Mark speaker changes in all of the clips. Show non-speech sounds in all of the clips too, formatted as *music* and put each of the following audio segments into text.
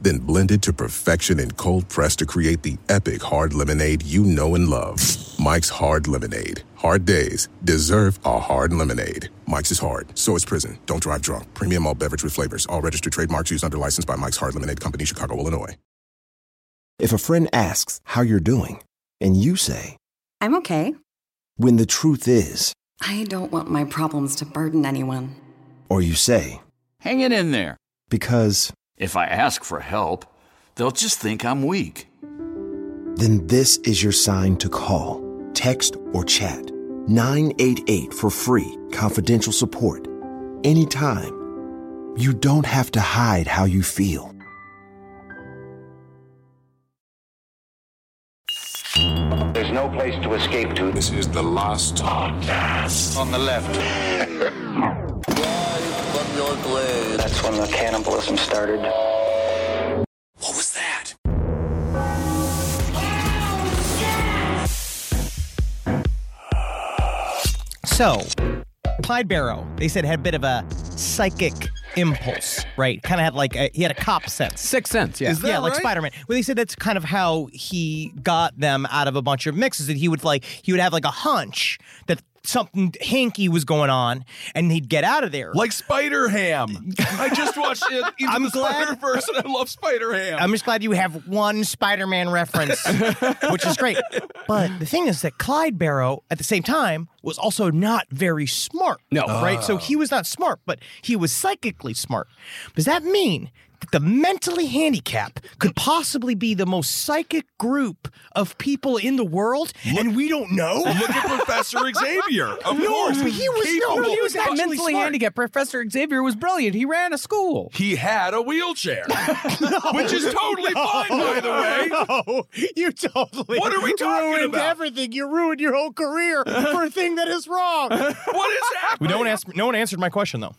Speaker 1: then blended to perfection and cold pressed to create the epic hard lemonade you know and love. Mike's Hard Lemonade. Hard days deserve a hard lemonade. Mike's is hard, so is prison. Don't drive drunk. Premium all beverage with flavors. All registered trademarks used under license by Mike's Hard Lemonade Company, Chicago, Illinois.
Speaker 2: If a friend asks how you're doing, and you say,
Speaker 3: I'm okay.
Speaker 2: when the truth is,
Speaker 3: I don't want my problems to burden anyone.
Speaker 2: or you say,
Speaker 4: Hang it in there.
Speaker 2: because,
Speaker 4: If I ask for help, they'll just think I'm weak.
Speaker 2: then this is your sign to call, text, or chat. 988 for free, confidential support. Anytime. You don't have to hide how you feel.
Speaker 5: There's no place to escape to.
Speaker 6: This is the last podcast on the
Speaker 5: *laughs*
Speaker 6: left.
Speaker 5: That's when the cannibalism started.
Speaker 4: What was that?
Speaker 7: So, Clyde Barrow, they said, had a bit of a psychic impulse, right? Kind of had like a, he had a cop sense.
Speaker 8: Sixth Sense, yeah.
Speaker 7: yeah, like Spider-Man. Well, they said that's kind of how he got them out of a bunch of mixes. That he would like, he would have like a hunch that something hanky was going on, and he'd get out of there.
Speaker 9: Like Spider Ham. I just watched it. Into
Speaker 7: I'm
Speaker 9: the
Speaker 7: glad-
Speaker 9: Spider Verse, and I love Spider Ham.
Speaker 7: I'm just glad you have one Spider-Man reference, which is great. But the thing is that Clyde Barrow, at the same time, was also not very smart.
Speaker 8: No.
Speaker 7: right? So he was not smart, but he was psychically smart. Does that mean that the mentally handicapped could possibly be the most psychic group of people in the world, and we don't know?
Speaker 9: Look at Professor Xavier. Of
Speaker 7: No,
Speaker 9: course,
Speaker 7: but he was- no,
Speaker 9: Capable.
Speaker 7: he was
Speaker 8: that
Speaker 7: actually
Speaker 8: mentally
Speaker 7: smart.
Speaker 8: handicapped. Professor Xavier was brilliant. He ran a school.
Speaker 9: He had a
Speaker 7: *laughs*
Speaker 9: wheelchair, which is totally fine, by the way.
Speaker 7: Oh, No, you totally
Speaker 9: What are we talking
Speaker 7: ruined
Speaker 9: about?
Speaker 7: everything. You ruined your whole career for a thing that is wrong.
Speaker 9: What is
Speaker 7: We *laughs*
Speaker 9: happening?
Speaker 7: don't ask. No one answered my question though.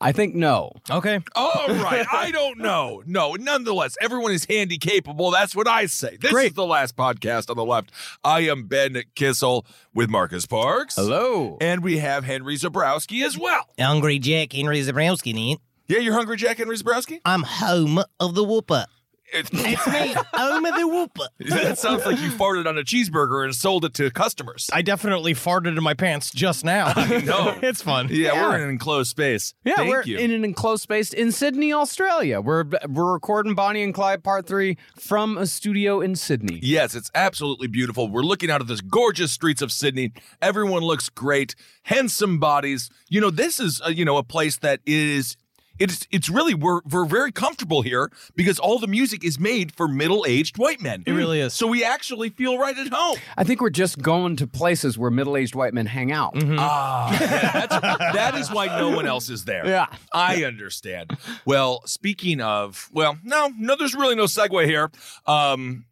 Speaker 8: I think no.
Speaker 7: Okay.
Speaker 9: All right, I don't know. No, nonetheless, everyone is handy capable. That's what I say. This is
Speaker 7: Great.
Speaker 9: the last podcast on the left. I am Ben Kissel with Marcus Parks.
Speaker 8: Hello.
Speaker 9: And we have Henry Zabrowski as well.
Speaker 7: Hungry Jack Henry Zabrowski, need.
Speaker 9: Yeah, you're hungry, Jack Henry Zabrowski?
Speaker 7: I'm home of the *laughs* whooper.
Speaker 9: It's-
Speaker 7: It's me, home of the whooper.
Speaker 9: *laughs* that sounds like you farted on a cheeseburger and sold it to customers.
Speaker 7: I definitely farted in my pants just
Speaker 9: *laughs*
Speaker 7: now.
Speaker 9: know.
Speaker 7: *laughs* it's fun.
Speaker 9: yeah, we're in an enclosed space.
Speaker 8: Yeah,
Speaker 9: Thank
Speaker 8: we're
Speaker 9: you.
Speaker 8: in an enclosed space in Sydney, Australia. We're we're recording Bonnie and Clyde Part Three from a studio in Sydney.
Speaker 9: Yes, it's absolutely beautiful. We're looking out at this gorgeous streets of Sydney. Everyone looks great, handsome bodies. You know, this is uh, you know a place that is it's it's really we're we're very comfortable here because all the music is made for middle-aged white men. It
Speaker 7: really is.
Speaker 9: So we actually feel right at home.
Speaker 8: I think we're just going to places where middle-aged white men hang out.
Speaker 7: *laughs*
Speaker 9: Ah, yeah, that's, that is why no one else is there.
Speaker 8: Yeah.
Speaker 9: I understand. Well, speaking of, well, no, no, there's really no segue here. Um,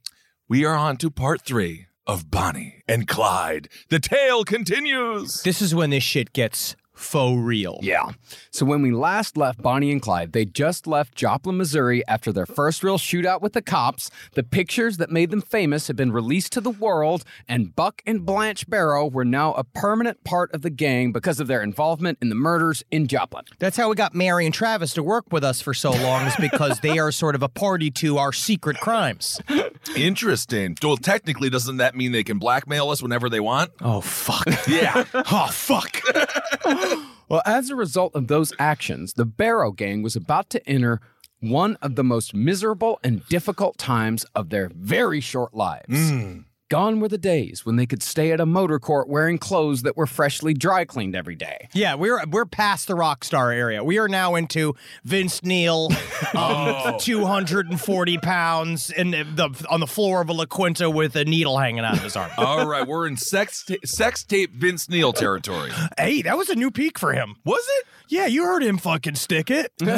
Speaker 9: we are on to part three of Bonnie and Clyde. The tale continues.
Speaker 7: This is when this shit gets faux real.
Speaker 8: Yeah. So when we last left Bonnie and Clyde, they just left Joplin, Missouri after their first real shootout with the cops. The pictures that made them famous have been released to the world, and Buck and Blanche Barrow were now a permanent part of the gang because of their involvement in the murders in Joplin.
Speaker 7: That's how we got Mary and Travis to work with us for so long, is because they are sort of a party to our secret crimes.
Speaker 9: Interesting. Well, technically, doesn't that mean they can blackmail us whenever they want?
Speaker 7: Oh, fuck.
Speaker 9: *laughs* Yeah.
Speaker 7: oh, fuck.
Speaker 8: Well, as a result of those actions, the Barrow gang was about to enter one of the most miserable and difficult times of their very short lives. Gone were the days when they could stay at a motor court wearing clothes that were freshly dry cleaned every day.
Speaker 7: Yeah, we're we're past the rock star area. We are now into Vince Neil, um, *laughs* 240 pounds, and the on the floor of a La Quinta with a needle hanging out of his arm.
Speaker 9: All right, we're in sex ta- sex tape Vince
Speaker 7: *laughs*
Speaker 9: Neil territory.
Speaker 7: *laughs* hey, that was a new peak for him.
Speaker 9: Was it?
Speaker 7: Yeah, you heard him fucking stick it. *laughs* if you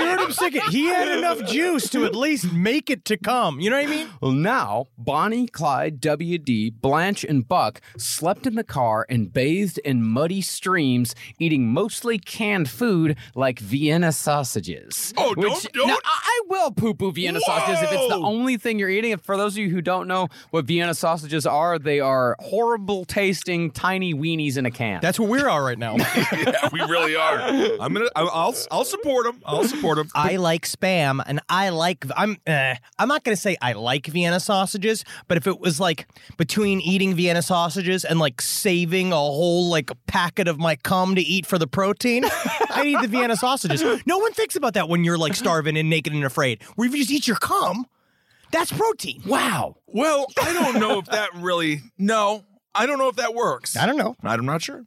Speaker 7: heard him stick it, he had enough juice to at least make it to come. You know what I mean?
Speaker 8: Well, now Bonnie, Clyde, WD, Blanche and Buck slept in the car and bathed in muddy streams, eating mostly canned food like Vienna sausages.
Speaker 9: Oh, don't- don't-
Speaker 8: Now, I, I will poo poo Vienna sausages if it's the
Speaker 9: Whoa!
Speaker 8: only thing you're eating. And for those of you who don't know what Vienna sausages are, they are horrible tasting tiny weenies in a can.
Speaker 7: That's where we are right *laughs* now.
Speaker 9: Yeah, we really are. I'm gonna. I- I'll. I'll support him. I'll support him.
Speaker 7: I like spam, and I like I'm. Uh, I'm not gonna say I like Vienna sausages, but if it was like between eating Vienna sausages and like saving a whole like packet of my cum to eat for the *laughs* protein, I eat the Vienna sausages. No one thinks about that when you're like starving and naked and afraid. Where if you just eat your cum, that's protein.
Speaker 8: wow.
Speaker 9: Well, I don't know if that really. No, I don't know if that works.
Speaker 7: I don't know.
Speaker 9: I'm not sure.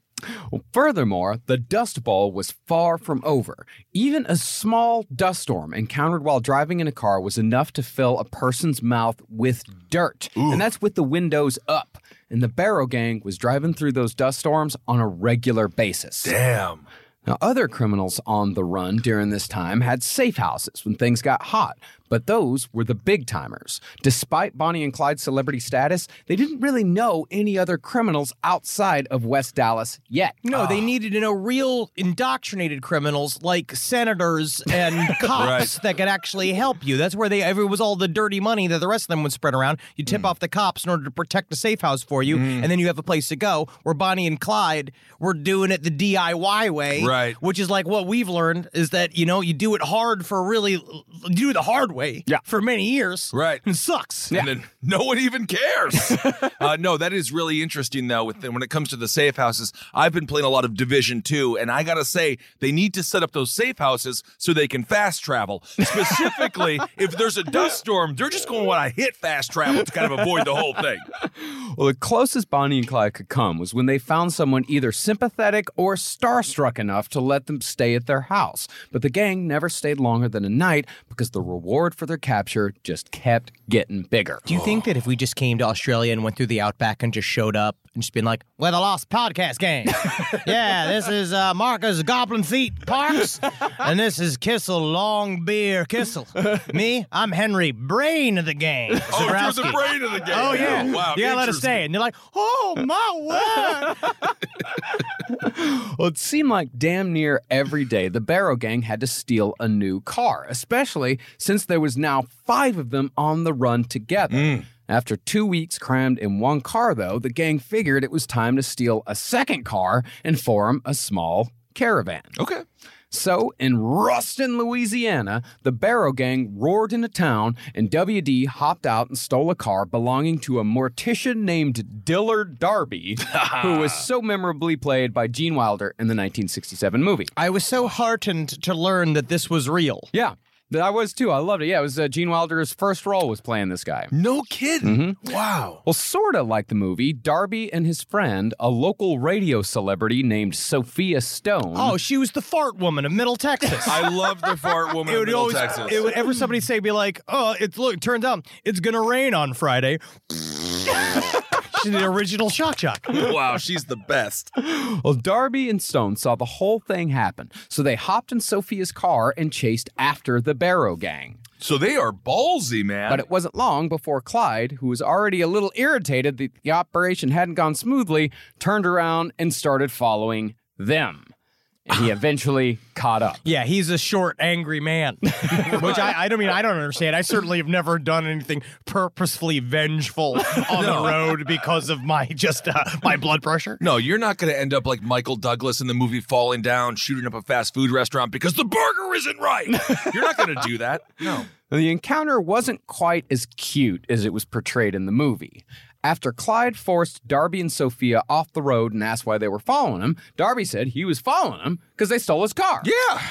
Speaker 8: Furthermore, the Dust Bowl was far from over. Even a small dust storm encountered while driving in a car was enough to fill a person's mouth with dirt, and that's with the windows up. And the Barrow Gang was driving through those dust storms on a regular basis.
Speaker 9: Damn.
Speaker 8: Now, other criminals on the run during this time had safe houses when things got hot, but those were the big timers. Despite Bonnie and Clyde's celebrity status, they didn't really know any other criminals outside of West Dallas yet.
Speaker 7: No,
Speaker 9: Ah.
Speaker 7: they needed to know real indoctrinated criminals like senators
Speaker 9: *laughs*
Speaker 7: and cops that could actually help you. That's where they it was all the dirty money that the rest of them would spread around. You
Speaker 9: Hmm.
Speaker 7: tip off the cops in order to protect a safe house for you, and then you have a place to go. Where Bonnie and Clyde were doing it the DIY way,
Speaker 9: Right.
Speaker 7: Which is like what we've learned is that you know you do it hard for really you do it the hard way,
Speaker 8: Yeah.
Speaker 7: for many years,
Speaker 9: Right.
Speaker 7: And it sucks.
Speaker 9: And then no one even *laughs* cares. uh, no, that is really interesting though. With when it comes to the safe houses, I've been playing a lot of Division Two, and I gotta say they need to set up those safe houses so they can fast travel. *laughs* Specifically, if there's a dust storm, they're just going to want to hit fast travel to kind of avoid the whole *laughs* thing.
Speaker 8: Well, the closest Bonnie and Clyde could come was when they found someone either sympathetic or starstruck enough to let them stay at their house. But the gang never stayed longer than a night because the reward for their capture just kept getting bigger.
Speaker 7: Do you think
Speaker 9: Oh.
Speaker 7: that if we just came to Australia and went through the outback and just showed up and just been like, we're the Lost Podcast
Speaker 9: *laughs*
Speaker 7: Gang. yeah, this is uh, Marcus Goblin Feet Parks, and this is Kissel Long Beer Kissel. Me, I'm Henry Brain of the Gang.
Speaker 9: Oh, you're
Speaker 7: Zebrowski.
Speaker 9: the brain of the game.
Speaker 7: Oh, yeah.
Speaker 9: Wow.
Speaker 7: yeah, let us
Speaker 9: interesting.
Speaker 7: stay. And they're like, oh, my word.
Speaker 8: *gasps* Well, it seemed like damn near every day the Barrow Gang had to steal a new car, especially since there was now five of them on the run together. After two weeks crammed in one car, though, the gang figured it was time to steal a second car and form a small caravan.
Speaker 9: Okay.
Speaker 8: So, in Ruston, Louisiana, the Barrow Gang roared into town, and WD hopped out and stole a car belonging to a mortician named Dillard Darby, who was so memorably played by Gene Wilder in the 1967 movie.
Speaker 7: I was so heartened to learn that this was real.
Speaker 8: Yeah, that I was too. I loved it. Yeah, it was uh, Gene Wilder's first role was playing this guy.
Speaker 9: No kidding. Wow.
Speaker 8: Well, sort of like the movie, Darby and his friend, a local radio celebrity named Sophia Stone.
Speaker 7: Oh, she was the fart woman of Middle Texas.
Speaker 9: I love the fart woman
Speaker 7: it
Speaker 9: in
Speaker 7: would
Speaker 9: Middle
Speaker 7: always,
Speaker 9: Texas.
Speaker 7: it would ever somebody say, be like, oh, it's look, it turns out it's gonna rain on Friday. *laughs* She's the original shock shock.
Speaker 9: wow, she's the best.
Speaker 8: Well, Darby and Stone saw the whole thing happen, so they hopped in Sophia's car and chased after the Barrow gang.
Speaker 9: So they are ballsy, man.
Speaker 8: But it wasn't long before Clyde, who was already a little irritated that the operation hadn't gone smoothly, turned around and started following them. And he eventually caught up.
Speaker 7: Yeah, he's a short, angry man. *laughs* Which I, I don't mean I don't understand. I certainly have never done anything purposefully vengeful on the road because of my just uh, my blood pressure.
Speaker 9: No, you're not going to end up like Michael Douglas in the movie Falling Down, shooting up a fast food restaurant because the burger isn't
Speaker 8: *laughs*
Speaker 9: right. you're not going to do that. No.
Speaker 8: The encounter wasn't quite as cute as it was portrayed in the movie. After Clyde forced Darby and Sophia off the road and asked why they were following him, Darby said he was following him because they stole his car.
Speaker 9: Yeah.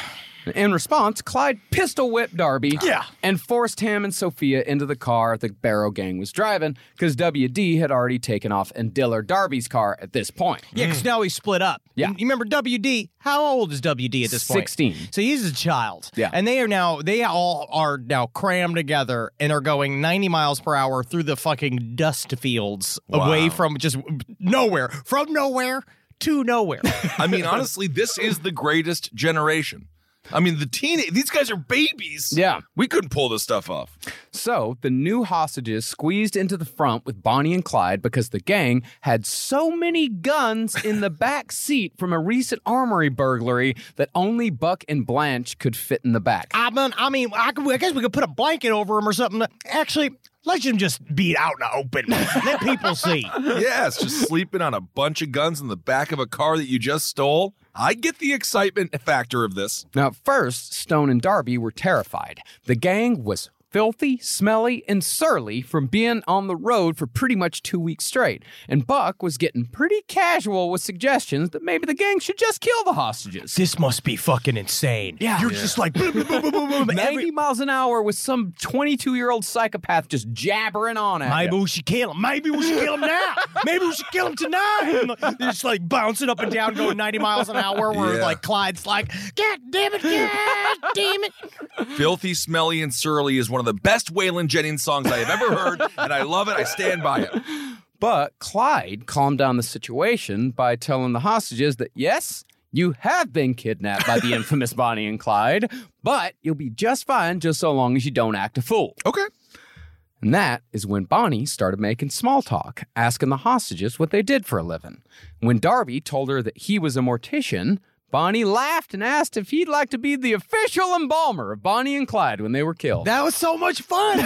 Speaker 8: In response, Clyde pistol whipped Darby
Speaker 7: Yeah.
Speaker 8: and forced him and Sophia into the car the Barrow gang was driving because WD had already taken off in Diller Darby's car at this point.
Speaker 7: Yeah, because now he's split up.
Speaker 8: Mm. Yeah.
Speaker 7: You remember WD? How old is WD at this point?
Speaker 8: 16.
Speaker 7: So he's a child.
Speaker 8: Yeah.
Speaker 7: And they are now, they all are now crammed together and are going 90 miles per hour through the fucking dust fields away from just nowhere, from nowhere to nowhere.
Speaker 8: *laughs*
Speaker 9: I mean, honestly, this is the greatest generation. I mean, the teen these guys are babies.
Speaker 8: Yeah.
Speaker 9: We couldn't pull this stuff off.
Speaker 8: So the new hostages squeezed into the front with Bonnie and Clyde because the gang had so many guns in the back seat from a recent armory burglary that only Buck and Blanche could fit in the back.
Speaker 7: I mean, I, mean, I, could, I guess we could put a blanket over him or something. Actually, let them just be out in the open. Let people see.
Speaker 8: *laughs*
Speaker 9: Yes, just sleeping on a bunch of guns in the back of a car that you just stole. I get the excitement factor of this.
Speaker 8: Now, at first, Stone and Darby were terrified. The gang was filthy, smelly, and surly from being on the road for pretty much two weeks straight. And Buck was getting pretty casual with suggestions that maybe the gang should just kill the hostages.
Speaker 7: This must be fucking insane.
Speaker 8: Yeah.
Speaker 7: You're just
Speaker 8: *laughs*
Speaker 7: like, boom, boom, boom, boom, boom, boom.
Speaker 8: 90
Speaker 7: Every,
Speaker 8: miles an hour with some 22 year old psychopath just jabbering on at
Speaker 7: Maybe
Speaker 8: you.
Speaker 7: we should kill him. Maybe we should kill him now. Maybe we should kill him tonight. And like, They're just like bouncing up and down, going 90 miles an hour. Where
Speaker 9: Yeah.
Speaker 7: like Clyde's like, God damn it, God damn it.
Speaker 9: Filthy, smelly, and surly is one of the best Waylon Jennings songs I have ever heard, and I love it. I stand by it.
Speaker 8: But Clyde calmed down the situation by telling the hostages that yes, you have been kidnapped by the infamous Bonnie and Clyde, but you'll be just fine just so long as you don't act a fool.
Speaker 9: Okay.
Speaker 8: And that is when Bonnie started making small talk, asking the hostages what they did for a living. When Darby told her that he was a mortician, Bonnie laughed and asked if he'd like to be the official embalmer of Bonnie and Clyde when they were killed.
Speaker 7: That was so much fun.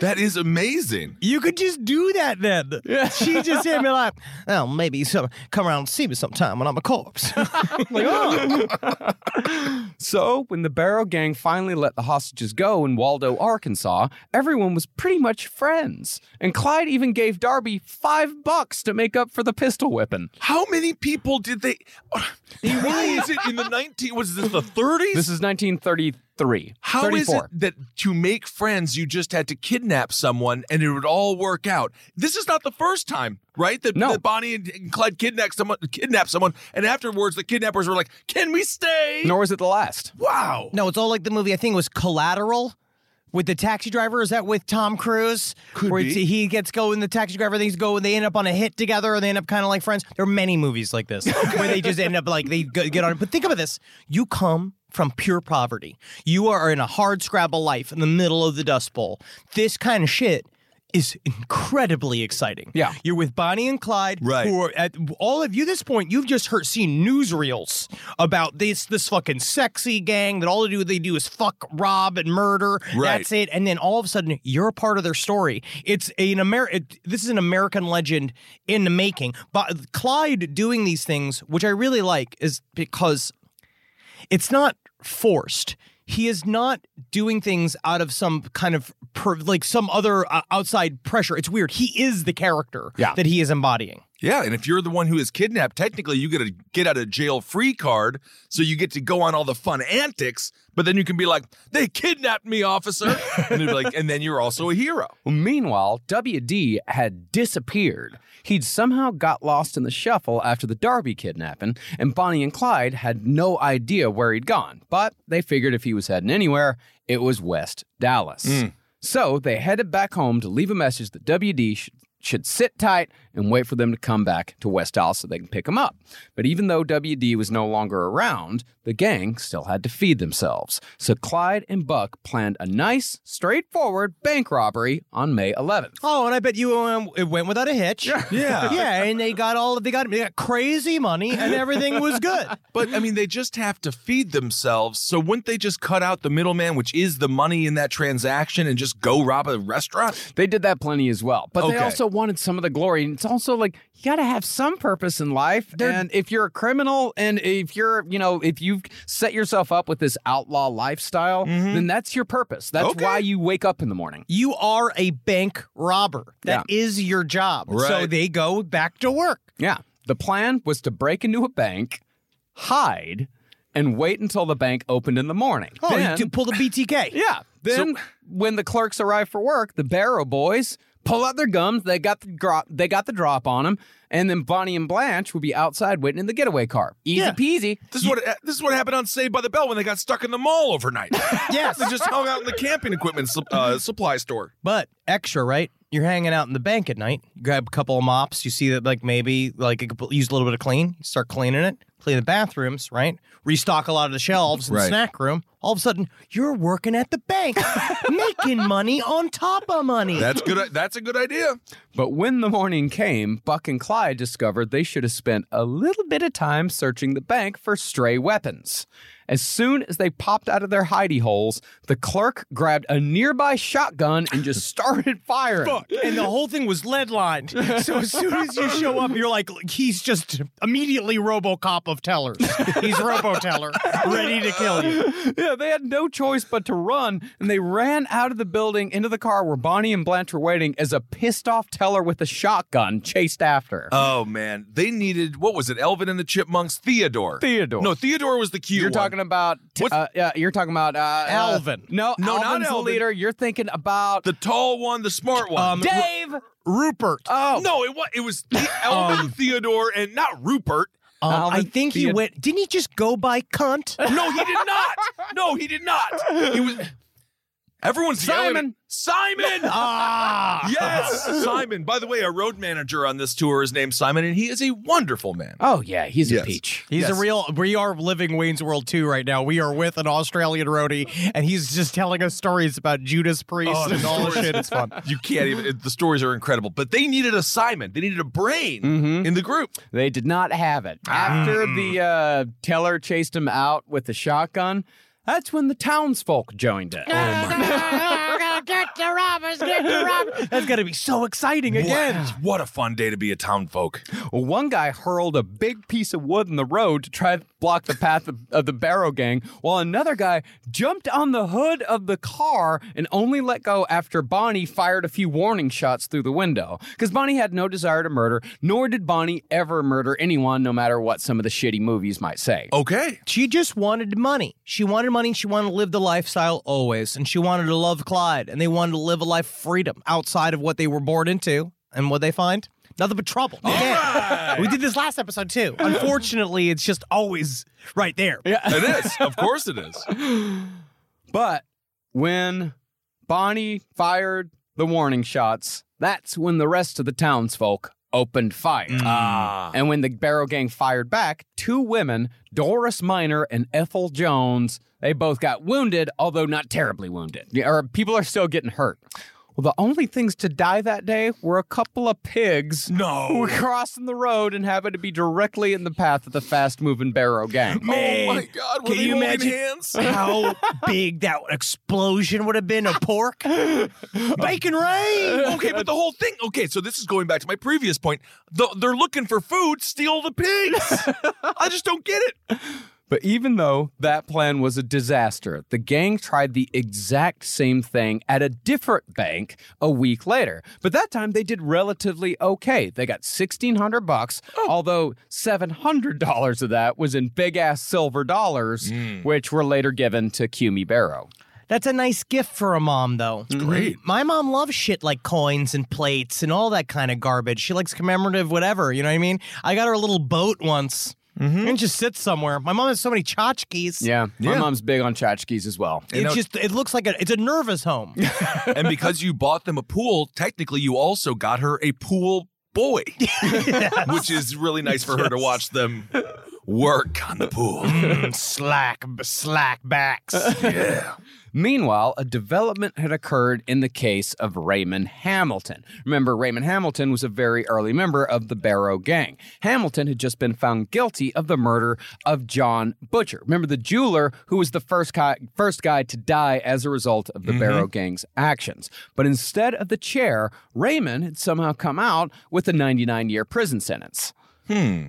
Speaker 9: That is amazing.
Speaker 7: You could just do that then. She just hit me like, oh, maybe some come around and see me sometime when I'm a corpse. I'm like, oh.
Speaker 8: So, when the Barrow Gang finally let the hostages go in Waldo, Arkansas, everyone was pretty much friends. And Clyde even gave Darby five bucks to make up for the pistol whipping.
Speaker 9: How many people did they? He really is it in the 19? Was this the 30s?
Speaker 8: This is 1933.
Speaker 9: How is
Speaker 8: 34.
Speaker 9: it that to make friends you just had to kidnap someone and it would all work out? This is not the first time, right? That,
Speaker 8: No.
Speaker 9: that Bonnie and- and Clyde kidnapped someone, kidnapped someone, and afterwards the kidnappers were like, "Can we stay?"
Speaker 8: Nor is it the last.
Speaker 9: Wow.
Speaker 7: No, it's all like the movie. I think it was Collateral with the taxi driver. Is that with Tom Cruise?
Speaker 9: Could
Speaker 7: Where
Speaker 9: be.
Speaker 7: it's- he gets going, the taxi driver things go, and they end up on a hit together, and they end up kind of like friends. There are many movies like
Speaker 9: *laughs*
Speaker 7: this where they just end up like they go- get on. But think about this: you come. From pure poverty. You are in a hard scrabble life in the middle of the Dust Bowl. This kind of shit is incredibly exciting.
Speaker 8: Yeah.
Speaker 7: You're with Bonnie and Clyde,
Speaker 9: Right.
Speaker 7: who are at all of you this point, you've just heard seen newsreels about this this fucking sexy gang that all they do they do is fuck, rob, and murder.
Speaker 9: Right.
Speaker 7: That's it. And then all of a sudden you're a part of their story. It's an American. This is an American legend in the making. But Clyde doing these things, which I really like, is because it's not forced. He is not doing things out of some kind of per, like some other uh, outside pressure. It's weird. He is the character
Speaker 8: Yeah.
Speaker 7: that he is embodying.
Speaker 9: Yeah, and if you're the one who is kidnapped, technically you get a get out of jail free card, so you get to go on all the fun antics. But then you can be like, "They kidnapped me, officer," and they'd be like, and then you're also a hero.
Speaker 8: Well, meanwhile, WD had disappeared. He'd somehow got lost in the shuffle after the Darby kidnapping, and Bonnie and Clyde had no idea where he'd gone. But they figured if he was heading anywhere, it was West Dallas. So they headed back home to leave a message that WD should, should sit tight and wait for them to come back to West Dallas so they can pick him up. But even though WD was no longer around, the gang still had to feed themselves. So Clyde and Buck planned a nice, straightforward bank robbery on May 11th.
Speaker 7: Oh, and I bet you um, it went without a hitch. Yeah,
Speaker 9: Yeah.
Speaker 7: *laughs* yeah, and they got all they got they got crazy money, and everything was *laughs* good.
Speaker 9: But I mean, they just have to feed themselves. So wouldn't they just cut out the middleman, which is the money in that transaction, and just go rob a restaurant?
Speaker 8: They did that plenty as well, but they
Speaker 9: Okay.
Speaker 8: also wanted some of the glory. And it's also like you got to have some purpose in life. and if you're a criminal, and if you're, you know, if you've set yourself up with this outlaw lifestyle, then that's your purpose. That's
Speaker 9: Mm-hmm. Okay.
Speaker 8: why you wake up in the morning.
Speaker 7: You are a bank robber. That is your job. So
Speaker 9: Right.
Speaker 7: they go back to work.
Speaker 8: Yeah. The plan was to break into a bank, hide, and wait until the bank opened in the morning.
Speaker 7: Oh,
Speaker 8: Then-
Speaker 7: you pull the *laughs* BTK.
Speaker 8: yeah. Then when the clerks arrive for work, the Barrow boys pull out their gums. They got the gro- they got the drop on them, and then Bonnie and Blanche would be outside waiting in the getaway car. Easy
Speaker 7: Yeah.
Speaker 8: peasy.
Speaker 9: This is what this is what happened on Saved by the Bell when they got stuck in the mall overnight.
Speaker 7: *laughs* Yes.
Speaker 9: they just hung out in the camping equipment sup- uh, supply store.
Speaker 7: But extra, right? You're hanging out in the bank at night. You grab a couple of mops. You see that, like maybe, like it could use a little bit of clean. You start cleaning it. clean the bathrooms, right? Restock a lot of the shelves in the
Speaker 9: Right.
Speaker 7: snack room. All of a sudden, you're working at the *laughs* bank, making money on top of money.
Speaker 9: That's good. That's a good idea.
Speaker 8: But when the morning came, Buck and Clyde discovered they should have spent a little bit of time searching the bank for stray weapons. As soon as they popped out of their hidey holes, the clerk grabbed a nearby shotgun and just started firing.
Speaker 7: and the whole thing was lead lined. So as soon as you show up, you're like, he's just immediately RoboCop of tellers. He's RoboTeller, ready to kill you.
Speaker 8: yeah, they had no choice but to run, and they ran out of the building into the car where Bonnie and Blanche were waiting as a pissed off teller with a shotgun chased after.
Speaker 9: Oh man, they needed what was it? Elvin and the Chipmunks. Theodore.
Speaker 8: Theodore.
Speaker 9: No, Theodore was the cute.
Speaker 8: You're
Speaker 9: one.
Speaker 8: talking about
Speaker 9: What's-
Speaker 8: uh, yeah, you're talking about uh,
Speaker 7: Alvin.
Speaker 8: Uh, no,
Speaker 9: No, not
Speaker 8: no, Alvin's not the
Speaker 9: Alvin.
Speaker 8: leader. You're thinking about
Speaker 9: the tall one, the smart one.
Speaker 7: Um,
Speaker 8: Dave.
Speaker 7: Rupert.
Speaker 8: Oh
Speaker 9: no, it was it was the- Elvin, Theodore, and not Rupert.
Speaker 7: Um, I
Speaker 8: Alvin
Speaker 7: think he
Speaker 8: Theo-
Speaker 7: went. Didn't he just go by *laughs* cunt?
Speaker 9: No, he did not. No, he did not. He was. Everyone's yelling- Simon.
Speaker 7: Ah,
Speaker 9: Yes, Simon. By the way, our road manager on this tour is named Simon, and he is a wonderful man.
Speaker 8: Oh yeah, he's
Speaker 9: Yes.
Speaker 8: a peach.
Speaker 7: He's
Speaker 9: Yes.
Speaker 7: a real. We are living Wayne's World 2 right now. We are with an Australian roadie, and he's just telling us stories about Judas Priest
Speaker 9: Oh, the
Speaker 7: and all this shit.
Speaker 9: *laughs*
Speaker 7: It's fun.
Speaker 9: You can't even. it- The stories are incredible, but they needed a Simon. They needed a brain in the group.
Speaker 8: They did not have it
Speaker 9: Mm.
Speaker 8: after the uh, teller chased him out with the shotgun. That's when the townsfolk joined it.
Speaker 7: That's got to be so exciting again.
Speaker 9: Wow, what a fun day to be a town folk.
Speaker 8: Well, one guy hurled a big piece of wood in the road to try to block the path of, of the Barrow gang, while another guy jumped on the hood of the car and only let go after Bonnie fired a few warning shots through the window. Because Bonnie had no desire to murder, nor did Bonnie ever murder anyone, no matter what some of the shitty movies might say.
Speaker 9: Okay.
Speaker 7: She just wanted money. She wanted money. She wanted to live the lifestyle always. And she wanted to love Clyde. And they wanted to live a life of freedom outside of what they were born into. And what they find? Nothing but trouble. Again. We did this last episode *laughs* too. Unfortunately, it's just always right there. *laughs*
Speaker 9: Oh, It is. Of course it is.
Speaker 8: But when Bonnie fired the warning shots, that's when the rest of the townsfolk opened fire.
Speaker 7: Mm.
Speaker 9: Mm. Uh,
Speaker 8: And when the Barrow Gang fired back, two women, Doris Miner and Ethel Jones, they both got wounded, although not terribly wounded. Yeah, Or people are still getting hurt. Well, the only things to die that day were a couple of pigs who
Speaker 9: No.
Speaker 8: were
Speaker 7: Oh
Speaker 8: crossing the road and happened to be directly in the path of the fast-moving Barrow Gang.
Speaker 9: oh my God. Were
Speaker 7: Can
Speaker 9: they
Speaker 7: you
Speaker 9: holding
Speaker 7: imagine
Speaker 9: hands?
Speaker 7: *laughs* how big that explosion would have been of pork?
Speaker 9: *laughs*
Speaker 7: Bacon rain.
Speaker 9: Okay, but the whole thing. Okay, so this is going back to my previous point. The, they're looking for food. Steal
Speaker 7: *laughs*
Speaker 9: the pigs. I just don't get it.
Speaker 8: But even though that plan was a disaster, the gang tried the exact same thing at a different bank a week later. But that time they did relatively okay. They got 1600 bucks, although $700 of that was in big ass silver dollars, which were later given to Cumi Barrow.
Speaker 7: That's a nice gift for a mom, though. It's
Speaker 9: great.
Speaker 7: My mom loves shit like coins and plates and all that kind of garbage. She likes commemorative whatever, you know what I mean? I got her a little boat once. And it just sits somewhere. My mom has so many tchotchkes.
Speaker 8: Yeah, my mom's big on tchotchkes as well.
Speaker 7: It just it looks like a it's a nervous home. *laughs*
Speaker 9: And because you bought them a pool, technically you also got her a pool boy, which is really nice for her to watch them work on the pool.
Speaker 7: Mm. slack slack backs.
Speaker 8: *laughs* Meanwhile, a development had occurred in the case of Raymond Hamilton. Remember, Raymond Hamilton was a very early member of the Barrow Gang. Hamilton had just been found guilty of the murder of John Butcher. Remember the jeweler who was the first guy, first guy to die as a result of
Speaker 7: Mm-hmm.
Speaker 8: the Barrow Gang's actions. But instead of the chair, Raymond had somehow come out with a 99 year prison sentence.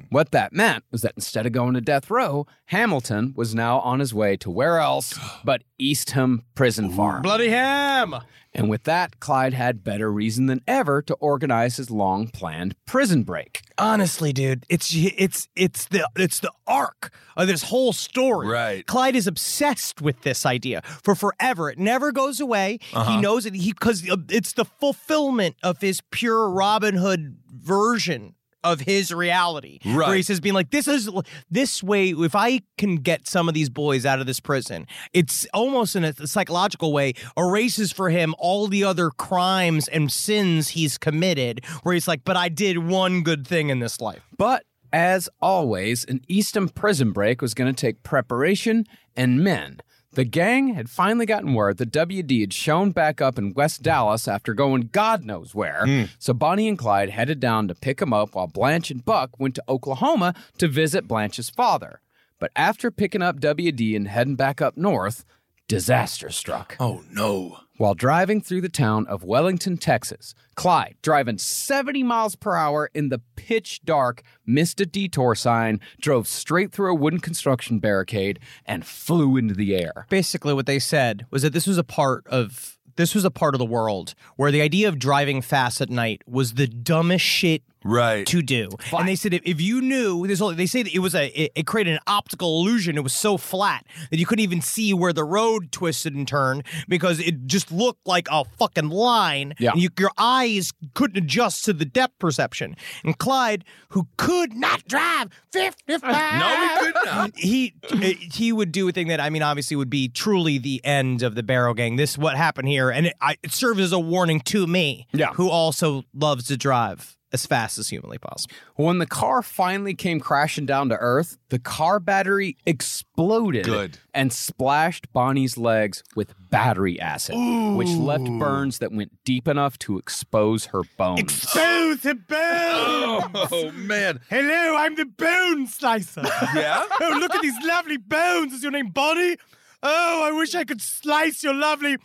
Speaker 8: What that meant was that instead of going to death row, Hamilton was now on his way to where
Speaker 7: *gasps*
Speaker 8: else but Eastham Prison Farm.
Speaker 7: Bloody ham.
Speaker 8: And with that, Clyde had better reason than ever to organize his long planned prison break.
Speaker 7: Honestly, dude, it's it's it's the it's the arc of this whole story.
Speaker 9: Right.
Speaker 7: Clyde is obsessed with this idea for forever. It never goes away. He knows it. He because it's the fulfillment of his pure Robin Hood version of his reality. Where he
Speaker 9: Right.
Speaker 7: says, being like, this is this way. If I can get some of these boys out of this prison, it's almost in a psychological way erases for him all the other crimes and sins he's committed. Where he's like, but I did one good thing in this life.
Speaker 8: But As always, an Eastham prison break was going to take preparation and men. The gang had finally gotten word that WD had shown back up in West Dallas after going God knows where, so Bonnie and Clyde headed down to pick him up while Blanche and Buck went to Oklahoma to visit Blanche's father. But after picking up WD and heading back up north, disaster struck.
Speaker 9: Oh no.
Speaker 8: While driving through the town of Wellington, Texas, Clyde, driving 70 miles per hour in the pitch dark, missed a detour sign, drove straight through a wooden construction barricade, and flew into the air.
Speaker 7: Basically, what they said was that this was a part of this was a part of the world where the idea of driving fast at night was the dumbest shit
Speaker 9: Right.
Speaker 7: to do. And they said if, if you knew this, whole- they say that it was a it, it created an optical illusion. It was so flat that you couldn't even see where the road twisted and turned because it just looked like a fucking line.
Speaker 8: Yeah.
Speaker 7: And you, your eyes couldn't adjust to the depth perception. And Clyde, who could not drive 55
Speaker 9: No, we could not.
Speaker 7: he uh, he would do a thing that I mean, obviously, would be truly the end of the Barrow Gang. This what happened here, and it, I, it serves as a warning to me,
Speaker 8: Yeah.
Speaker 7: who also loves to drive as fast as humanly possible.
Speaker 8: When the car finally came crashing down to earth, the car battery exploded
Speaker 9: Good.
Speaker 8: and splashed Bonnie's legs with battery acid, which left burns that went deep enough to expose her bones.
Speaker 7: Bone to bone.
Speaker 9: *laughs* Oh man.
Speaker 7: Hello, I'm the bone slicer.
Speaker 9: Yeah?
Speaker 7: *laughs* oh, look at these lovely bones. Is your name Bonnie? Oh, I wish I could slice your lovely,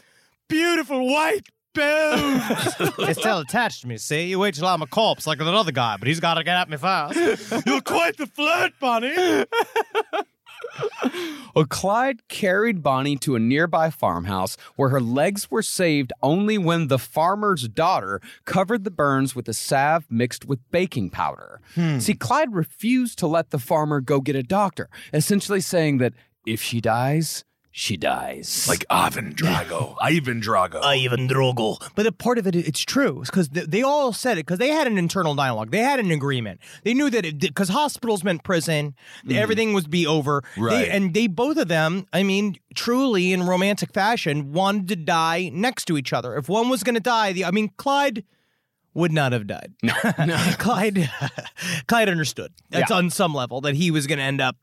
Speaker 7: beautiful white bones. it's still attached to me, see? You wait till I'm a corpse like another guy, but he's got to get at me first. *laughs* You're quite the flirt, Bonnie.
Speaker 8: Well, Clyde carried Bonnie to a nearby farmhouse where her legs were saved only when the farmer's daughter covered the burns with a salve mixed with baking powder. See, Clyde refused to let the farmer go get a doctor, essentially saying that if she dies, she dies.
Speaker 9: Like Ivan Drago. *laughs* Ivan Drago.
Speaker 7: Ivan Drogel. But a part of it, it's true. because they, they all said it because they had an internal dialogue. They had an agreement. They knew that it because hospitals meant prison. Everything was be over. They-
Speaker 9: Right.
Speaker 7: and they both of them, I mean, truly in romantic fashion, wanted to die next to each other. If one was going to die, the I mean, Clyde would not have died. *laughs* Clyde, *laughs* Clyde understood. That's on some level that he was going to end up.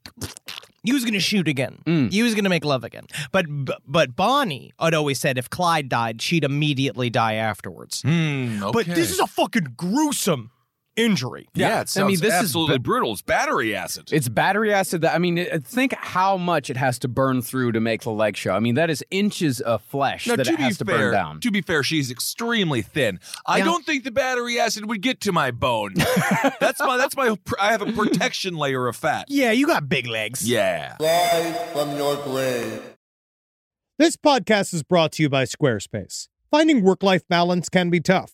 Speaker 7: He was going to shoot again.
Speaker 9: Mm.
Speaker 7: He was going to make love again. But but Bonnie had always said if Clyde died, she'd immediately die afterwards.
Speaker 9: Hmm,
Speaker 7: But
Speaker 9: okay.
Speaker 7: this
Speaker 8: *laughs*
Speaker 7: is a fucking gruesome injury.
Speaker 9: yeah,
Speaker 8: Yeah,
Speaker 9: it
Speaker 8: I
Speaker 9: sounds
Speaker 8: mean, this is
Speaker 9: absolutely
Speaker 8: ba-
Speaker 9: brutal. It's battery acid.
Speaker 8: It's battery acid that I mean, it- think how much it has to burn through to make the leg show. I mean, that is inches of flesh
Speaker 9: Now,
Speaker 8: that it has to
Speaker 9: fair,
Speaker 8: burn down.
Speaker 9: to be fair, she's extremely thin. I
Speaker 7: Yeah.
Speaker 9: don't think the battery acid would get to my bone.
Speaker 8: *laughs*
Speaker 9: that's my that's my pr- I have a protection layer of fat.
Speaker 7: Yeah, you got big legs.
Speaker 9: Yeah.
Speaker 10: This podcast is brought to you by Squarespace. Finding work life balance can be tough,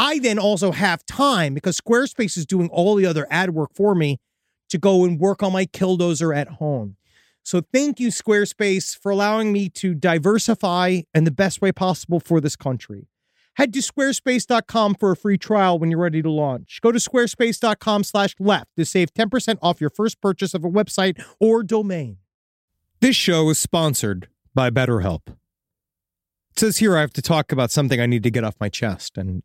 Speaker 10: I then also have time because Squarespace is doing all the other ad work for me to go and work on my killdozer at home. So thank you, Squarespace, for allowing me to diversify in the best way possible for this country. Head to squarespace.com for a free trial when you're ready to launch. Go to squarespace.com slash left to save 10% off your first purchase of a website or domain. This show is sponsored by BetterHelp. It says here I have to talk about something I need to get off my chest, and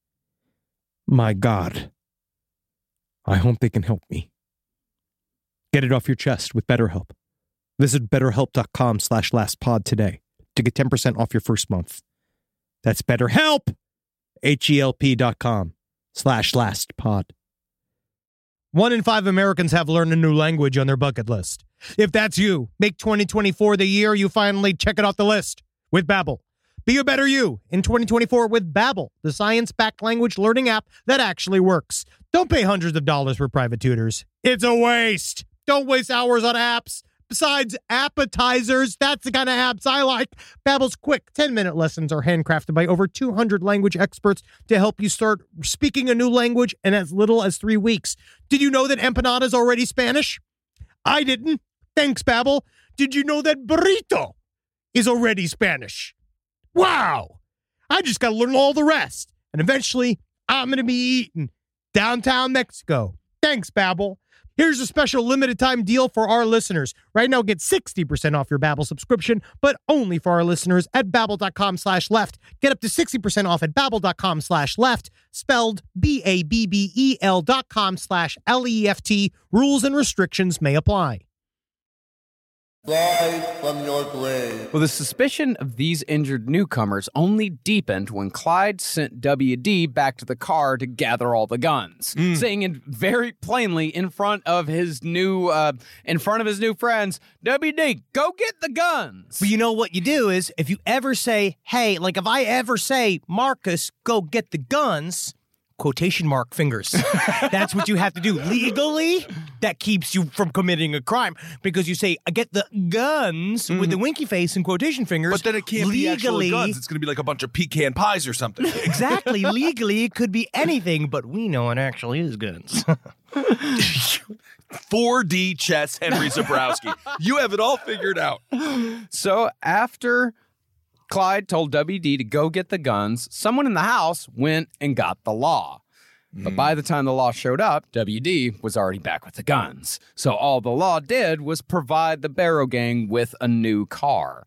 Speaker 7: My God. I hope they can help me. Get it off your chest with BetterHelp. Visit betterhelp.com slash lastpod today to get 10% off your first month. That's BetterHelp, H-E-L-P dot com slash lastpod. One in five Americans have learned a new language on their bucket list. If that's you, make 2024 the year you finally check it off the list with Babbel. Be a better you in 2024 with Babbel, the science-backed language learning app that actually works. Don't pay hundreds of dollars for private tutors. It's a waste. Don't waste hours on apps. Besides appetizers, that's the kind of apps I like. Babbel's quick 10-minute lessons are handcrafted by over 200 language experts to help you start speaking a new language in as little as 3 weeks. Did you know that empanada is already Spanish? I didn't. Thanks, Babbel. Did you know that burrito is already Spanish? Wow. I just got to learn all the rest. And eventually, I'm going to be eating downtown Mexico. Thanks, Babbel. Here's a special limited time deal for our listeners. Right now, get 60% off your Babbel subscription, but only for our listeners at babbel.com slash left. Get up to 60% off at babbel.com slash left, spelled B-A-B-B-E-L E dot com slash L-E-F-T. Rules and restrictions may apply.
Speaker 8: Well, the suspicion of these injured newcomers only deepened when Clyde sent WD back to the car to gather all the guns,
Speaker 10: Mm.
Speaker 8: saying in very plainly in front of his new uh, in front of his new friends, WD, go get the guns.
Speaker 11: But you know what you do is if you ever say, hey, like if I ever say, Marcus, go get the guns, quotation mark fingers. *laughs* That's what you have to do. Legally, that keeps you from committing a crime because you say, I get the guns with the winky face and quotation fingers.
Speaker 9: Mm-hmm. But then it can't be actual
Speaker 11: Legally-
Speaker 9: guns. *laughs* It's going to be like a bunch of pecan pies or something.
Speaker 8: *laughs*
Speaker 11: Exactly. Legally, it could be anything, but we know it actually is guns. *laughs*
Speaker 9: 4D chess, Henry Zabrowski. you have it all figured out.
Speaker 8: So after Clyde told WD to go get the guns, someone in the house went and got the law. But by the time the law showed up, WD was already back with the guns. So all the law did was provide the Barrow Gang with a new car.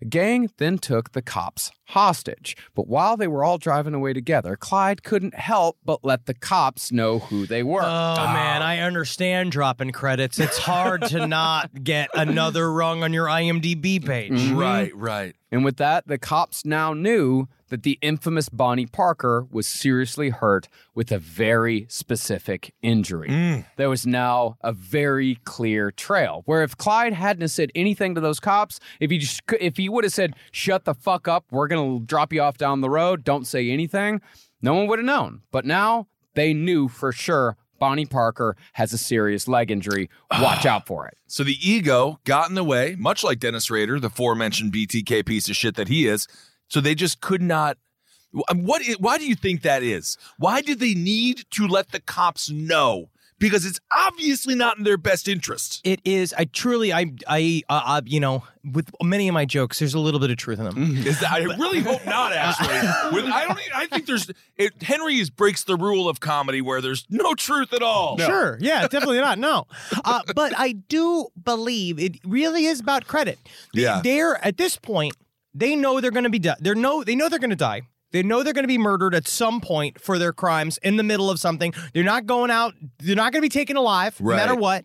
Speaker 8: The gang then took the cops hostage. But while they were all driving away together, Clyde couldn't help but let the cops know who they were.
Speaker 11: Oh man, I understand dropping credits. It's hard to not get another rung on your IMDb page.
Speaker 8: Mm-hmm.
Speaker 9: Right, right.
Speaker 8: And with that, the cops now knew that the infamous Bonnie Parker was seriously hurt with a very specific injury. There was now a very clear trail where if Clyde hadn't have said anything to those cops, if he just, if he would have said, "Shut the fuck up, we're gonna drop you off down the road, don't say anything," no one would have known. But now they knew for sure. Bonnie Parker has a serious leg injury. Watch out for it.
Speaker 9: So the ego got in the way, much like Dennis Rader, the aforementioned BTK piece of shit that he is. So they just could not. wh- um, What? i- Why do you think that is? Why did they need to let the cops know? Because it's obviously not in their best interest.
Speaker 11: It is. I truly, I, I, uh, uh, you know, with many of my jokes, there's a little bit of truth in them.
Speaker 9: Is that, I really hope not. Actually, With- I don't. e- I think there's it, Henry is breaks the rule of comedy where there's no truth at all.
Speaker 11: Sure.
Speaker 9: *laughs*
Speaker 11: Yeah, definitely not. No. Uh, but I do believe it really is about credit. They,
Speaker 9: Yeah.
Speaker 11: They're at this point, they know they're going to be di- they're no they know they're going to die. They know they're going to be murdered at some point for their crimes in the middle of something. They're not going out. They're not going to be taken alive, no matter
Speaker 9: Right.
Speaker 11: what.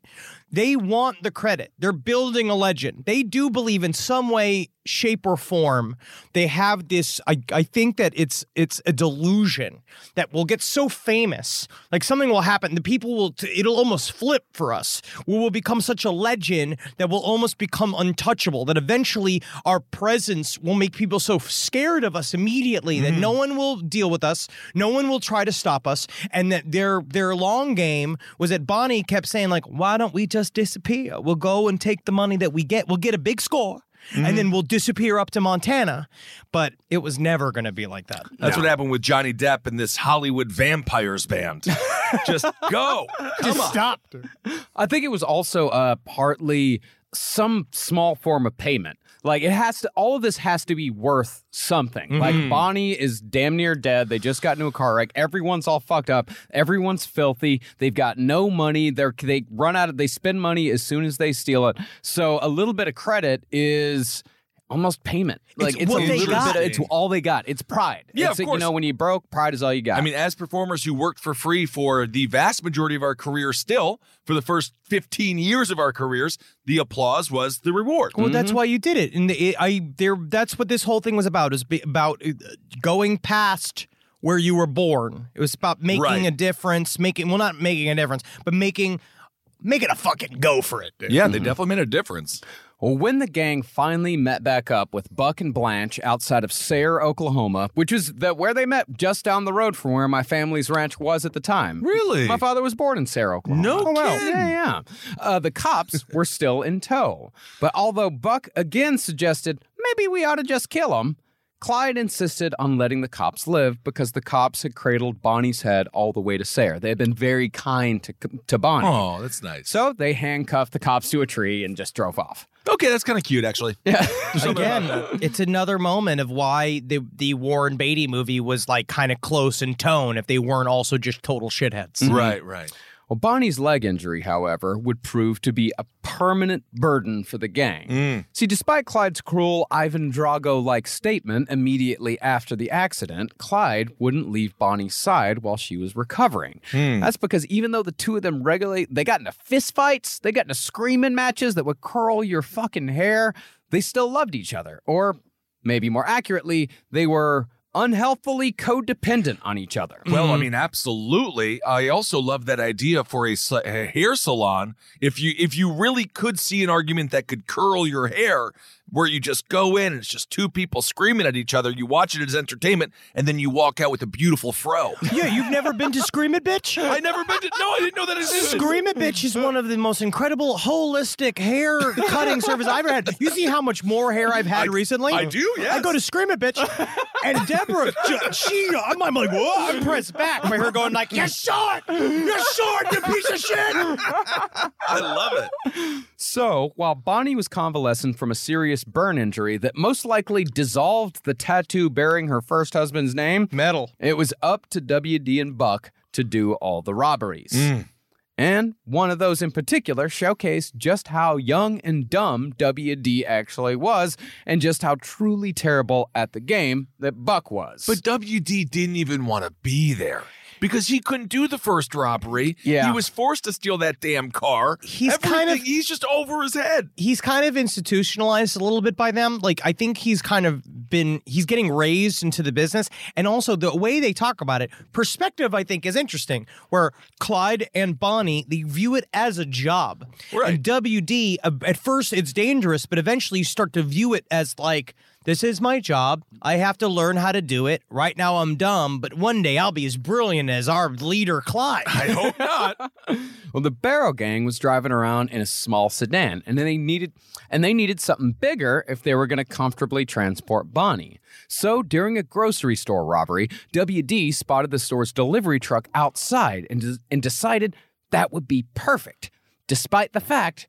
Speaker 7: They want the credit. They're building a legend. They do believe in some way, shape, or form. They have this. I, I think that it's it's a delusion that will get so famous. Like something will happen. The people will. It'll almost flip for us. We will become such a legend that will almost become untouchable. That eventually our presence will make people so scared of us immediately that no one will deal with us. No one will try to stop us. And that their their long game was that Bonnie kept saying like, "Why don't we just disappear? We'll go and take the money that we get. We'll get a big score." And then we'll disappear up to Montana, but it was never going to be like that.
Speaker 9: That's what happened with Johnny Depp and this Hollywood Vampires band. Just go.
Speaker 10: Just stopped.
Speaker 8: I think it was also uh, partly some small form of payment. Like it has to, all of this has to be worth something. Like Bonnie is damn near dead. They just got into a car wreck. Everyone's all fucked up. Everyone's filthy. They've got no money. They're they run out of they spend money as soon as they steal it. So a little bit of credit is almost payment. Like it's,
Speaker 7: what
Speaker 8: a
Speaker 7: they
Speaker 8: little
Speaker 7: got.
Speaker 8: bit. Of, it's all they got. It's pride.
Speaker 9: Yeah,
Speaker 8: It's,
Speaker 9: of
Speaker 8: You
Speaker 9: course.
Speaker 8: know when you broke, pride is all you got.
Speaker 9: I mean, as performers who worked for free for the vast majority of our career, still for the first 15 years of our careers, the applause was the reward.
Speaker 7: Well, that's why you did it, and it, I there. That's what this whole thing was about. Is be, about uh, going past where you were born. It was about making
Speaker 9: Right.
Speaker 7: a difference, making well, not making a difference, but making making a fucking go for it. dude.
Speaker 9: Yeah, they definitely made a difference.
Speaker 8: Well, when the gang finally met back up with Buck and Blanche outside of Sayre, Oklahoma, which is the, where they met just down the road from where my family's ranch was at the time.
Speaker 9: Really?
Speaker 8: My father was born in Sayre, Oklahoma.
Speaker 9: No
Speaker 8: oh, wow.
Speaker 9: kidding.
Speaker 8: Yeah, yeah. Uh,
Speaker 9: *laughs*
Speaker 8: the cops were still in tow. But although Buck again suggested maybe we ought to just kill him, Clyde insisted on letting the cops live because the cops had cradled Bonnie's head all the way to Sayre. They had been very kind to, to Bonnie.
Speaker 9: Oh, that's nice.
Speaker 8: So they handcuffed the cops to a tree and just drove off.
Speaker 9: Okay, that's kind of cute, actually. Yeah. *laughs* Mm-hmm.
Speaker 7: Again, it's another moment of why the the Warren Beatty movie was like kind of close in tone. If they weren't also just total shitheads.
Speaker 9: Right, right.
Speaker 8: Well, Bonnie's leg injury, however, would prove to be a permanent burden for the gang. See, despite Clyde's cruel Ivan Drago like statement immediately after the accident, Clyde wouldn't leave Bonnie's side while she was recovering. That's because even though the two of them regulate, they got into fistfights, they got into screaming matches that would curl your fucking hair, they still loved each other. Or maybe more accurately, they were unhealthily codependent on each other.
Speaker 9: Well, I mean, absolutely. I also love that idea for a, sa- a hair salon. If you if you really could see an argument that could curl your hair, where you just go in and it's just two people screaming at each other, you watch it as entertainment, and then you walk out with a beautiful fro.
Speaker 7: Yeah, you've never been to Scream It, bitch.
Speaker 9: I never meant it. No, I didn't know that existed.
Speaker 7: Scream It Bitch is one of the most incredible holistic hair cutting service I've ever had. You see how much more hair I've had
Speaker 9: I-
Speaker 7: recently?
Speaker 9: I do, yes.
Speaker 7: I go to Scream It Bitch, and
Speaker 9: *laughs*
Speaker 7: Deborah, ju- she, I'm, I'm like, whoa, I'm pressed back by her going like, you're *laughs* short, you're short, you piece of shit.
Speaker 9: I love it.
Speaker 8: So, while Bonnie was convalescent from a serious burn injury that most likely dissolved the tattoo bearing her first husband's name,
Speaker 7: Metal.
Speaker 8: it was up to WD and Buck to do all the robberies. And one of those in particular showcased just how young and dumb WD actually was, and just how truly terrible at the game that Buck was.
Speaker 9: But WD didn't even want to be there. Because he couldn't do the first robbery.
Speaker 8: Yeah.
Speaker 9: He was forced to steal that damn car.
Speaker 7: He's kind of-
Speaker 9: Everything- he's just over his head.
Speaker 7: He's kind of institutionalized a little bit by them. Like, I think he's kind of been, he's getting raised into the business. And also, the way they talk about it, perspective, I think, is interesting, where Clyde and Bonnie, they view it as a job.
Speaker 9: Right.
Speaker 7: And WD, uh, at first it's dangerous, but eventually you start to view it as like, this is my job. I have to learn how to do it. Right now I'm dumb, but one day I'll be as brilliant as our leader, Clyde.
Speaker 9: I
Speaker 7: *laughs*
Speaker 9: hope not.
Speaker 8: Well, the Barrow Gang was driving around in a small sedan, and then they needed and they needed something bigger if they were going to comfortably transport Bonnie. So, during a grocery store robbery, WD spotted the store's delivery truck outside and des- and decided that would be perfect, despite the fact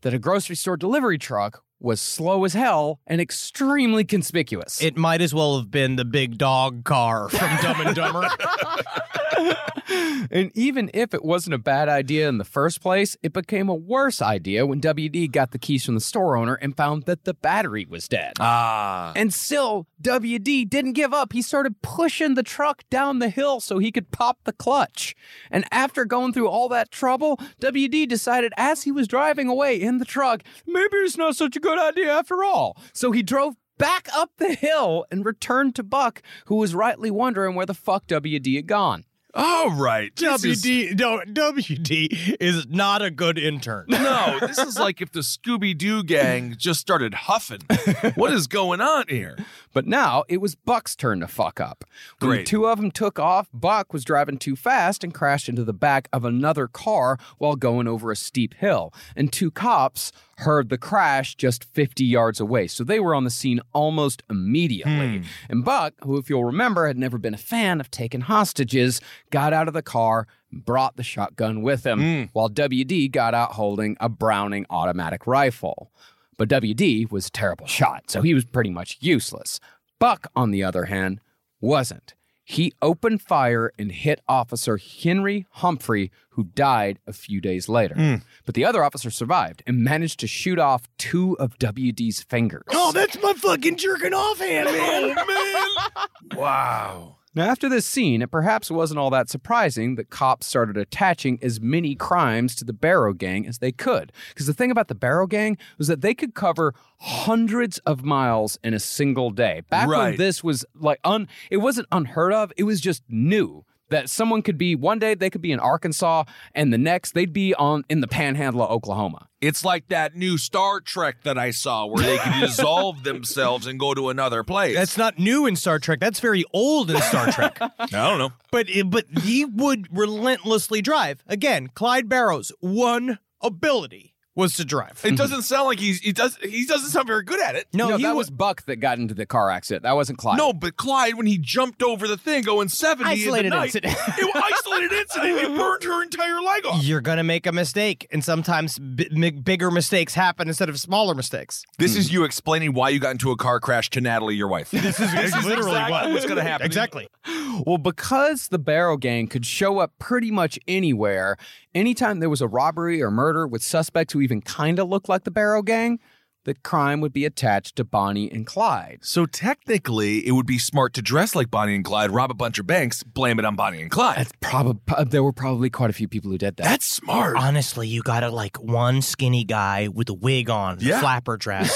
Speaker 8: that a grocery store delivery truck was slow as hell and extremely conspicuous.
Speaker 7: It might as well have been the big dog car from Dumb and
Speaker 9: *laughs*
Speaker 7: Dumber.
Speaker 8: *laughs* and even if it wasn't a bad idea in the first place, it became a worse idea when WD got the keys from the store owner and found that the battery was dead.
Speaker 9: Ah.
Speaker 8: And still, WD didn't give up. He started pushing the truck down the hill so he could pop the clutch. And after going through all that trouble, WD decided as he was driving away in the truck, maybe it's not such a good idea after all. So he drove back up the hill and returned to Buck, who was rightly wondering where the fuck WD had gone.
Speaker 9: All right. This is-
Speaker 7: WD, no, WD is not a good intern.
Speaker 9: no, this is like if the Scooby Doo gang just
Speaker 7: *laughs*
Speaker 9: started huffing. What is going on here?
Speaker 8: But now it was Buck's turn to fuck up. When the
Speaker 9: Great.
Speaker 8: two of them took off, Buck was driving too fast and crashed into the back of another car while going over a steep hill. And two cops heard the crash just 50 yards away. So they were on the scene almost immediately. And Buck, who, if you'll remember, had never been a fan of taking hostages, got out of the car. and Brought the shotgun with him, while WD got out holding a Browning automatic rifle. But WD was a terrible shot, so he was pretty much useless. Buck, on the other hand, wasn't. He opened fire and hit Officer Henry Humphrey, who died a few days later. But the other officer survived and managed to shoot off two of WD's fingers.
Speaker 7: Oh, that's my fucking jerking off hand, man.
Speaker 9: Oh, Wow.
Speaker 8: Now, after this scene, it perhaps wasn't all that surprising that cops started attaching as many crimes to the Barrow Gang as they could. Because the thing about the Barrow Gang was that they could cover hundreds of miles in a single day. Back when
Speaker 9: Right.
Speaker 8: this was like un, it wasn't unheard of. It was just new that someone could be one day they could be in Arkansas and the next they'd be on in the Panhandle of Oklahoma.
Speaker 9: It's like that new Star Trek that I saw where they *laughs* can dissolve themselves and go to another place.
Speaker 7: *laughs* That's not new in Star Trek. That's very old in Star *laughs* Trek.
Speaker 9: I don't know.
Speaker 7: But but he would relentlessly drive. Again, Clyde Barrow's one ability was to drive.
Speaker 9: It doesn't sound like he's he does he doesn't sound very good at it.
Speaker 7: No,
Speaker 8: No,
Speaker 7: he
Speaker 8: that
Speaker 7: was.
Speaker 8: was Buck that got into the car accident. That wasn't Clyde.
Speaker 9: No, but Clyde, when he jumped over the thing going 70
Speaker 7: Isolated
Speaker 9: in the night,
Speaker 7: incident.
Speaker 9: it was isolated incident. It burned her entire leg off.
Speaker 7: You're gonna make a mistake, and sometimes bi- mi- bigger mistakes happen instead of smaller mistakes.
Speaker 9: This is you explaining why you got into a car crash to Natalie, your wife. This *laughs* is, exactly
Speaker 7: *laughs*
Speaker 9: what's going to happen.
Speaker 7: Exactly.
Speaker 8: Well, because the Barrow Gang could show up pretty much anywhere, anytime there was a robbery or murder with suspects who even kind of looked like the Barrow Gang, the crime would be attached to Bonnie and Clyde.
Speaker 9: So technically, it would be smart to dress like Bonnie and Clyde, rob a bunch of banks, blame it on Bonnie and Clyde.
Speaker 8: That's probably there were probably quite a few people who did that.
Speaker 9: That's smart.
Speaker 7: Honestly, you gotta like one skinny guy with a wig on,
Speaker 9: Yeah.
Speaker 7: a flapper
Speaker 9: *laughs*
Speaker 7: dress,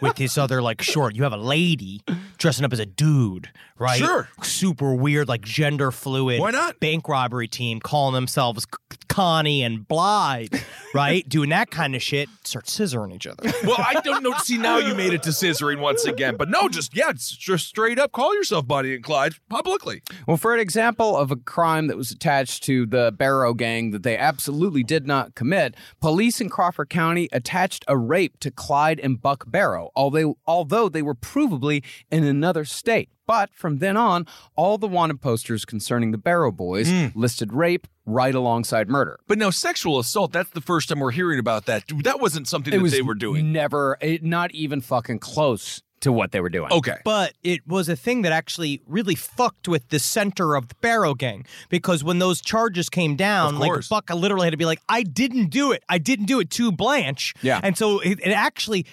Speaker 7: with this other like short. You have a lady dressing up as a dude, right?
Speaker 9: Sure.
Speaker 7: Super weird, like gender fluid.
Speaker 9: Why not?
Speaker 7: Bank robbery team calling themselves C- Connie and Blythe,
Speaker 9: *laughs*
Speaker 7: right? Doing that kind of shit. Start scissoring each other.
Speaker 9: well, I don't know. See, now you made it to scissoring once again, but no, just yeah, it's just straight up call yourself Bonnie and Clyde publicly.
Speaker 8: Well, for an example of a crime that was attached to the Barrow gang that they absolutely did not commit, police in Crawford County attached a rape to Clyde and Buck Barrow, although, although they were provably in another state. But from then on, all the wanted posters concerning the Barrow boys
Speaker 9: Hmm.
Speaker 8: listed rape right alongside murder.
Speaker 9: But now, sexual assault—that's the first time we're hearing about that. Dude, That wasn't something that they were doing.
Speaker 8: never, it, not even fucking close to what they were doing.
Speaker 9: Okay.
Speaker 7: But it was a thing that actually really fucked with the center of the Barrow Gang because when those charges came down,
Speaker 9: Of
Speaker 7: like
Speaker 9: course.
Speaker 7: Buck literally had to be like, "I didn't do it. I didn't do it to Blanche."
Speaker 8: Yeah.
Speaker 7: And so it, it actually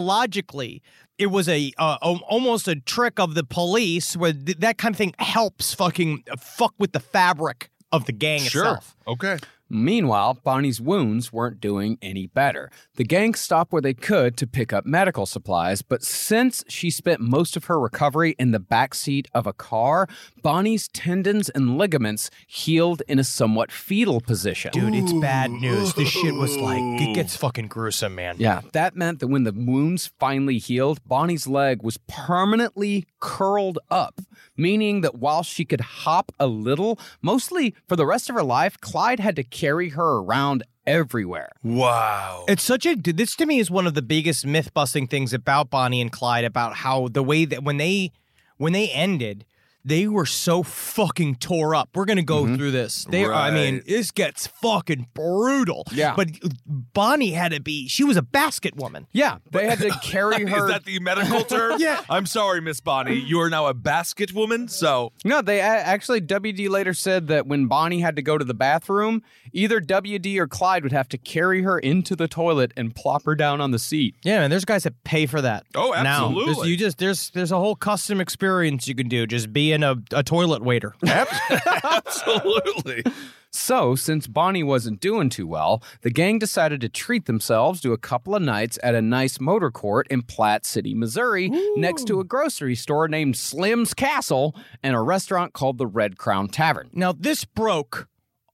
Speaker 7: psychologically. It was a uh, al- almost a trick of the police where th- that kind of thing helps fucking uh, fuck with the fabric of the gang itself.
Speaker 9: Okay.
Speaker 8: Meanwhile, Bonnie's wounds weren't doing any better. The gang stopped where they could to pick up medical supplies, but since she spent most of her recovery in the backseat of a car, Bonnie's tendons and ligaments healed in a somewhat fetal position.
Speaker 7: Dude, it's bad news. This shit was like it gets fucking gruesome, man.
Speaker 8: Yeah, that meant that when the wounds finally healed, Bonnie's leg was permanently curled up, meaning that while she could hop a little, mostly for the rest of her life, Clyde had to carry her around everywhere.
Speaker 9: Wow.
Speaker 7: It's such a dude, this to me is one of the biggest myth busting things about Bonnie and Clyde about how the way that when they when they ended they were so fucking tore up. We're gonna go through this. They, I mean,
Speaker 9: Right.
Speaker 7: this gets fucking brutal.
Speaker 8: Yeah.
Speaker 7: But Bonnie had to be. She was a basket woman.
Speaker 8: Yeah, they
Speaker 9: *laughs*
Speaker 8: had to carry her.
Speaker 9: Is that the medical
Speaker 7: *laughs*
Speaker 9: term?
Speaker 7: Yeah.
Speaker 9: I'm sorry, Miss Bonnie. You are now a basket
Speaker 7: *laughs*
Speaker 9: woman. So
Speaker 8: No, they a- actually WD later said that when Bonnie had to go to the bathroom, either WD or Clyde would have to carry her into the toilet and plop her down on the seat.
Speaker 7: Yeah, man. There's guys that pay for that.
Speaker 9: Oh,
Speaker 7: now. There's-
Speaker 9: absolutely.
Speaker 7: you just there's there's a whole custom experience you can do just being a, a toilet *laughs* waiter.
Speaker 9: absolutely.
Speaker 8: So, since Bonnie wasn't doing too well, the gang decided to treat themselves to a couple of nights at a nice motor court in Platt City, Missouri, next to a grocery store named Slim's Castle and a restaurant called the Red Crown Tavern.
Speaker 7: now this broke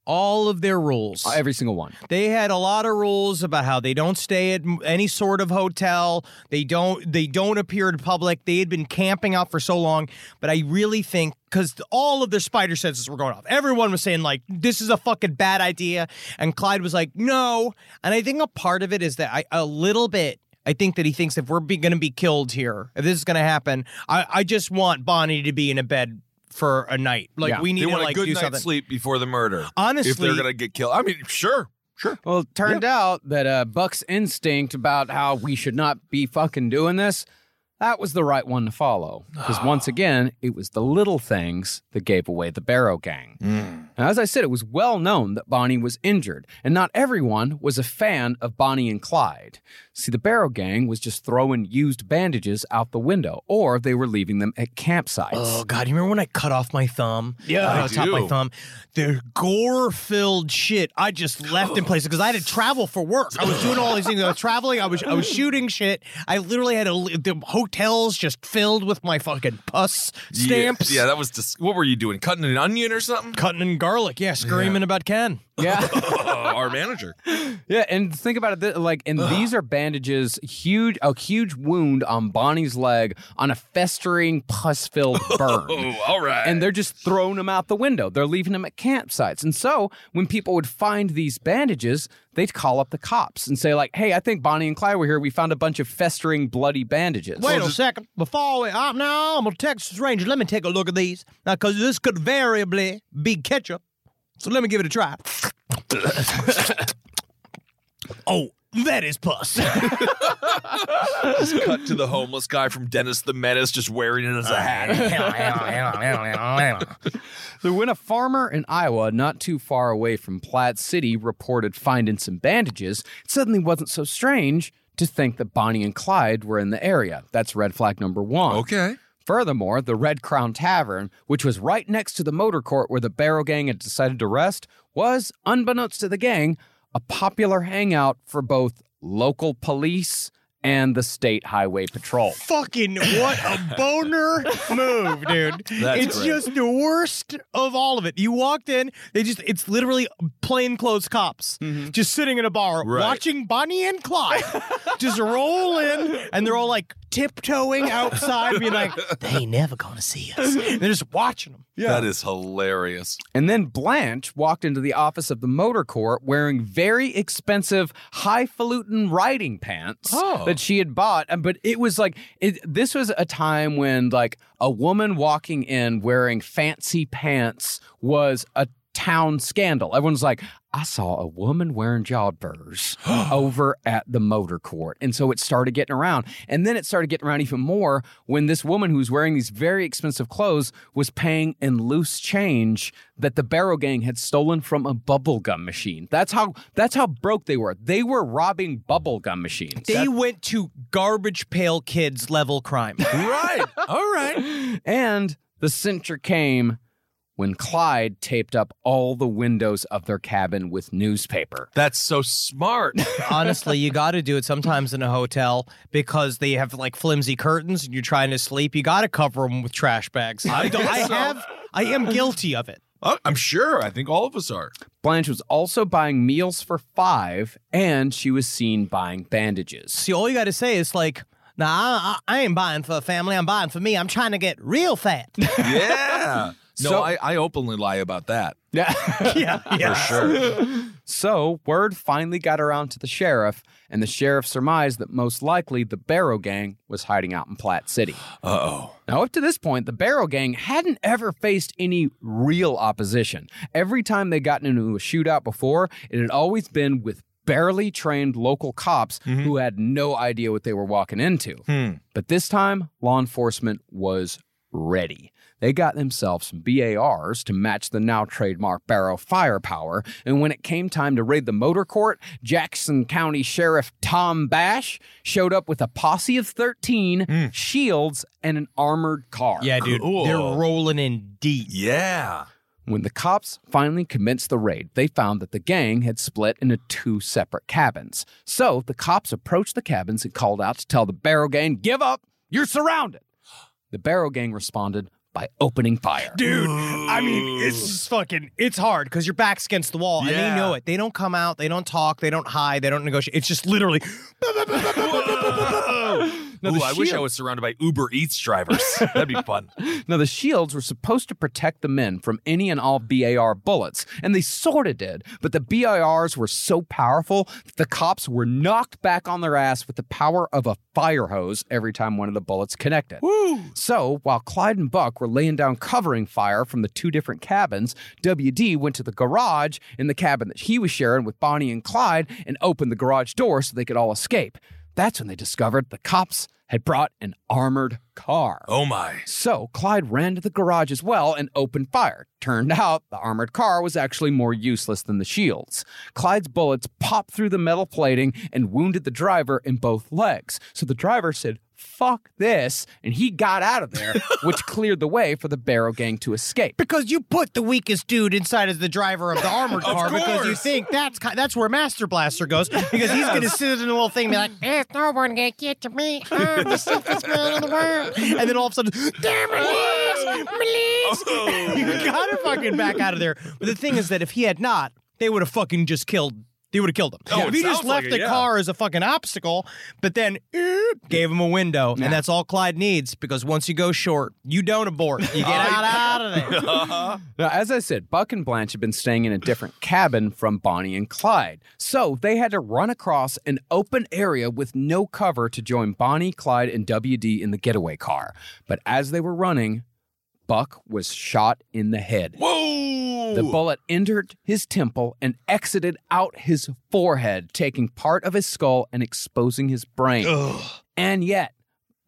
Speaker 7: all of their rules.
Speaker 8: Every single one.
Speaker 7: They had a lot of rules about how they don't stay at m- any sort of hotel. They don't they don't appear in public. They had been camping out for so long, but I really think because all of their spider senses were going off. Everyone was saying like this is a fucking bad idea, and Clyde was like no. And I think a part of it is that I a little bit. I think that he thinks if we're be, going to be killed here, if this is going to happen, I, I just want Bonnie to be in a bed for a night. Like
Speaker 8: Yeah.
Speaker 7: we need
Speaker 9: They
Speaker 7: to
Speaker 9: want
Speaker 7: like
Speaker 9: a good
Speaker 7: do
Speaker 9: night's
Speaker 7: something.
Speaker 9: sleep before the murder. if
Speaker 7: Honestly-
Speaker 9: they're gonna get killed. I mean, sure, sure.
Speaker 8: Well, it turned out that uh, Buck's instinct about how we should not be fucking doing this, that was the right one to follow. Because once again, it was the little things that gave away the Barrow Gang. Now, as I said, it was well known that Bonnie was injured, and not everyone was a fan of Bonnie and Clyde. See, the Barrow Gang was just throwing used bandages out the window, or they were leaving them at campsites.
Speaker 7: Oh God! You remember when I cut off my thumb? Yeah, I,
Speaker 9: I
Speaker 7: cut off
Speaker 9: do.
Speaker 7: my thumb. They're gore-filled shit. I just left in places because I had to travel for work. I was doing all these things. I was traveling. I was I was shooting shit. I literally had a, li- the hotels just filled with my fucking pus stamps.
Speaker 9: Yeah, yeah, that was. Dis- what were you doing? Cutting an onion
Speaker 7: *laughs*
Speaker 9: or something? Oh,
Speaker 7: cutting in garlic. Yeah, screaming about Ken.
Speaker 8: Yeah.
Speaker 9: our manager.
Speaker 8: Yeah, and think about it th- like, and these are bandages, huge, a huge wound on Bonnie's leg on a festering, pus filled burn.
Speaker 9: Oh, all right.
Speaker 8: And they're just throwing them out the window. They're leaving them at campsites. And so when people would find these bandages, they'd call up the cops and say, like, hey, I think Bonnie and Clyde were here. We found a bunch of festering, bloody bandages.
Speaker 7: Wait a second. Before we, I'm now I'm a Texas Ranger. Let me take a look at these now because this could variably be ketchup. So let me give it a try. oh, that is pus. *laughs*
Speaker 9: cut to the homeless guy from Dennis the Menace just wearing it as a hat.
Speaker 8: So when a farmer in Iowa, not too far away from Platt City, reported finding some bandages, it suddenly wasn't so strange to think that Bonnie and Clyde were in the area. That's red flag number one. Furthermore, the Red Crown Tavern, which was right next to the motor court where the Barrow Gang had decided to rest, was, unbeknownst to the gang, a popular hangout for both local police and the state highway patrol.
Speaker 7: Fucking what a
Speaker 9: *laughs*
Speaker 7: boner move, dude.
Speaker 9: That's
Speaker 7: it's
Speaker 9: great.
Speaker 7: just the worst of all of it. You walked in, they just, it's literally plainclothes cops just sitting in a bar
Speaker 9: Mm-hmm. Right.
Speaker 7: watching Bonnie and
Speaker 9: *laughs*
Speaker 7: Clyde just roll in and they're all like tiptoeing outside, being like, they ain't never gonna see us. And they're just watching them.
Speaker 9: That is hilarious.
Speaker 8: And then Blanche walked into the office of the motor court wearing very expensive, highfalutin riding pants
Speaker 9: Oh.
Speaker 8: that she had bought. And- But it was like, it, this was a time when, like, a woman walking in wearing fancy pants was a town scandal. Everyone's like, I saw a woman wearing jawbers over at the motor court. And so it started getting around. And then it started getting around even more when this woman who was wearing these very expensive clothes was paying in loose change that the Barrow Gang had stolen from a bubblegum machine. That's how that's how broke they were. They were robbing bubblegum machines.
Speaker 7: They went to garbage pail kids level crime.
Speaker 9: Right. All right.
Speaker 8: *laughs* And the censure came when Clyde taped up all the windows of their cabin with newspaper.
Speaker 9: That's so *laughs* smart.
Speaker 7: Honestly, you got to do it sometimes in a hotel because they have like flimsy curtains and you're trying to sleep. You got to cover them with trash bags. I don't. I
Speaker 9: so.
Speaker 7: have. I am guilty of it.
Speaker 9: Oh, I'm sure. I think all of us are.
Speaker 8: Blanche was also buying meals for five, and she was seen buying
Speaker 9: *laughs*
Speaker 8: bandages.
Speaker 7: See, all you got to say is like, "Nah, I, I I ain't buying for a family. I'm buying for me. I'm trying to get real fat."
Speaker 9: Yeah. No, *laughs*
Speaker 8: So-
Speaker 9: I, I openly lie about that.
Speaker 8: Yeah.
Speaker 7: *laughs* yeah, yeah.
Speaker 9: Sure.
Speaker 8: So, word finally got around to the sheriff, and the sheriff surmised that most likely the Barrow Gang was hiding out in Platt City.
Speaker 9: Uh oh.
Speaker 8: Now, up to this point, the Barrow Gang hadn't ever faced any real opposition. Every time they gotten into a shootout before, it had always been with barely trained local cops who had no idea what they were walking into.
Speaker 9: Hmm.
Speaker 8: But this time, law enforcement was ready. They got themselves some BARs to match the now trademark Barrow firepower, and when it came time to raid the motor court, Jackson County Sheriff Tom Bash showed up with a posse of 13, shields, and an armored car.
Speaker 7: Yeah, dude, they're
Speaker 9: Cool.
Speaker 7: rolling in deep.
Speaker 9: *laughs* Yeah.
Speaker 8: When the cops finally commenced the raid, they found that the gang had split into two separate cabins. So the cops approached the cabins and called out to tell the Barrow Gang, Give up! You're surrounded! The Barrow Gang responded by opening fire.
Speaker 7: Dude, I mean, it's just fucking, it's hard because your back's against the wall and
Speaker 9: Yeah.
Speaker 7: they know it. They don't come out, they don't talk, they don't hide, they don't negotiate. It's just literally,
Speaker 8: Now, the
Speaker 9: Ooh, I wish I
Speaker 8: shield-
Speaker 9: was surrounded by Uber Eats drivers. That'd be *laughs* fun.
Speaker 8: Now, the shields were supposed to protect the men from any and all BAR bullets, and they sort of did, but the BARs were so powerful that the cops were knocked back on their ass with the power of a fire hose every time one of the bullets connected. So, while Clyde and Buck were laying down covering fire from the two different cabins, WD went to the garage in the cabin that he was sharing with Bonnie and Clyde and opened the garage door so they could all escape. That's when they discovered the cops had brought an armored car.
Speaker 9: Oh *laughs* my.
Speaker 8: So Clyde ran to the garage as well and opened fire. Turned out the armored car was actually more useless than the shields. Clyde's bullets popped through the metal plating and wounded the driver in both legs. So the driver said, Fuck this, and he got out of there, which cleared the way for the Barrow Gang to escape.
Speaker 7: because you put the weakest dude inside as the driver of the armored
Speaker 9: *laughs* Of
Speaker 7: car because you
Speaker 9: course.
Speaker 7: think that's ki- that's where Master Blaster goes because he's going to sit in a little thing and be like, there's no one going to get to me. I'm
Speaker 9: *laughs*
Speaker 7: the safest man in the world. And then all of a sudden, damn it, please, please.
Speaker 9: Uh-huh.
Speaker 7: You got to fucking back out of there. But the thing is that if he had not, they would have fucking just killed. They would have killed him.
Speaker 9: Oh, it
Speaker 7: if he just
Speaker 9: sounds like
Speaker 7: left
Speaker 9: it,
Speaker 7: the
Speaker 9: yeah.
Speaker 7: car as a fucking obstacle, but then oop, gave him a window, and that's all Clyde needs because once you go short, you don't abort. You get out, out of
Speaker 9: *laughs*
Speaker 7: there.
Speaker 8: Now, as I said, Buck and Blanche had been staying in a different cabin from Bonnie and Clyde, so they had to run across an open area with no cover to join Bonnie, Clyde, and WD in the getaway car. But as they were running, Buck was shot in the head.
Speaker 9: Whoa.
Speaker 8: The bullet entered his temple and exited out his forehead, taking part of his skull and exposing his brain. And yet,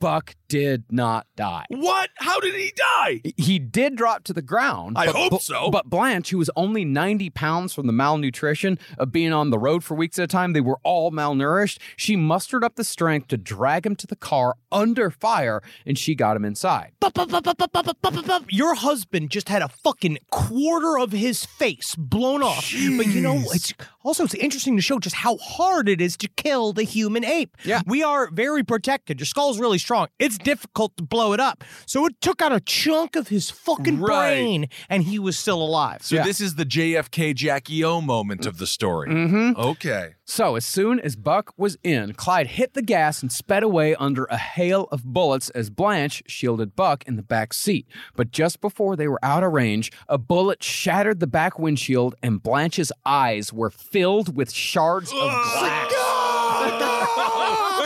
Speaker 8: Buck did not die.
Speaker 9: what? How did he die?
Speaker 8: He did drop to the ground.
Speaker 9: I
Speaker 8: but
Speaker 9: hope so.
Speaker 8: But Blanche, who was only 90 pounds from the malnutrition of being on the road for weeks at a time, they were all malnourished. She mustered up the strength to drag him to the car under fire, and she got him inside.
Speaker 7: Bup, bup, bup, bup, bup, bup, bup, bup, bup. Your husband just had a fucking quarter of his face blown off. But you know, it's also it's interesting to show just how hard it is to kill the human ape.
Speaker 8: Yeah.
Speaker 7: We are very protected. Your skull's really strong. It's difficult to blow it up. So it took out a chunk of his fucking
Speaker 9: Right.
Speaker 7: brain and he was still alive.
Speaker 9: So this is the JFK Jackie O moment of the story. Okay.
Speaker 8: So, as soon as Buck was in, Clyde hit the gas and sped away under a hail of bullets as Blanche shielded Buck in the back seat. But just before they were out of range, a bullet shattered the back windshield, and Blanche's eyes were filled with shards of glass.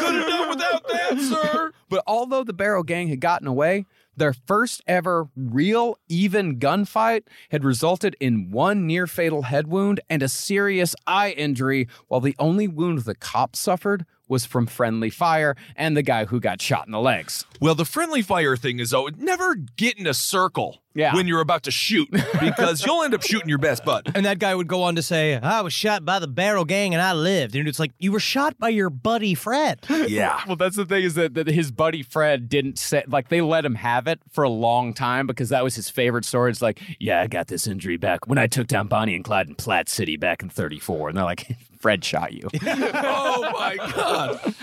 Speaker 9: Could have done without that, sir.
Speaker 8: But although the Barrow Gang had gotten away, their first ever real, even gunfight had resulted in one near fatal head wound and a serious eye injury, while the only wound the cop suffered was from friendly fire and the guy who got shot in the legs.
Speaker 9: Well, the friendly fire thing is oh, never get in a circle
Speaker 8: Yeah.
Speaker 9: when you're about to shoot because you'll end up shooting your best bud.
Speaker 7: And that guy would go on to say, I was shot by the barrel gang and I lived. And it's like, you were shot by your buddy *gasps* Fred.
Speaker 9: Yeah.
Speaker 8: Well, that's the thing is that, that his buddy Fred didn't say, like, they let him have it for a long time because that was his favorite story. It's like, yeah, I got this injury back when I took down Bonnie and Clyde in Platt City back in 34. And they're like, *laughs* Fred shot you.
Speaker 9: *laughs* oh my God.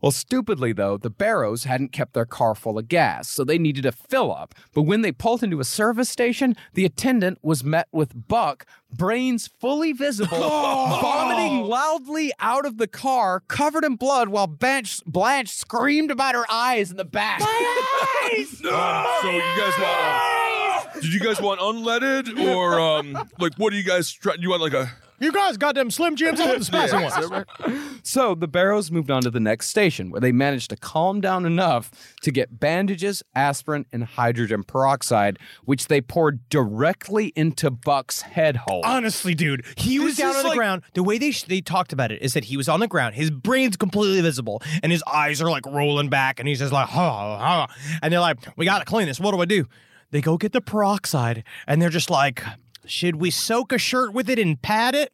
Speaker 8: Well, stupidly, though, the Barrows hadn't kept their car full of gas, so they needed a fill up. But when they pulled into a service station, the attendant was met with Buck, brains fully visible, vomiting loudly out of the car, covered in blood, while Blanche, Blanche *laughs* screamed about her eyes in the back.
Speaker 9: so you guys want Did you guys want unleaded or um like what do you guys try? You want like a
Speaker 10: You guys got them Slim Jims? I
Speaker 7: *laughs*
Speaker 10: want the spicy ones.
Speaker 8: So the Barrows moved on to the next station, where they managed to calm down enough to get bandages, aspirin, and hydrogen peroxide, which they poured directly into Buck's head hole.
Speaker 7: Honestly, dude, he was
Speaker 9: This
Speaker 7: down
Speaker 9: is
Speaker 7: on the
Speaker 9: like-
Speaker 7: ground. The way they sh- they talked about it is that he was on the ground. His brain's completely visible, and his eyes are like rolling back, and he's just like, ha, ha, ha. and they're like, "We gotta clean this. What do I do?" They go get the peroxide, and they're just like, "Should we soak a shirt with it and pat it?"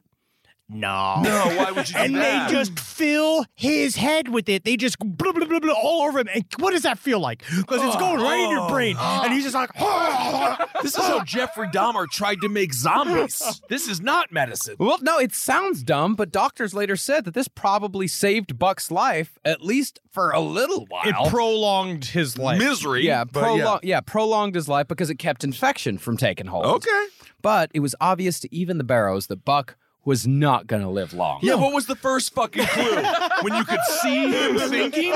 Speaker 7: No. *laughs*
Speaker 9: no? Why would you? Do
Speaker 7: And they
Speaker 9: that?
Speaker 7: just fill his head with it. They just blah, blah, blah, blah, all over him. And what does that feel like? Because it's going right in
Speaker 9: Oh.
Speaker 7: your brain. And he's just like,
Speaker 9: This is how
Speaker 10: *laughs*
Speaker 9: Jeffrey Dahmer tried to make zombies. This is not medicine.
Speaker 8: Well, no, it sounds dumb, but doctors later said that this probably saved Buck's life, at least for a little while.
Speaker 7: it prolonged his life.
Speaker 9: Misery.
Speaker 8: yeah,
Speaker 9: but yeah.
Speaker 8: prolong- yeah, prolonged his life because it kept infection from taking hold.
Speaker 9: Okay.
Speaker 8: But it was obvious to even the Barrows that Buck was not going to live long.
Speaker 9: Yeah, what was the first fucking clue? when you could
Speaker 10: *laughs*
Speaker 9: see him thinking?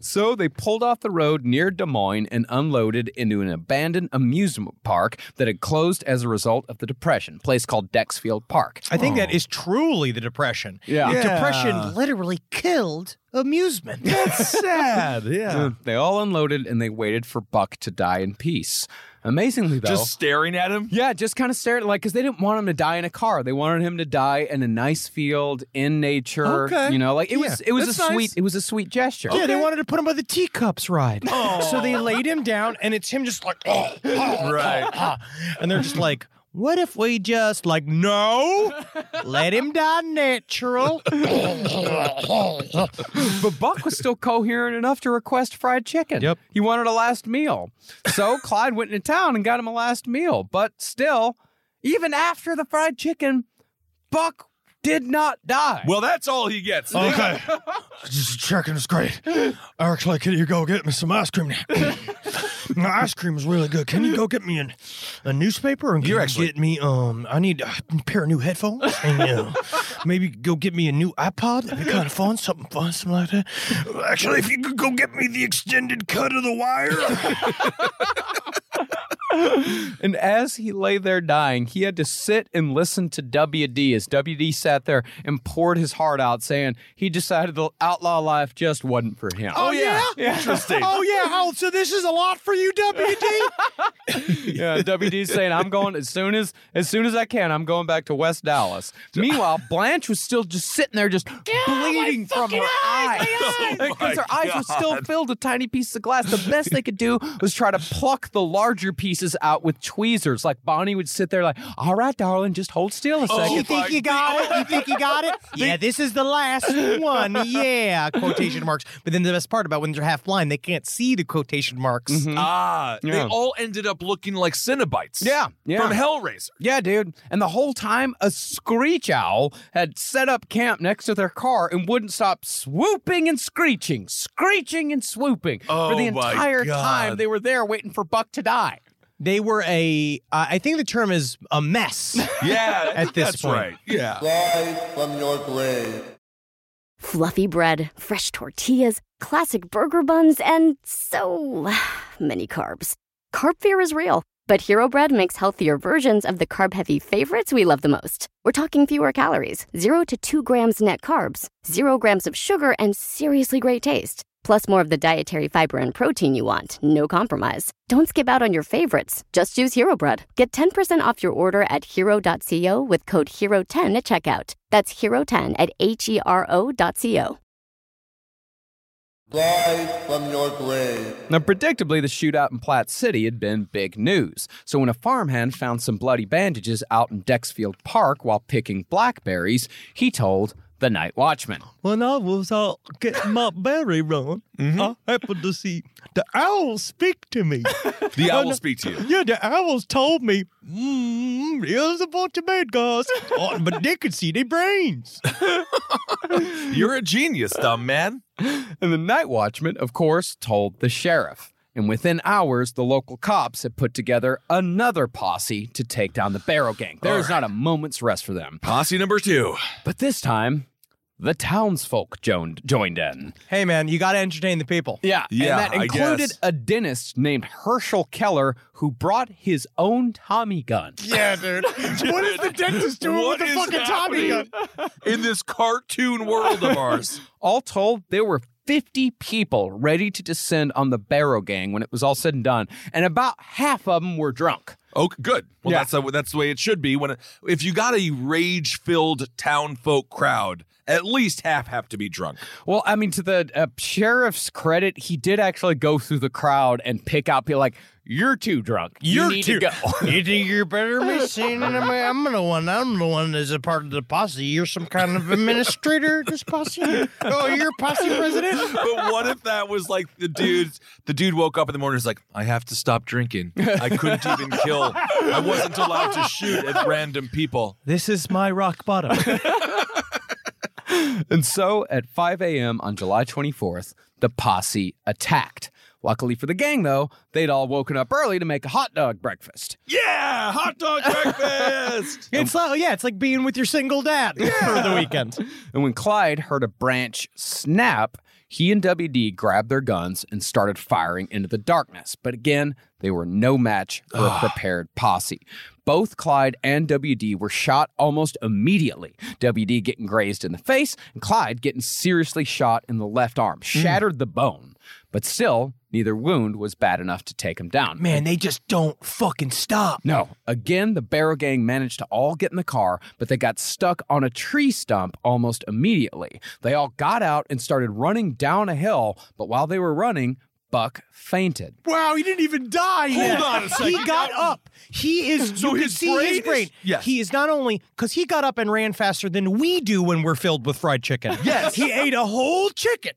Speaker 8: So they pulled off the road near Des Moines and unloaded into an abandoned amusement park that had closed as a result of the Depression, a place called Dexfield Park.
Speaker 7: I think that is truly the depression.
Speaker 8: Yeah.
Speaker 7: The
Speaker 8: Yeah.
Speaker 7: depression literally killed amusement. That's
Speaker 8: *laughs*
Speaker 7: sad. Yeah.
Speaker 8: They all unloaded and they waited for Buck to die in peace. Amazingly, though.
Speaker 9: Just staring at him?
Speaker 8: yeah, just kind of stared like because they didn't want him to die in a car. They wanted him to die in a nice field in nature.
Speaker 7: Okay.
Speaker 8: You know, like it was
Speaker 7: Yeah,
Speaker 8: it was a
Speaker 7: that's nice.
Speaker 8: sweet it was a sweet gesture.
Speaker 7: *laughs* Yeah, they wanted to put him by the teacups ride. So they laid him down, and it's him just like, oh,
Speaker 9: Right.
Speaker 7: and they're just like, what if we just like, no, let him die natural?
Speaker 8: But Buck was still coherent enough to request fried chicken.
Speaker 7: Yep.
Speaker 8: He wanted a last meal. *laughs* So Clyde went into town and got him a last meal. But still, even after the fried chicken, Buck did not die.
Speaker 9: Well, that's all he
Speaker 10: *laughs*
Speaker 9: gets.
Speaker 10: Okay. Just checking is great. Actually, can you go get me some ice cream
Speaker 9: *laughs*
Speaker 10: now? My ice cream is really good. Can you go get me an, a newspaper? And can
Speaker 9: You're
Speaker 10: you
Speaker 9: actually-
Speaker 10: get me um. I need a pair of new headphones and uh, maybe go get me a new iPod. That'd be
Speaker 9: *laughs*
Speaker 10: kind of fun. Something fun, something like that. Actually, if you could go get me the extended cut of the wire.
Speaker 8: and as he lay there dying, he had to sit and listen to WD as WD sat there and poured his heart out, saying he decided the outlaw life just wasn't for him.
Speaker 9: Oh, yeah. Interesting. Oh
Speaker 10: oh yeah. Oh, so this is a lot for you,
Speaker 9: *laughs*
Speaker 10: WD.
Speaker 8: Yeah, WD's saying I'm going as soon as as soon as I can. I'm going back to West Dallas. Meanwhile, Blanche was still just sitting there, just bleeding from her eyes,
Speaker 9: *laughs*
Speaker 8: because
Speaker 9: my
Speaker 8: her eyes were still filled with tiny pieces of glass. The best they could do was try to pluck the larger pieces out with tweezers. Like Bonnie would sit there, like, "All right, darling, just hold still
Speaker 9: Oh,
Speaker 10: Oh,
Speaker 8: a
Speaker 7: you
Speaker 8: second.
Speaker 7: think you got it? You think you got
Speaker 9: *laughs*
Speaker 7: it? Yeah, this is the last one. Yeah, quotation marks. But then the best part about when they're half blind, they can't see the quotation marks.
Speaker 9: Ah, they
Speaker 8: Yeah.
Speaker 9: all ended up looking like Cenobites.
Speaker 8: Yeah, yeah.
Speaker 9: From Hellraiser.
Speaker 8: Yeah, dude. And the whole time, a screech owl had set up camp next to their car and wouldn't stop swooping and screeching, screeching and swooping
Speaker 9: Oh,
Speaker 8: for the
Speaker 9: my
Speaker 8: entire
Speaker 9: God.
Speaker 8: time they were there waiting for Buck to die.
Speaker 7: They were a, uh, I think the term is a
Speaker 8: *laughs*
Speaker 7: mess.
Speaker 9: Yeah.
Speaker 7: At this
Speaker 9: that's
Speaker 7: point.
Speaker 9: right. Yeah.
Speaker 12: Fluffy bread, fresh tortillas, classic burger buns, and so many carbs. Carb fear is real, but Hero Bread makes healthier versions of the carb heavy favorites we love the most. We're talking fewer calories, 0 to 2 grams net carbs, 0 grams of sugar, and seriously great taste. Plus, more of the dietary fiber and protein you want, no compromise. Don't skip out on your favorites. Just use Hero Bread. Get 10% off your order at hero.co with code HERO10 at checkout. That's HERO10 at H E R O.co.
Speaker 8: Now, predictably, the shootout in Platt City had been big news. So, when a farmhand found some bloody bandages out in Dexfield Park while picking blackberries, he told the night watchman.
Speaker 10: *laughs* When I was out getting my berry run,
Speaker 8: Mm-hmm.
Speaker 10: I happened to see the owls speak to
Speaker 8: *laughs*
Speaker 10: me.
Speaker 9: The owl will speak to you.
Speaker 10: Yeah, the owls told me, mmm, there's a bunch of bad
Speaker 8: *laughs*
Speaker 10: guys, oh, but they could see their brains.
Speaker 9: You're a genius, dumb man.
Speaker 8: And the night watchman, of course, told the sheriff. And within hours, the local cops had put together another posse to take down the Barrow Gang. There was not a moment's rest for them.
Speaker 9: Posse number two.
Speaker 8: But this time, the townsfolk joined joined in.
Speaker 7: Hey, man, you got to entertain the people.
Speaker 8: Yeah,
Speaker 9: Yeah,
Speaker 8: and that
Speaker 9: I
Speaker 8: included
Speaker 9: guess.
Speaker 8: a dentist named Herschel Keller who brought his own Tommy gun.
Speaker 10: Yeah, dude. what is the dentist doing
Speaker 9: What
Speaker 10: with
Speaker 9: is
Speaker 10: the fucking Tommy gun?
Speaker 9: happening in this cartoon world
Speaker 10: *laughs*
Speaker 9: of ours?
Speaker 8: All told, there were 50 people ready to descend on the Barrow Gang when it was all said and done, and about half of them were drunk.
Speaker 9: Oh, good. Well,
Speaker 8: Yeah.
Speaker 9: that's the- that's the way it should be. When if you got a rage-filled town folk crowd, at least half have to be drunk.
Speaker 8: Well, I mean, to the uh, sheriff's credit, he did actually go through the crowd and pick out people like, "You're too drunk. You
Speaker 7: You're
Speaker 8: need
Speaker 7: too-
Speaker 8: to go."
Speaker 7: *laughs* You think
Speaker 10: *laughs*
Speaker 7: you're better than me, Shane? And I'm, I'm the one. I'm the one that's a part of the posse. You're some kind of administrator, of this
Speaker 8: *laughs*
Speaker 7: posse. Oh, you're posse president.
Speaker 9: but what if that was like the dude? The dude woke up in the morning. He's like, I have to stop drinking. I couldn't even kill. I wasn't allowed to shoot at random people.
Speaker 7: This is my rock bottom.
Speaker 8: And so at 5 a.m. on July 24th, the posse attacked. Luckily for the gang, though, they'd all woken up early to make a hot dog breakfast.
Speaker 9: Yeah, hot dog breakfast.
Speaker 7: It's like yeah, it's like being with your single dad for the weekend.
Speaker 8: And when Clyde heard a branch snap, he and WD grabbed their guns and started firing into the darkness. But again, they were no match for a prepared posse. Both Clyde and WD were shot almost immediately. WD getting grazed in the face, and Clyde getting seriously shot in the left arm, shattered the bone. But still, neither wound was bad enough to take him down.
Speaker 7: Man, they just don't fucking stop.
Speaker 8: No. Again, the Barrow Gang managed to all get in the car, but they got stuck on a tree stump almost immediately. They all got out and started running down a hill, but while they were running, Buck fainted.
Speaker 7: Wow, he didn't even die. Hold
Speaker 9: on a second.
Speaker 7: He got up. He is.
Speaker 9: So
Speaker 7: you can
Speaker 9: his
Speaker 7: see
Speaker 9: brain
Speaker 7: his
Speaker 9: is-
Speaker 7: brain.
Speaker 9: Yes.
Speaker 7: He is not only because he got up and ran faster than we do when we're filled with fried chicken.
Speaker 9: Yes.
Speaker 7: He ate a whole chicken.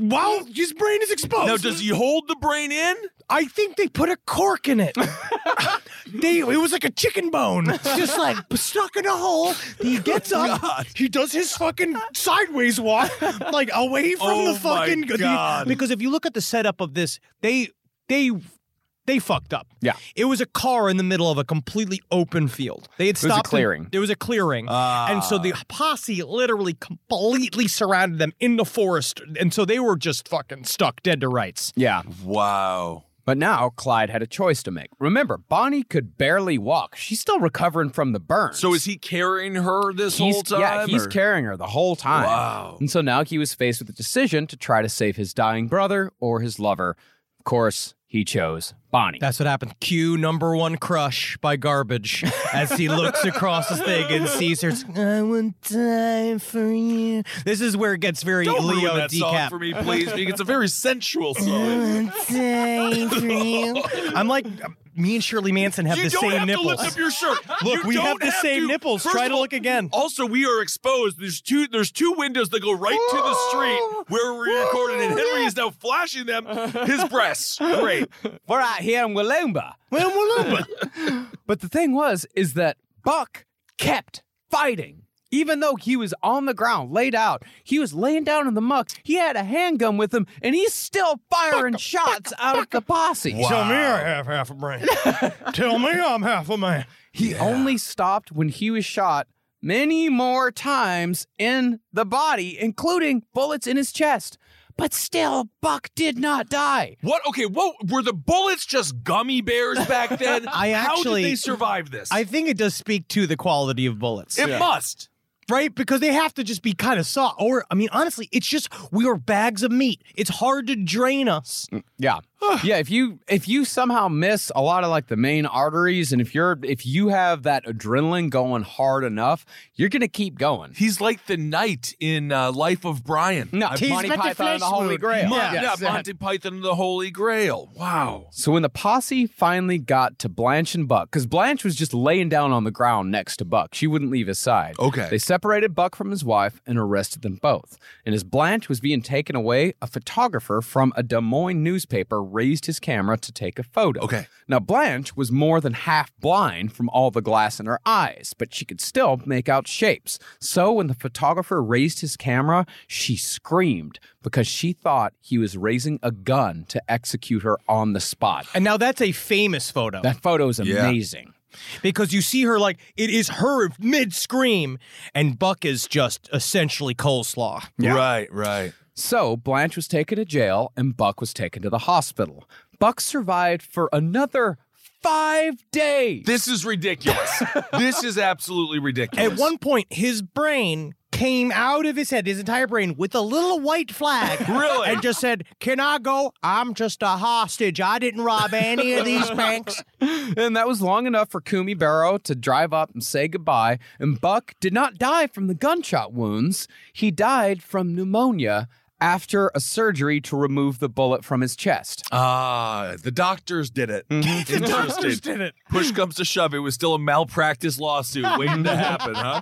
Speaker 7: Wow, his brain is exposed.
Speaker 9: *laughs* Now, does he hold the brain in?
Speaker 7: I think they put a cork in
Speaker 8: *laughs*
Speaker 7: it. they, it was like a chicken bone, just like stuck in a hole. He
Speaker 8: Oh
Speaker 7: gets up, he does his fucking sideways walk, like away from the
Speaker 9: Oh my
Speaker 7: fucking. the-
Speaker 9: God.
Speaker 7: because if you look at the setup of this, they they they fucked up.
Speaker 8: Yeah.
Speaker 7: it was a car in the middle of a completely open field. They had
Speaker 8: was a
Speaker 7: stopped. and-
Speaker 8: clearing. Ah.
Speaker 7: there was a clearing, and so the posse literally completely surrounded them in the forest, and so they were just fucking stuck dead to rights.
Speaker 8: Yeah.
Speaker 9: Wow.
Speaker 8: But now Clyde had a choice to make. Remember, Bonnie could barely walk. She's still recovering from the burn.
Speaker 9: So is he carrying her this whole time?
Speaker 8: Yeah, he's
Speaker 9: or-
Speaker 8: carrying her the whole time.
Speaker 9: Wow.
Speaker 8: And so now he was faced with a decision to try to save his dying brother or his lover. Of course, he chose Bonnie.
Speaker 7: That's what happened. Cue number one crush by garbage as he looks across the thing and sees her. I want die for you. This is where it gets very
Speaker 9: Don't ruin
Speaker 7: Leo
Speaker 9: that
Speaker 7: decap.
Speaker 9: song for me, please. Because it's a very
Speaker 7: *laughs*
Speaker 9: sensual song.
Speaker 7: "Oh, I'm like, me and Shirley Manson have
Speaker 9: you
Speaker 7: the
Speaker 9: don't
Speaker 7: same
Speaker 9: have
Speaker 7: nipples.
Speaker 9: to lift up your shirt.
Speaker 7: *laughs* Look,
Speaker 9: You
Speaker 7: we
Speaker 9: don't
Speaker 7: have the same
Speaker 9: to.
Speaker 7: nipples.
Speaker 9: First
Speaker 7: Try
Speaker 9: of
Speaker 7: to
Speaker 9: all-
Speaker 7: look again.
Speaker 9: *laughs* Also, we are exposed. There's two. There's two windows that go right to the street where we're recording, and Henry is now
Speaker 7: *laughs*
Speaker 9: flashing them his breasts. Great.
Speaker 8: We're out here in Willumba.
Speaker 7: *laughs*
Speaker 8: but the thing was, is that Buck kept fighting. Even though he was on the ground, laid out, he was laying down in the muck. He had a handgun with him, and he's still firing shots out at the posse.
Speaker 7: Tell me I have half a brain. Tell me I'm half a man.
Speaker 8: He only stopped when he was shot many more times in the body, including bullets in his chest. But still, Buck did not die.
Speaker 9: What? Okay. What were the bullets? Just gummy bears
Speaker 7: *laughs*
Speaker 9: back then?
Speaker 7: I
Speaker 9: How
Speaker 7: actually-
Speaker 9: did they survive this?
Speaker 7: I think it does speak to the quality of bullets.
Speaker 9: it must.
Speaker 7: right? Because they have to just be kind of soft. Or, I mean, honestly, it's just we are bags of meat. It's hard to drain us.
Speaker 8: Yeah.
Speaker 7: *sighs*
Speaker 8: yeah, if you if you somehow miss a lot of like the main arteries and if you're if you have that adrenaline going hard enough, you're going to keep going.
Speaker 9: He's like the knight in uh, Life of Brian.
Speaker 8: No,
Speaker 7: He's
Speaker 8: Monty
Speaker 7: got the
Speaker 8: Python and the
Speaker 7: flesh
Speaker 8: Holy
Speaker 7: wound.
Speaker 8: Grail.
Speaker 9: Mon-
Speaker 7: Yeah.
Speaker 9: yeah,
Speaker 7: Yes. *laughs*
Speaker 9: Monty Python and the Holy Grail. Wow.
Speaker 8: So when the posse finally got to Blanche and Buck, because Blanche was just laying down on the ground next to Buck, she wouldn't leave his side.
Speaker 9: Okay.
Speaker 8: They separated Buck from his wife and arrested them both. And as Blanche was being taken away, a photographer from a Des Moines newspaper raised his camera to take a photo.
Speaker 9: Okay.
Speaker 8: Now, Blanche was more than half blind from all the glass in her eyes, but she could still make out shapes. So when the photographer raised his camera, she screamed because she thought he was raising a gun to execute her on the spot.
Speaker 7: And now that's a famous photo.
Speaker 8: That photo is amazing.
Speaker 7: because you see her like it is her mid scream, and Buck is just essentially coleslaw.
Speaker 9: Right, right.
Speaker 8: So Blanche was taken to jail and Buck was taken to the hospital. Buck survived for another five days.
Speaker 9: This
Speaker 7: *laughs*
Speaker 9: is ridiculous. this is absolutely ridiculous.
Speaker 7: At one point, his brain came out of his head, his entire brain, with a little white flag.
Speaker 9: *laughs* Really?
Speaker 7: And just said, Can I go? I'm just a hostage. I didn't rob any of
Speaker 9: *laughs*
Speaker 7: these banks.
Speaker 8: and that was long enough for Kumi Barrow to drive up and say goodbye. And Buck did not die from the gunshot wounds, he died from pneumonia. After a surgery to remove the bullet from his chest.
Speaker 9: Ah, the doctors did it. Interesting.
Speaker 7: Mm-hmm. doctors did it.
Speaker 9: Push comes to shove, it was still a malpractice lawsuit waiting to
Speaker 7: *laughs*
Speaker 9: happen, huh?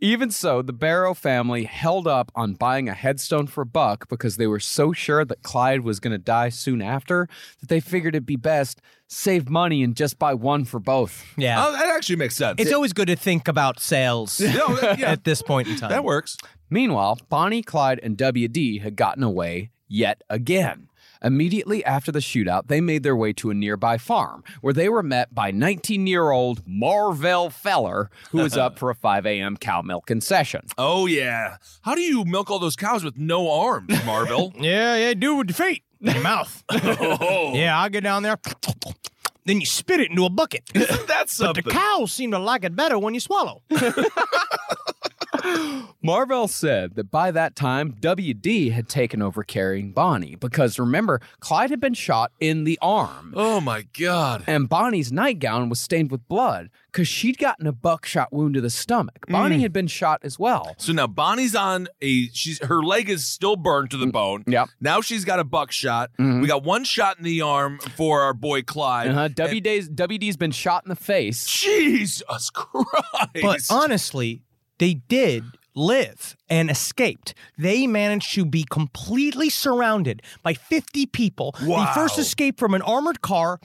Speaker 8: Even so, the Barrow family held up on buying a headstone for Buck because they were so sure that Clyde was going to die soon after that they figured it'd be best save money and just buy one for both.
Speaker 7: Yeah.
Speaker 9: Oh, that actually makes sense.
Speaker 7: It's always good to think about
Speaker 9: *laughs*
Speaker 7: sales
Speaker 9: No, that- Oh, yeah.
Speaker 7: at this point in time.
Speaker 9: that works.
Speaker 8: Meanwhile, Bonnie, Clyde, and WD had gotten away yet again. Immediately after the shootout, they made their way to a nearby farm where they were met by 19 year old Marvell Feller, who was up for a 5 a.m. cow milking session.
Speaker 9: Oh yeah. How do you milk all those cows with no arms,
Speaker 7: *laughs*
Speaker 9: Marvel?
Speaker 7: Yeah, yeah, do it with your feet.
Speaker 9: *laughs*
Speaker 7: Your mouth.
Speaker 9: Oh.
Speaker 7: Yeah, I'll get down there. Then you spit it into a bucket.
Speaker 9: *laughs* That's
Speaker 7: But the
Speaker 9: something.
Speaker 7: cows seem to like it better when you swallow.
Speaker 8: Marvell said that by that time, WD had taken over carrying Bonnie because remember, Clyde had been shot in the arm.
Speaker 9: oh my god.
Speaker 8: And Bonnie's nightgown was stained with blood because she'd gotten a buckshot wound to the stomach. Bonnie had been shot as well.
Speaker 9: So now Bonnie's on a she's her leg is still burned to
Speaker 7: Mm,
Speaker 9: the bone.
Speaker 8: Yep.
Speaker 9: Now she's got a buckshot.
Speaker 7: Mm-hmm.
Speaker 9: We got one shot in the arm for our boy Clyde.
Speaker 8: Uh-huh. WD's, WD's been shot in the face.
Speaker 9: Jesus
Speaker 7: But
Speaker 9: Christ.
Speaker 7: honestly, they did live and escaped. They managed to be completely surrounded by 50 people.
Speaker 9: Wow.
Speaker 7: The first escape from an armored car,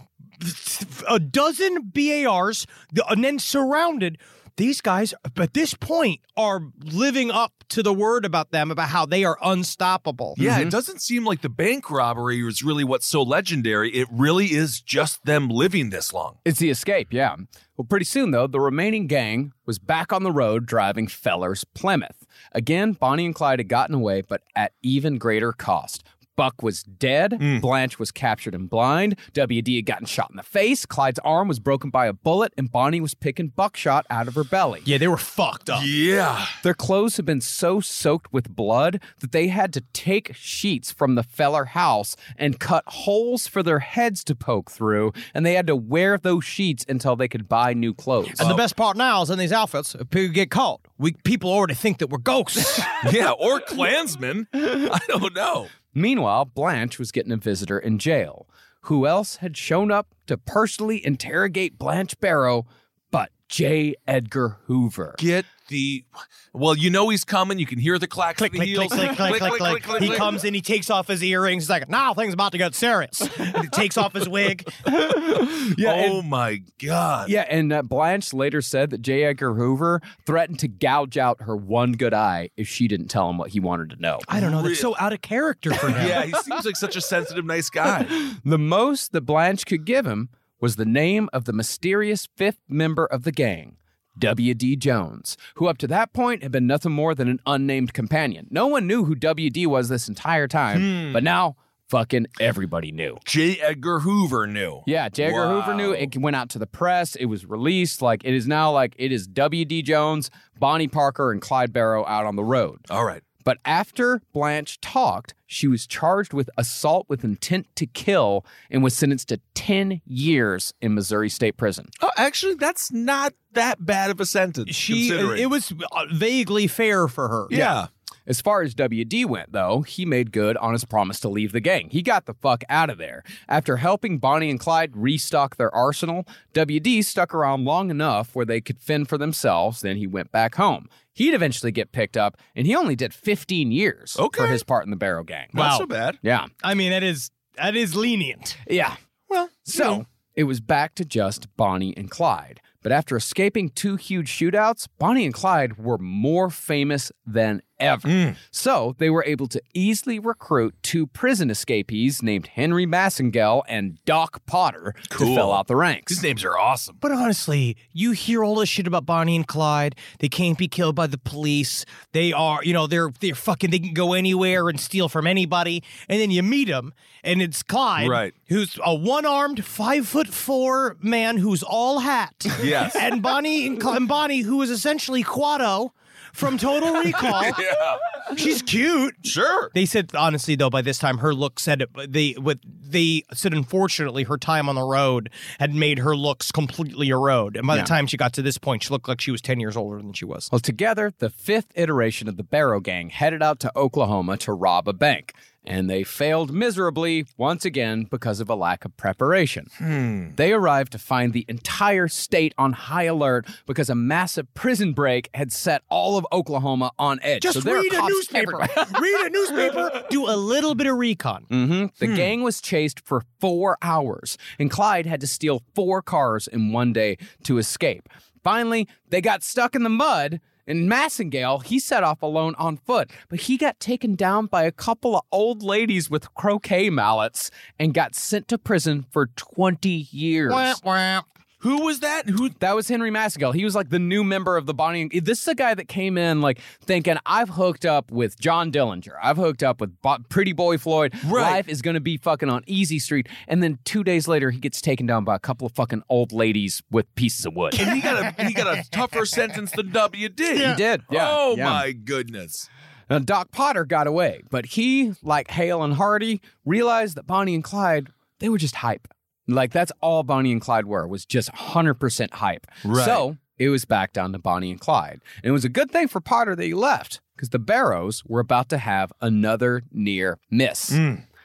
Speaker 7: a dozen BARs, the- and then surrounded. These guys, at this point, are living up to the word about them about how they are unstoppable.
Speaker 9: yeah, it doesn't seem like the bank robbery is really what's so legendary. It really is just them living this long.
Speaker 8: It's the escape, yeah. Well, pretty soon, though, the remaining gang was back on the road driving Feller's Plymouth. Again, Bonnie and Clyde had gotten away, but at even greater cost. Buck was dead. Blanche was captured and blind. WD had gotten shot in the face. Clyde's arm was broken by a bullet, and Bonnie was picking buckshot out of her belly.
Speaker 7: Yeah, they were fucked up.
Speaker 9: Yeah.
Speaker 8: Their clothes had been so soaked with blood that they had to take sheets from the Feller house and cut holes for their heads to poke through, and they had to wear those sheets until they could buy new clothes.
Speaker 7: And the best part now is in these outfits, if people get caught, we people already think that we're *laughs* ghosts.
Speaker 9: Yeah, or Klansmen. I don't know.
Speaker 8: Meanwhile, Blanche was getting a visitor in jail. Who else had shown up to personally interrogate Blanche Barrow but J. Edgar Hoover? *laughs*
Speaker 9: Get the well, you know he's coming. You can hear the clacks
Speaker 7: click,
Speaker 9: of the
Speaker 7: click, click,
Speaker 9: heels.
Speaker 7: click, click, click, click, He comes in, he takes off his earrings. He's like, now things about to get serious. And he takes off his wig.
Speaker 9: oh my god.
Speaker 8: Yeah, and uh, Blanche later said that J. Edgar Hoover threatened to gouge out her one good eye if she didn't tell him what he wanted to know.
Speaker 7: I don't know. That's so out of character for him.
Speaker 9: Yeah, he seems like such a sensitive, nice guy. *laughs*
Speaker 8: The most that Blanche could give him was the name of the mysterious fifth member of the gang, W.D. Jones, who up to that point had been nothing more than an unnamed companion. No one knew who W.D. was this entire time, but now fucking everybody knew.
Speaker 9: J. Edgar Hoover knew.
Speaker 8: Yeah, J. Edgar Hoover
Speaker 9: Wow.
Speaker 8: knew. It went out to the press. It was released. Like, it is now like it is W.D. Jones, Bonnie Parker, and Clyde Barrow out on the road.
Speaker 9: All right.
Speaker 8: But after Blanche talked, she was charged with assault with intent to kill and was sentenced to 10 years in Missouri State Prison.
Speaker 9: Oh, actually, that's not that bad of a sentence.
Speaker 7: She,
Speaker 9: considering.
Speaker 7: it was uh, vaguely fair for her.
Speaker 9: Yeah.
Speaker 8: As far as WD went, though, he made good on his promise to leave the gang. He got the fuck out of there. After helping Bonnie and Clyde restock their arsenal, WD stuck around long enough where they could fend for themselves, then he went back home. He'd eventually get picked up, and he only did 15 years for
Speaker 9: Okay.
Speaker 8: his part in the Barrow Gang.
Speaker 9: Not
Speaker 7: Wow.
Speaker 9: so bad.
Speaker 8: Yeah.
Speaker 7: I mean, that is that is lenient.
Speaker 8: Yeah.
Speaker 9: Well,
Speaker 8: So it was back to just Bonnie and Clyde. But after escaping two huge shootouts, Bonnie and Clyde were more famous than ever. So they were able to easily recruit two prison escapees named Henry Massengell and Doc Potter to fill out the ranks. These
Speaker 9: names are awesome.
Speaker 7: But honestly, you hear all this shit about Bonnie and Clyde. They can't be killed by the police. They are, you know, they're they're fucking. They can go anywhere and steal from anybody. And then you meet them, and it's Clyde,
Speaker 9: Right.
Speaker 7: Who's a one-armed, five foot four man who's all hat.
Speaker 9: Yes.
Speaker 7: and Bonnie and, Cl- and Bonnie, who is essentially Quado from
Speaker 9: *laughs*
Speaker 7: Total Recall.
Speaker 9: *laughs* yeah.
Speaker 7: She's cute.
Speaker 9: *laughs* Sure.
Speaker 7: They said honestly though, by this time her look said it. but They with they said unfortunately her time on the road had made her looks completely erode, and by
Speaker 8: Yeah.
Speaker 7: the time she got to this point, she looked like she was ten years older than she was.
Speaker 8: Well, together, the fifth iteration of the Barrow Gang headed out to Oklahoma to rob a bank, and they failed miserably once again because of a lack of preparation.
Speaker 7: Hmm.
Speaker 8: They arrived to find the entire state on high alert because a massive prison break had set all of Oklahoma on edge.
Speaker 7: Just
Speaker 8: So there are
Speaker 7: read a
Speaker 8: cops
Speaker 7: newspaper.
Speaker 8: everywhere.
Speaker 7: read a *laughs* newspaper. Do a little bit of recon.
Speaker 8: hmm The gang was chased for four hours, and Clyde had to steal four cars in one day to escape. Finally, they got stuck in the mud. And Massengale, he set off alone on foot, but he got taken down by a couple of old ladies with croquet mallets and got sent to prison for 20 years.
Speaker 9: Who was that? Who
Speaker 8: That was Henry Massengale. He was like the new member of the Bonnie. and- This is a guy that came in like thinking, "I've hooked up with John Dillinger. I've hooked up with Bo- Pretty Boy Floyd.
Speaker 9: Right.
Speaker 8: Life is gonna be fucking on easy street." And then two days later, he gets taken down by a couple of fucking old ladies with pieces of wood.
Speaker 9: And he got a he got a *laughs* tougher sentence than W did.
Speaker 8: He did, yeah,
Speaker 9: Oh
Speaker 8: yeah.
Speaker 9: my goodness.
Speaker 8: Now, Uh, Doc Potter got away, but he, like Hale and Hardy, realized that Bonnie and Clyde, they were just hype. Like, that's all Bonnie and Clyde were, was just 100% hype.
Speaker 9: Right.
Speaker 8: So it was back down to Bonnie and Clyde. And it was a good thing for Potter that he left, because the Barrows were about to have another near miss.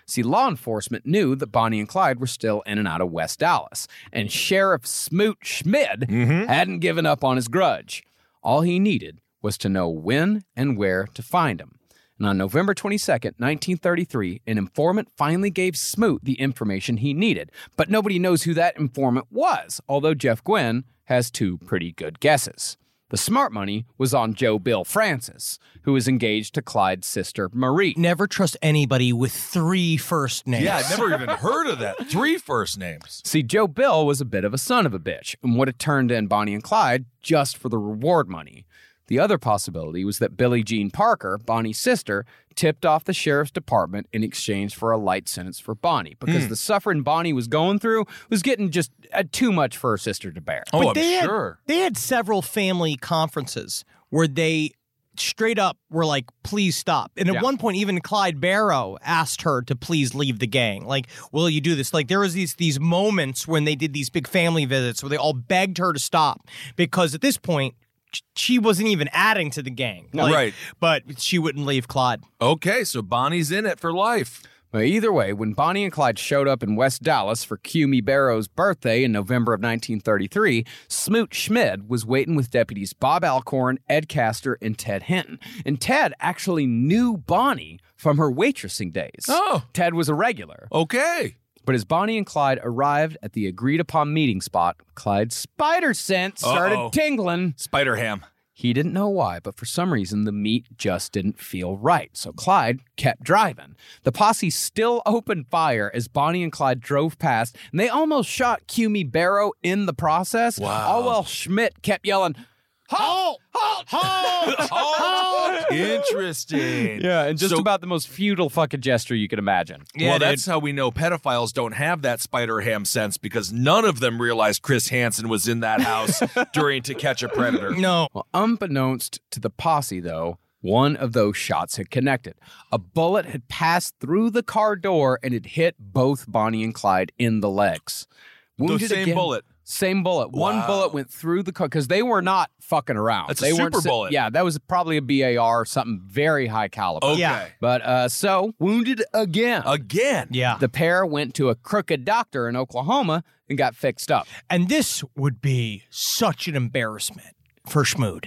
Speaker 8: See, law enforcement knew that Bonnie and Clyde were still in and out of West Dallas, and Sheriff Smoot Schmid hadn't given up on his grudge. All he needed was to know when and where to find him. And on November 22nd, 1933, an informant finally gave Smoot the information he needed, but nobody knows who that informant was, although Jeff Gwynn has two pretty good guesses. The smart money was on Joe Bill Francis, who is engaged to Clyde's sister Marie.
Speaker 7: Never trust anybody with three first names.
Speaker 9: Yeah, I'd never even heard of that. Three first names.
Speaker 8: See, Joe Bill was a bit of a son of a bitch and would have turned in Bonnie and Clyde just for the reward money. The other possibility was that Billie Jean Parker, Bonnie's sister, tipped off the sheriff's department in exchange for a light sentence for Bonnie because the suffering Bonnie was going through was getting just uh, too much for her sister to bear.
Speaker 9: Oh, I'm
Speaker 7: they had-
Speaker 9: sure.
Speaker 7: they had several family conferences where they straight up were like, please stop. And at
Speaker 8: Yeah.
Speaker 7: one point, even Clyde Barrow asked her to please leave the gang. Like, will you do this? Like there was these these moments when they did these big family visits where they all begged her to stop because at this point sh- she wasn't even adding to the gang. Like,
Speaker 9: Right.
Speaker 7: But she wouldn't leave Clyde.
Speaker 9: Okay, so Bonnie's in it for life.
Speaker 8: Well, either way, when Bonnie and Clyde showed up in West Dallas for Cumie Barrow's birthday in November of 1933, Smoot Schmid was waiting with deputies Bob Alcorn, Ed Castor, and Ted Hinton. And Ted actually knew Bonnie from her waitressing days.
Speaker 9: Oh.
Speaker 8: Ted was a regular.
Speaker 9: Okay.
Speaker 8: But as Bonnie and Clyde arrived at the agreed upon meeting spot, Clyde's spider sense started
Speaker 9: Uh-oh.
Speaker 8: tingling.
Speaker 9: Spider Ham.
Speaker 8: He didn't know why, but for some reason the meat just didn't feel right. So Clyde kept driving. The posse still opened fire as Bonnie and Clyde drove past, and they almost shot Cumie Barrow in the process.
Speaker 9: Wow.
Speaker 8: All while Schmidt kept yelling, Halt! Halt! Halt!
Speaker 9: Oh, *laughs* interesting.
Speaker 8: yeah, and just
Speaker 9: So-
Speaker 8: about the most futile fucking gesture you could imagine.
Speaker 9: well, that's how we know pedophiles don't have that Spider Ham sense because none of them realized Chris Hansen was in that house during To Catch a Predator.
Speaker 7: No.
Speaker 8: Well, unbeknownst to the posse, though, one of those shots had connected. A bullet had passed through the car door and it hit both Bonnie and Clyde in the legs. Wounded
Speaker 9: same
Speaker 8: again-
Speaker 9: bullet.
Speaker 8: Same bullet. One
Speaker 9: Wow.
Speaker 8: bullet went through the car because they were not fucking around.
Speaker 9: That's a
Speaker 8: they weren't
Speaker 9: super
Speaker 8: si-
Speaker 9: bullet.
Speaker 8: Yeah, that was probably a BAR, something very high caliber.
Speaker 9: Okay.
Speaker 7: Yeah.
Speaker 8: But uh, so wounded again.
Speaker 9: Again.
Speaker 7: Yeah.
Speaker 8: the pair went to a crooked doctor in Oklahoma and got fixed up.
Speaker 7: And this would be
Speaker 9: Oh.
Speaker 7: such an embarrassment for Schmood.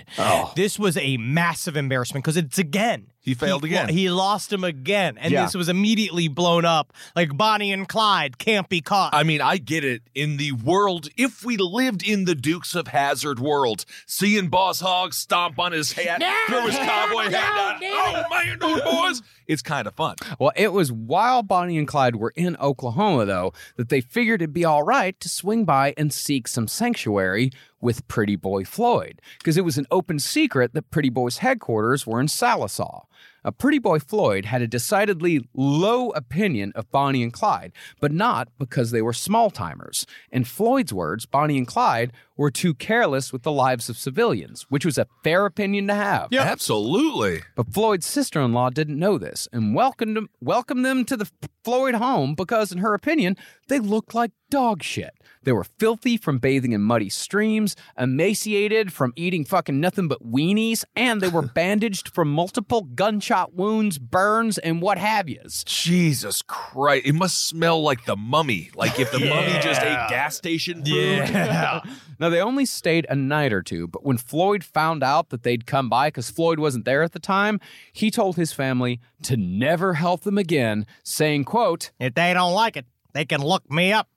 Speaker 7: This was a massive embarrassment because it's again
Speaker 9: He failed again.
Speaker 7: He lost him again, and
Speaker 9: Yeah.
Speaker 7: this was immediately blown up. Like Bonnie and Clyde can't be caught.
Speaker 9: I mean, I get it. In the world, if we lived in the Dukes of Hazard world, seeing Boss Hogg stomp on his hat, throw his cowboy hat down. Oh man, those boys! It's kind of fun.
Speaker 8: Well, it was while Bonnie and Clyde were in Oklahoma, though, that they figured it'd be all right to swing by and seek some sanctuary with Pretty Boy Floyd, because it was an open secret that Pretty Boy's headquarters were in Salisaw. Uh, Pretty Boy Floyd had a decidedly low opinion of Bonnie and Clyde, but not because they were small timers. In Floyd's words, Bonnie and Clyde were too careless with the lives of civilians, which was a fair opinion to have.
Speaker 9: Yeah, absolutely.
Speaker 8: But Floyd's sister-in-law didn't know this and welcomed them, welcomed them to the F- Floyd home because, in her opinion, they looked like dog shit. They were filthy from bathing in muddy streams, emaciated from eating fucking nothing but weenies, and they were bandaged from multiple gunshot wounds, burns, and what have yous.
Speaker 9: Jesus Christ! It must smell like the mummy. Like if the mummy just ate
Speaker 8: Yeah.
Speaker 9: gas station food.
Speaker 8: now, they only stayed a night or two, but when Floyd found out that they'd come by, because Floyd wasn't there at the time, he told his family to never help them again, saying, quote,
Speaker 7: *laughs* If they don't like it, they can look me up.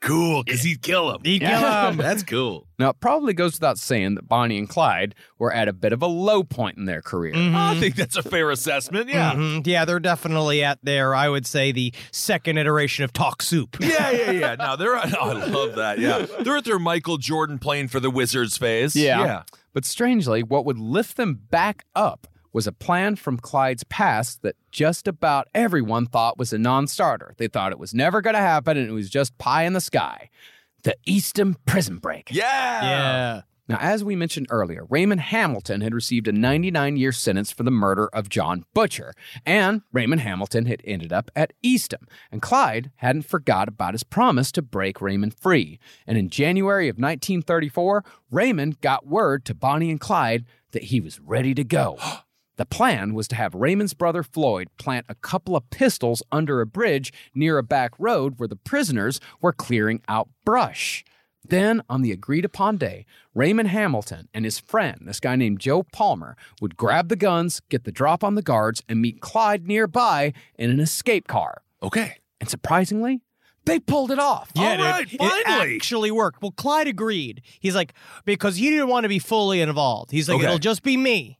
Speaker 9: cool, because he'd kill him.
Speaker 7: He'd kill 'em.
Speaker 9: That's cool.
Speaker 8: Now, it probably goes without saying that Bonnie and Clyde were at a bit of a low point in their career.
Speaker 9: I think that's a fair assessment. *laughs* Yeah.
Speaker 7: Mhm. Yeah, they're definitely at their, I would say, the second iteration of Talk Soup.
Speaker 9: Yeah, yeah, yeah. No, they're. oh, I love that. Yeah, they're at their Michael Jordan playing for the Wizards phase.
Speaker 8: But strangely, what would lift them back up was a plan from Clyde's past that just about everyone thought was a non starter. They thought it was never going to happen and it was just pie in the sky. The Easton prison break.
Speaker 9: Yeah.
Speaker 7: Yeah.
Speaker 8: Now, as we mentioned earlier, Raymond Hamilton had received a 99 year sentence for the murder of John Butcher, and Raymond Hamilton had ended up at Eastham, and Clyde hadn't forgot about his promise to break Raymond free. And in January of 1934, Raymond got word to Bonnie and Clyde that he was ready to go. The plan was to have Raymond's brother Floyd plant a couple of pistols under a bridge near a back road where the prisoners were clearing out brush. Then, on the agreed upon day, Raymond Hamilton and his friend, this guy named Joe Palmer, would grab the guns, get the drop on the guards, and meet Clyde nearby in an escape car.
Speaker 9: Okay.
Speaker 8: And surprisingly, they pulled it off.
Speaker 7: Yeah,
Speaker 9: All right,
Speaker 7: dude,
Speaker 9: finally.
Speaker 7: It actually worked. Well, Clyde agreed. He's like, because he didn't want to be fully involved. He's like,
Speaker 9: Okay.
Speaker 7: it'll just be me.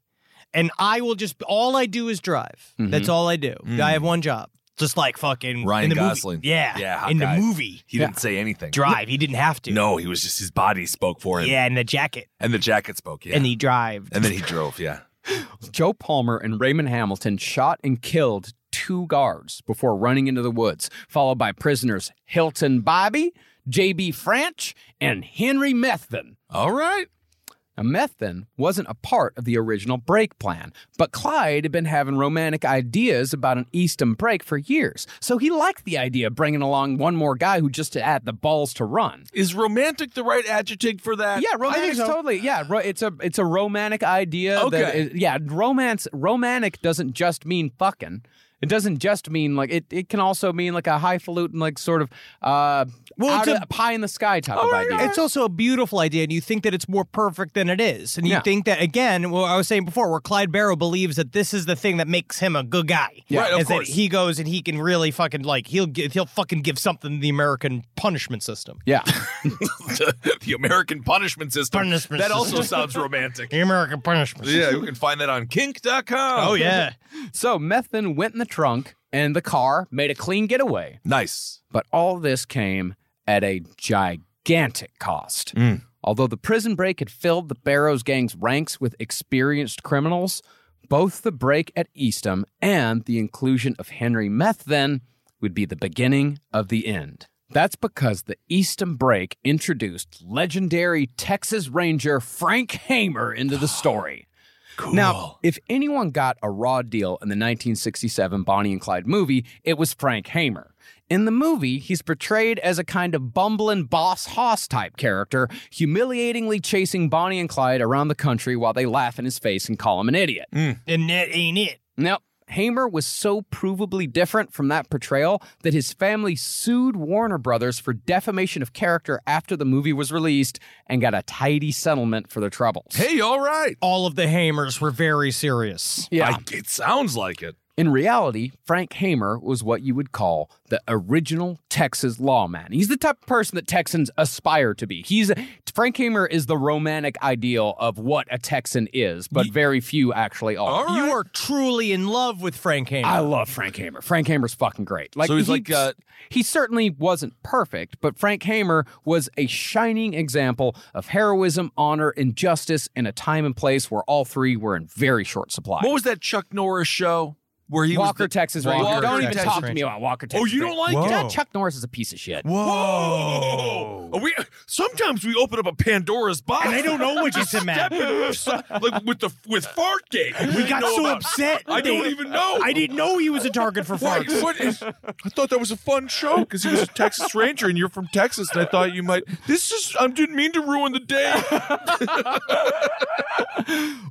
Speaker 7: And I will just, all I do is drive. That's all I do. I have one job. Just like fucking
Speaker 9: Mm-hmm. Mm. Ryan
Speaker 7: in the movie.
Speaker 9: Gosling.
Speaker 7: Yeah.
Speaker 9: Yeah, hot
Speaker 7: In
Speaker 9: guy.
Speaker 7: the movie,
Speaker 9: He didn't say anything.
Speaker 7: drive. He didn't have to.
Speaker 9: No, he was just his body spoke for him.
Speaker 7: Yeah, in the jacket.
Speaker 9: And the jacket spoke. Yeah.
Speaker 7: And he drived.
Speaker 9: And then he drove. Yeah.
Speaker 8: Joe Palmer and Raymond Hamilton shot and killed two guards before running into the woods, followed by prisoners Hilton Bobby, J.B. French, and Henry Methvin.
Speaker 9: All right.
Speaker 8: Now, Methvin wasn't a part of the original break plan, but Clyde had been having romantic ideas about an Easton break for years, so he liked the idea of bringing along one more guy who just had the balls to run.
Speaker 9: Is romantic the right adjective for that?
Speaker 8: Yeah, romantic's
Speaker 9: so.
Speaker 8: totally. Yeah, ro- it's a it's a romantic idea. That
Speaker 9: Okay.
Speaker 8: is- yeah, romance romantic doesn't just mean fucking. It doesn't just mean like it. It can also mean like a highfalutin, like sort of uh,
Speaker 7: Well,
Speaker 8: out
Speaker 7: it's a-
Speaker 8: of- pie in the sky type
Speaker 9: Oh,
Speaker 8: of idea.
Speaker 7: It's also a beautiful idea, and you think that it's more perfect than it is. And you
Speaker 8: Yeah.
Speaker 7: think that, again, what I was saying before, where Clyde Barrow believes that this is the thing that makes him a good guy.
Speaker 9: Yeah. Right, of
Speaker 7: is
Speaker 9: course.
Speaker 7: That he goes and he can really fucking, like, he'll, give, he'll fucking give something to the American punishment system. *laughs*
Speaker 8: yeah, *laughs*
Speaker 9: the, *laughs* the American punishment system.
Speaker 7: Punishment
Speaker 9: that also
Speaker 7: system.
Speaker 9: sounds romantic.
Speaker 7: The American punishment
Speaker 9: *laughs* yeah, you can find that on kink.com.
Speaker 7: Oh, yeah.
Speaker 8: so Methvin went in the trunk and the car made a clean getaway.
Speaker 9: Nice.
Speaker 8: But all this came at a gigantic cost. Although the prison break had filled the Barrows gang's ranks with experienced criminals, both the break at Eastham and the inclusion of Henry Methven would be the beginning of the end. That's because the Eastham break introduced legendary Texas Ranger Frank Hamer into the story. Now, if anyone got a raw deal in the 1967 Bonnie and Clyde movie, it was Frank Hamer. In the movie, he's portrayed as a kind of bumbling boss hoss type character, humiliatingly chasing
Speaker 9: Mm.
Speaker 8: Bonnie and Clyde around the country while they laugh in his face and call him an idiot.
Speaker 7: And that ain't it.
Speaker 8: Now, Hamer was so provably different from that portrayal that his family sued Warner Brothers for defamation of character after the movie was released and got a tidy settlement for their troubles.
Speaker 9: Hey, all right.
Speaker 7: All of the Hamers were very serious.
Speaker 8: Yeah.
Speaker 9: I- it sounds like it.
Speaker 8: In reality, Frank Hamer was what you would call the original Texas lawman. He's the type of person that Texans aspire to be. He's Frank Hamer is the romantic ideal of what a Texan is, but very few actually are.
Speaker 7: You are truly in love with Frank Hamer.
Speaker 8: I love Frank Hamer. Frank Hamer's fucking great. Like
Speaker 9: So he's
Speaker 8: he-
Speaker 9: like, uh,
Speaker 8: he certainly wasn't perfect, but Frank Hamer was a shining example of heroism, honor, and justice in a time and place where all three were in very short supply.
Speaker 9: What was that Chuck Norris show where he was
Speaker 8: Walker,
Speaker 9: the-
Speaker 8: Texas
Speaker 9: Walker,
Speaker 8: Ranger. don't even
Speaker 9: Texas
Speaker 8: talk to
Speaker 9: Ranger.
Speaker 8: me about Walker,
Speaker 9: Oh,
Speaker 8: Texas.
Speaker 9: you don't
Speaker 8: Ranger.
Speaker 9: like it?
Speaker 8: Yeah, Chuck Norris is a piece of shit.
Speaker 9: Whoa! Are we sometimes we open up a Pandora's box.
Speaker 13: And I don't know what just
Speaker 9: Step
Speaker 13: happened.
Speaker 9: in- so- *laughs* like with the with Fartgate.
Speaker 13: We got so upset.
Speaker 9: I
Speaker 13: They-
Speaker 9: don't even know.
Speaker 13: I didn't know he was a target for
Speaker 9: *laughs* Why-
Speaker 13: farts.
Speaker 9: what is- I thought that was a fun show because he was a Texas Ranger and you're from Texas, and I thought you might. This is I didn't mean to ruin the day.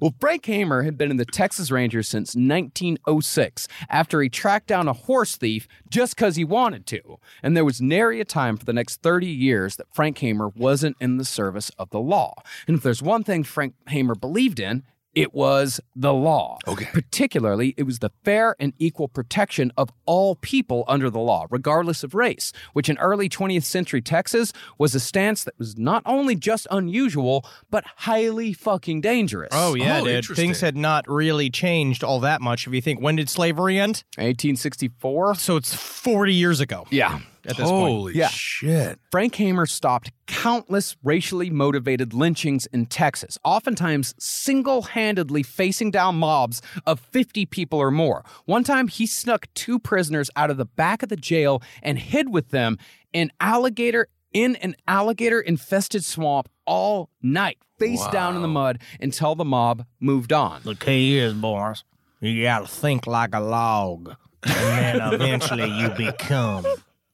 Speaker 8: Well, Frank Hamer had been in the Texas Rangers since 1906 after he tracked down a horse thief just because he wanted to. And there was nary a time for the next 30 years that Frank Hamer wasn't in the service of the law. And if there's one thing Frank Hamer believed in, it was the law. Okay. Particularly, it was the fair and equal protection of all people under the law, regardless of race, which in early 20th century Texas was a stance that was not only just unusual, but highly fucking dangerous.
Speaker 7: Oh yeah,
Speaker 8: Oh,
Speaker 7: dude.
Speaker 8: interesting.
Speaker 7: Things had not really changed all that much. If you think, when did slavery end?
Speaker 8: 1864.
Speaker 7: So it's 40 years ago.
Speaker 8: Yeah.
Speaker 7: At this point.
Speaker 8: Yeah.
Speaker 9: *laughs* shit.
Speaker 8: Frank Hamer stopped countless racially motivated lynchings in Texas, oftentimes single handedly facing down mobs of 50 people or more. One time, he snuck two prisoners out of the back of the jail and hid with them in alligator. In an alligator infested swamp all night, face down in the mud until the mob moved on.
Speaker 7: The key is, Boris, you gotta think like a log. And
Speaker 8: *laughs*
Speaker 7: then eventually you become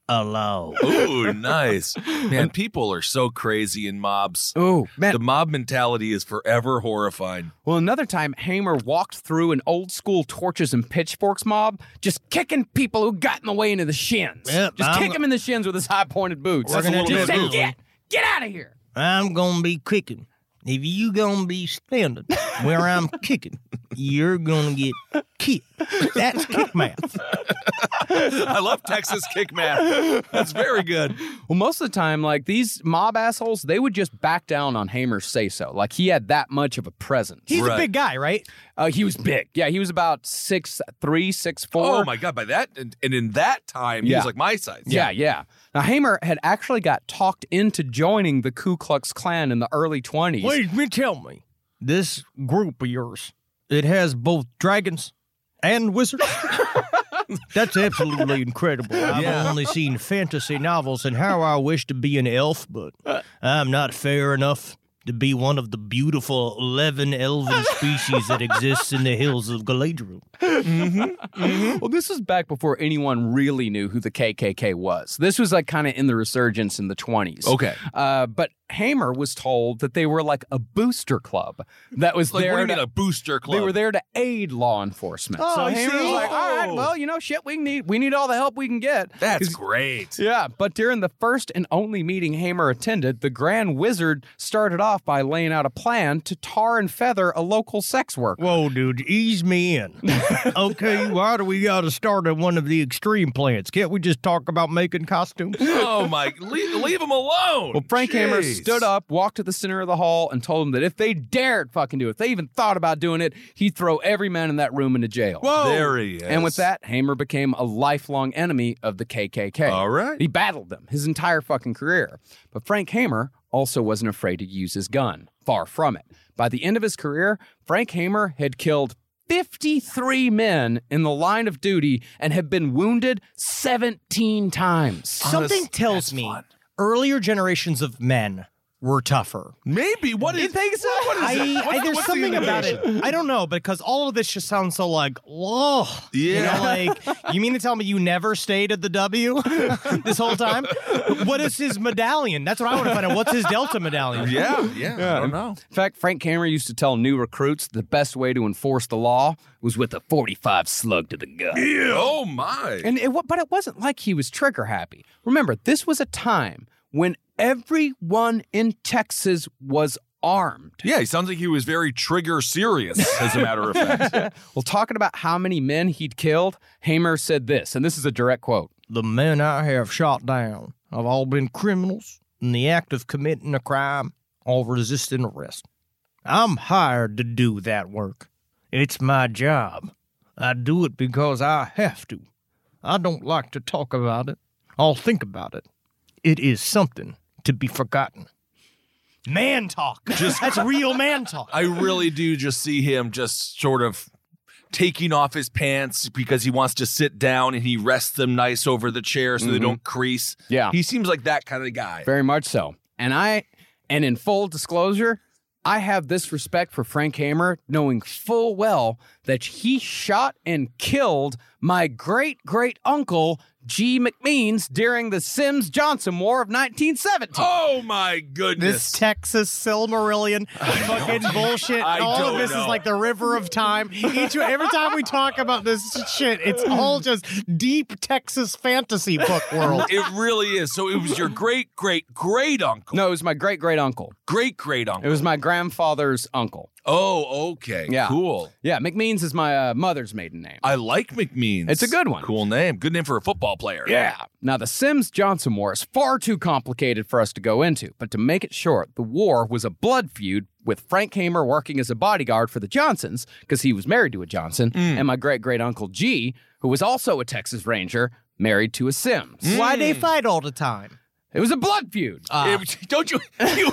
Speaker 7: a log.
Speaker 9: Ooh, nice. Man, people are so crazy in mobs.
Speaker 8: Oh, man.
Speaker 9: The mob mentality is forever horrifying.
Speaker 8: Well, another time, Hamer walked through an old school torches and pitchforks mob, just kicking people who got in the way into the shins.
Speaker 7: Yep,
Speaker 8: just
Speaker 7: I'm-
Speaker 8: kick them in the shins with his high pointed boots.
Speaker 7: We're gonna
Speaker 8: Just
Speaker 7: do
Speaker 8: say,
Speaker 7: it.
Speaker 8: get, get out of here.
Speaker 7: I'm gonna be kicking. If you gonna be standing where I'm kicking, you're gonna get kicked. That's kick math.
Speaker 9: I love Texas kick math. That's very good.
Speaker 8: Well, most of the time, like these mob assholes, they would just back down on Hamer's say so. Like he had that much of a presence.
Speaker 7: He's
Speaker 9: Right.
Speaker 7: a big guy, right?
Speaker 8: Uh, he was big. Yeah, he was about six three, six four.
Speaker 9: Oh my god! By that and, and in that time, he
Speaker 8: Yeah.
Speaker 9: was like my size.
Speaker 8: Yeah, yeah. Now Hamer had actually got talked into joining the Ku Klux Klan in the early twenties.
Speaker 7: Wait, me tell me. This group of yours, it has both dragons and wizards. *laughs* That's absolutely incredible. I've only seen fantasy novels and how I wish to be an elf, but I'm not fair enough to be one of the beautiful 11
Speaker 8: *laughs*
Speaker 7: elven species that exists in the hills of Galadriel.
Speaker 9: Mm-hmm.
Speaker 8: Well, this was back before anyone really knew who the KKK was. This was like kind of in the resurgence in the 20s.
Speaker 9: Okay.
Speaker 8: Uh, but Hamer was told that they were like a booster club that was
Speaker 9: *laughs* Like,
Speaker 8: there.
Speaker 9: what do you
Speaker 8: to-
Speaker 9: mean a booster club?
Speaker 8: they were there to aid law enforcement.
Speaker 7: Oh,
Speaker 8: so
Speaker 7: I
Speaker 8: Hamer
Speaker 7: see.
Speaker 8: was like, all right, well, you know, shit, we need we need all the help we can get.
Speaker 9: That's great.
Speaker 8: Yeah, but during the first and only meeting Hamer attended, the Grand Wizard started off by laying out a plan to tar and feather a local sex worker.
Speaker 7: Whoa, dude, ease me in.
Speaker 8: *laughs*
Speaker 7: okay, why do we got to start at one of the extreme plants? Can't we just talk about making costumes?
Speaker 9: Oh my! Leave, leave him alone.
Speaker 8: Well, Frank Hammer
Speaker 9: Jeez.
Speaker 8: stood up, walked to the center of the hall, and told them that if they dared fucking do it, if they even thought about doing it, he'd throw every man in that room into jail.
Speaker 9: There he is.
Speaker 8: And with that, Hamer became a lifelong enemy of the KKK.
Speaker 9: All right.
Speaker 8: He battled them his entire fucking career. But Frank Hamer also wasn't afraid to use his gun. Far from it. By the end of his career, Frank Hamer had killed 53 men in the line of duty and had been wounded 17 times.
Speaker 7: Something tells me earlier generations of men were tougher.
Speaker 9: Maybe what is?
Speaker 7: think so?
Speaker 9: What is
Speaker 7: I,
Speaker 9: it?
Speaker 7: I-
Speaker 9: What's-
Speaker 7: there's
Speaker 9: what's the
Speaker 7: something about
Speaker 9: innovation?
Speaker 7: it. I don't know because all of this just sounds so like, oh,
Speaker 9: Yeah.
Speaker 7: You know, like you mean to tell me you never stayed at the W *laughs* this whole time? What is his medallion? That's what I want to find out. What's his Delta medallion?
Speaker 9: *laughs* yeah. I don't know.
Speaker 8: In fact, Frank Cameron used to tell new recruits the best way to enforce the law was with a 45 slug to the gut.
Speaker 9: Ew. Oh my.
Speaker 8: And it, wa- but it wasn't like he was trigger happy. Remember, this was a time when everyone in Texas was armed.
Speaker 9: Yeah, he sounds like he was very trigger serious, as a matter of *laughs* fact.
Speaker 8: Well, talking about how many men he'd killed, Hamer said this, and this is a direct quote.
Speaker 7: The men I have shot down have all been criminals in the act of committing a crime or resisting arrest. I'm hired to do that work. It's my job. I do it because I have to. I don't like to talk about it. I'll think about it. It is something to be forgotten. Man talk. That's real man talk.
Speaker 9: I really do just see him just sort of taking off his pants because he wants to sit down and he rests them nice over the chair so they
Speaker 8: Mhm.
Speaker 9: don't crease.
Speaker 8: Yeah.
Speaker 9: He seems like that kind of guy.
Speaker 8: Very much so. And I, and in full disclosure, I have this respect for Frank Hammer, knowing full well that he shot and killed my great great uncle, G. McMeans, during the Sims Johnson War of 1917.
Speaker 9: Oh my
Speaker 7: This
Speaker 9: goodness.
Speaker 7: Texas
Speaker 9: *laughs*
Speaker 7: Silmarillion fucking bullshit.
Speaker 9: I
Speaker 7: all
Speaker 9: don't
Speaker 7: of this
Speaker 9: know.
Speaker 7: is like the river of time. Each every time we talk about this shit, it's
Speaker 9: *laughs*
Speaker 7: all just deep Texas fantasy book world.
Speaker 9: it really is. So it was *laughs* your great great great uncle.
Speaker 8: No, it was my great great uncle.
Speaker 9: Great great
Speaker 8: It
Speaker 9: uncle.
Speaker 8: was my grandfather's uncle.
Speaker 9: Oh, okay.
Speaker 8: Yeah.
Speaker 9: Cool.
Speaker 8: Yeah, McMeans is my uh, mother's maiden name.
Speaker 9: I like McMeans.
Speaker 8: It's a good one.
Speaker 9: Cool name. Good name for a football player.
Speaker 8: Yeah. Now, the Sims Johnson War is far too complicated for us to go into, but to make it short, the war was a blood feud with Frank Hamer working as a bodyguard for the Johnsons because he was married to a Johnson,
Speaker 7: Mm.
Speaker 8: and my great great uncle G, who was also a Texas Ranger, married to a Sims.
Speaker 7: Why they
Speaker 9: Hmm.
Speaker 7: fight all the time?
Speaker 8: It was a blood feud.
Speaker 9: It- *laughs* don't you?
Speaker 8: *laughs*
Speaker 9: you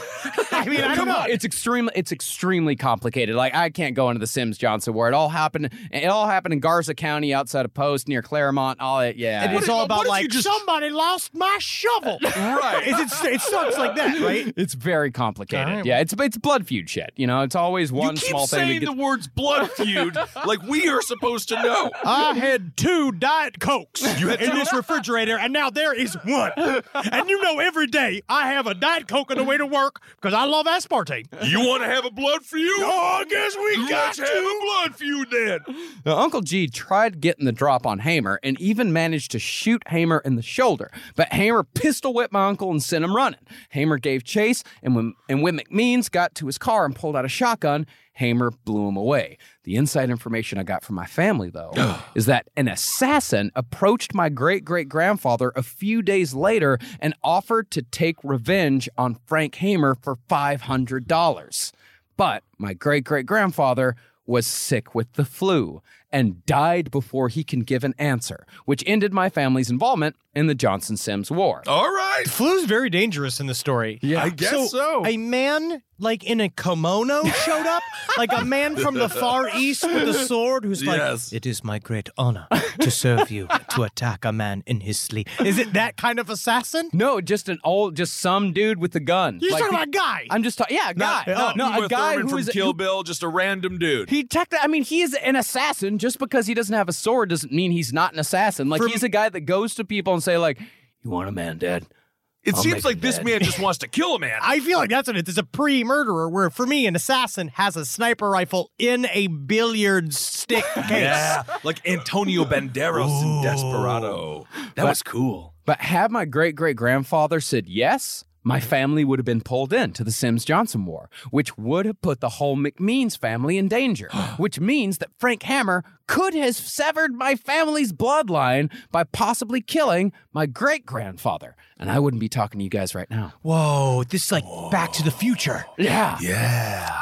Speaker 7: Uh, I mean, I don't
Speaker 8: Come
Speaker 7: know.
Speaker 8: on. It's extremely it's extremely complicated. Like I can't go into the Sims Johnson War. It all happened it all happened in Garza County outside of Post near Claremont. All that yeah.
Speaker 7: And
Speaker 9: What
Speaker 7: it's
Speaker 9: if-
Speaker 7: all
Speaker 9: what
Speaker 7: about
Speaker 9: if you
Speaker 7: like
Speaker 9: just-
Speaker 7: somebody lost my shovel.
Speaker 9: right.
Speaker 7: It's, it's, it sucks like that, right?
Speaker 8: It's very complicated.
Speaker 7: All right.
Speaker 8: Yeah, it's it's blood feud shit. You know, it's always one
Speaker 9: you keep
Speaker 8: small thing.
Speaker 9: saying
Speaker 8: that
Speaker 9: the
Speaker 8: gets-
Speaker 9: words blood feud *laughs* like we are supposed to know.
Speaker 7: I had two Diet *laughs* Cokes in this refrigerator, and now there is one. And you know, every day I have a Diet Coke on the way to work because I love aspartame.
Speaker 9: You want to have a blood feud? Oh, I guess we got to have a blood feud then.
Speaker 8: Now, Uncle G tried getting the drop on Hamer and even managed to shoot Hamer in the shoulder. But Hamer pistol whipped my uncle and sent him running. Hamer gave chase, and when and when McMeans got to his car and pulled out a shotgun, Hamer blew him away. The inside information I got from my family, though, is that an assassin approached my great great grandfather a few days later and offered to take revenge on Frank Hamer for five hundred dollars. But my great great grandfather was sick with the flu and died before he can give an answer, which ended my family's involvement in the Johnson Sims War.
Speaker 7: Oh.
Speaker 9: All right.
Speaker 7: Flu's very dangerous in the story.
Speaker 8: Yeah.
Speaker 9: I guess so.
Speaker 7: A man like in a kimono showed up, like a man from
Speaker 9: *laughs*
Speaker 7: the Far East with a sword who's like,
Speaker 9: Yes.
Speaker 7: It is my great honor to serve you, to attack a man in his sleep. Is it that kind of assassin?
Speaker 8: No, just an old, just some dude with a gun.
Speaker 7: You're
Speaker 8: Like,
Speaker 7: talking about a guy.
Speaker 8: I'm just talking, yeah, a guy.
Speaker 9: Not- not
Speaker 8: no,
Speaker 9: Uma
Speaker 8: a guy
Speaker 9: Thurman
Speaker 8: who
Speaker 9: from
Speaker 8: is
Speaker 9: Kill Bill, just a random dude.
Speaker 8: He technically, I mean, he is an assassin. Just because he doesn't have a sword doesn't mean he's not an assassin. Like
Speaker 7: For-
Speaker 8: he's a guy that goes to people and say, like, "You want a man dead?
Speaker 9: it
Speaker 8: I'll
Speaker 9: seems
Speaker 8: make
Speaker 9: like
Speaker 8: him
Speaker 9: this
Speaker 8: dead.
Speaker 9: man just wants to kill a *laughs* man.
Speaker 7: I feel like that's what it is. It's a pre-murderer where for me an assassin has a sniper rifle in a billiard
Speaker 9: *laughs*
Speaker 7: stick case.
Speaker 9: yeah, like *laughs* Antonio Banderas in Desperado. That was cool.
Speaker 8: But had my great great grandfather said yes, my family would have been pulled in to the Sims Johnson War, which would have put the whole McMeans family
Speaker 9: *gasps*
Speaker 8: in danger, which means that Frank Hammer could have severed my family's bloodline by possibly killing my great grandfather. And I wouldn't be talking to you guys right now.
Speaker 7: Whoa, this is like Back to the Future.
Speaker 8: Yeah.
Speaker 9: Yeah.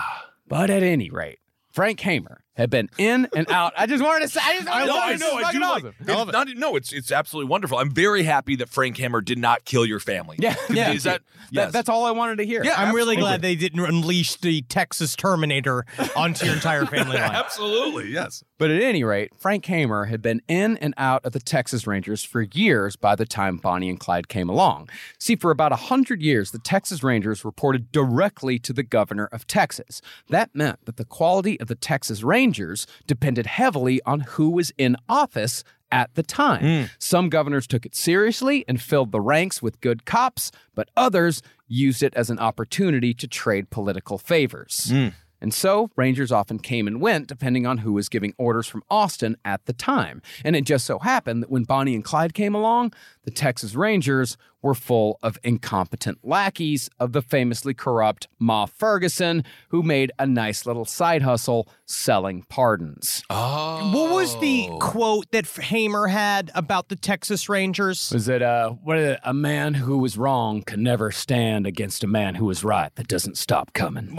Speaker 8: But at any rate, Frank Hamer have been in and out. I just wanted to say, I just wanted to
Speaker 9: no,
Speaker 8: say
Speaker 9: I
Speaker 8: this
Speaker 9: know,
Speaker 8: is
Speaker 9: I do
Speaker 8: fucking
Speaker 9: love
Speaker 8: awesome.
Speaker 9: it. It's not, no, it's it's absolutely wonderful. I'm very happy that Frank Hammer did not kill your family.
Speaker 8: Yeah,
Speaker 9: *laughs*
Speaker 8: yeah.
Speaker 9: Is that,
Speaker 8: That-
Speaker 9: yes.
Speaker 8: that's all I wanted to hear.
Speaker 9: Yeah,
Speaker 7: I'm really
Speaker 9: absolutely.
Speaker 7: glad they didn't unleash the Texas Terminator onto your entire
Speaker 9: *laughs*
Speaker 7: family line.
Speaker 9: Absolutely, yes.
Speaker 8: But at any rate, Frank Hamer had been in and out of the Texas Rangers for years by the time Bonnie and Clyde came along. See, for about 100 years, the Texas Rangers reported directly to the governor of Texas. That meant that the quality of the Texas Rangers depended heavily on who was in office at the time. Some governors took it seriously and filled the ranks with good cops, but others used it as an opportunity to trade political favors. And so, Rangers often came and went depending on who was giving orders from Austin at the time. And it just so happened that when Bonnie and Clyde came along, the Texas Rangers were full of incompetent lackeys of the famously corrupt Ma Ferguson, who made a nice little side hustle selling pardons.
Speaker 9: Oh.
Speaker 7: What was the quote that Hamer had about the Texas Rangers?
Speaker 8: Was it uh, what is it? a man who was wrong can never stand against a man who is right that doesn't stop coming?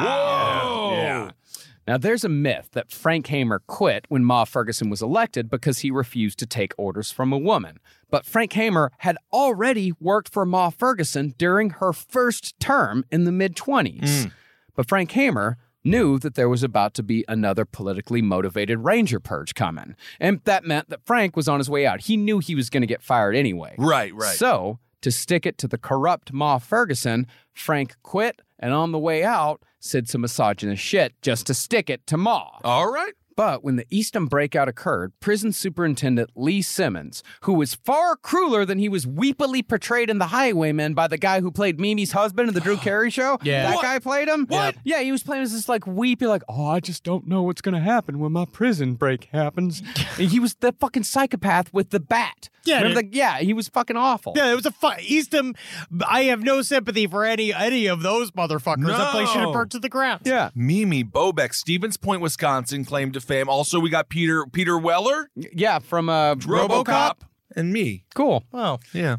Speaker 9: Whoa. Yeah.
Speaker 8: Now, there's a myth that Frank Hamer quit when Ma Ferguson was elected because he refused to take orders from a woman. But Frank Hamer had already worked for Ma Ferguson during her first term in the mid 20s. But Frank Hamer knew that there was about to be another politically motivated Ranger purge coming. And that meant that Frank was on his way out. He knew he was going to get fired anyway.
Speaker 9: Right, right.
Speaker 8: So, to stick it to the corrupt Ma Ferguson, Frank quit and on the way out said some misogynist shit just to stick it to Ma.
Speaker 9: All right.
Speaker 8: But when the Easton breakout occurred, prison superintendent Lee Simmons, who was far crueler than he was weepily portrayed in The Highwaymen by the guy who played Mimi's husband in
Speaker 9: *gasps*
Speaker 8: the Drew Carey show,
Speaker 7: Yeah.
Speaker 8: that
Speaker 9: What?
Speaker 8: guy played him.
Speaker 9: What?
Speaker 8: Yeah, he was playing as this like weepy, like, oh, I just don't know what's gonna happen when my prison break
Speaker 9: *laughs*
Speaker 8: happens. and he was the fucking psychopath with the bat.
Speaker 7: Yeah,
Speaker 8: Remember the, yeah, he was fucking awful.
Speaker 7: Yeah, it was a fun. Eastham, I have no sympathy for any any of those motherfuckers. That place should have
Speaker 9: No.
Speaker 7: burnt to the ground.
Speaker 8: Yeah.
Speaker 9: Mimi Bobek, Stevens Point, Wisconsin, claim to fame. Also, we got Peter Peter Weller,
Speaker 8: Yeah, from uh,
Speaker 9: RoboCop, and me.
Speaker 8: Cool.
Speaker 7: Wow.
Speaker 9: Yeah.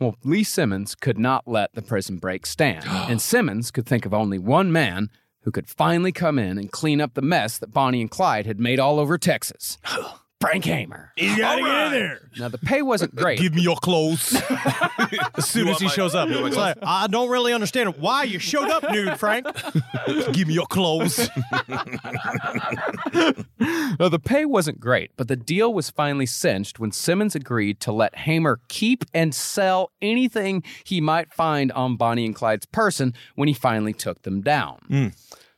Speaker 8: Well, Lee Simmons could not let the prison break stand, and Simmons could think of only one man who could finally come in and clean up the mess that Bonnie and Clyde had made all over Texas. Frank Hamer.
Speaker 7: You gotta get in there.
Speaker 8: Now the pay wasn't great.
Speaker 7: Give me your clothes. *laughs* as soon
Speaker 9: You
Speaker 7: as
Speaker 9: want
Speaker 7: he
Speaker 9: my-
Speaker 7: shows up,
Speaker 9: you want my
Speaker 7: It's like, I don't really understand why you showed up *laughs* nude, Frank. Give me your clothes.
Speaker 8: Now, the pay wasn't great, but the deal was finally cinched when Simmons agreed to let Hamer keep and sell anything he might find on Bonnie and Clyde's person when he finally took them down.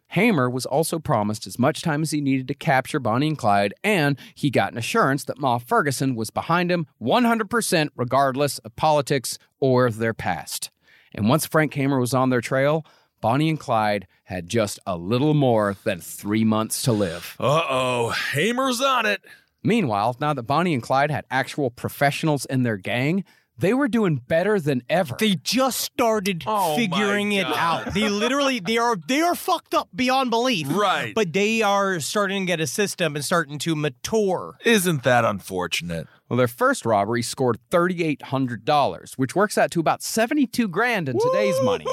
Speaker 8: Hamer was also promised as much time as he needed to capture Bonnie and Clyde, and he got an assurance that Ma Ferguson was behind him 100% regardless of politics or their past. And once Frank Hamer was on their trail, Bonnie and Clyde had just a little more than three months to live.
Speaker 9: Uh oh, Hamer's on it.
Speaker 8: Meanwhile, now that Bonnie and Clyde had actual professionals in their gang, they were doing better than ever.
Speaker 7: They just started
Speaker 9: Oh, my
Speaker 7: figuring it
Speaker 9: God.
Speaker 7: out. They literally they are they are fucked up beyond belief.
Speaker 9: Right.
Speaker 7: But they are starting to get a system and starting to mature.
Speaker 9: Isn't that unfortunate?
Speaker 8: well, their first robbery scored $3,800, which works out to about 72 grand in today's money.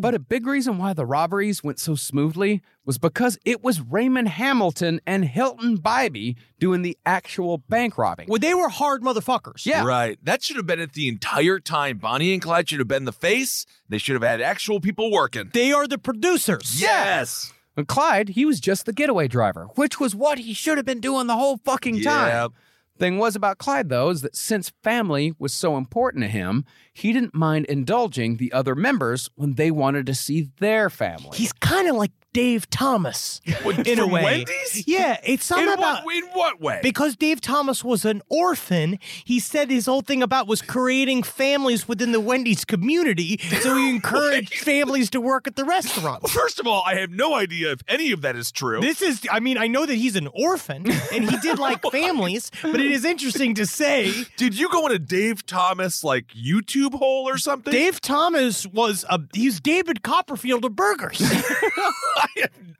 Speaker 8: But a big reason why the robberies went so smoothly was because it was Raymond Hamilton and Hilton Bybee doing the actual bank robbing.
Speaker 7: Well, they were hard motherfuckers.
Speaker 8: Yeah.
Speaker 9: Right. That should have been it the entire time. Bonnie and Clyde should have been the face. They should have had actual people working.
Speaker 7: They are the producers.
Speaker 9: Yes.
Speaker 8: And Clyde, he was just the getaway driver, which was what he should have been doing the whole fucking
Speaker 9: Yeah.
Speaker 8: time. Thing was about Clyde, though, is that since family was so important to him, he didn't mind indulging the other members when they wanted to see their family.
Speaker 7: He's kind of like Dave Thomas in a
Speaker 9: from
Speaker 7: way.
Speaker 9: Wendy's?
Speaker 7: Yeah, it's
Speaker 9: In
Speaker 7: something about
Speaker 9: what, in what way?
Speaker 7: because Dave Thomas was an orphan. He said his whole thing about was creating families within the Wendy's community, so
Speaker 9: *laughs*
Speaker 7: he encouraged families to work at the restaurant.
Speaker 9: First of all, I have no idea if any of that is
Speaker 7: *laughs*
Speaker 9: true.
Speaker 7: This is, I mean, I know that he's an orphan and he did like families, but it is interesting to say
Speaker 9: Did you go in a Dave Thomas like YouTube hole or something?
Speaker 7: Dave Thomas was a, he's David Copperfield of burgers.
Speaker 9: *laughs*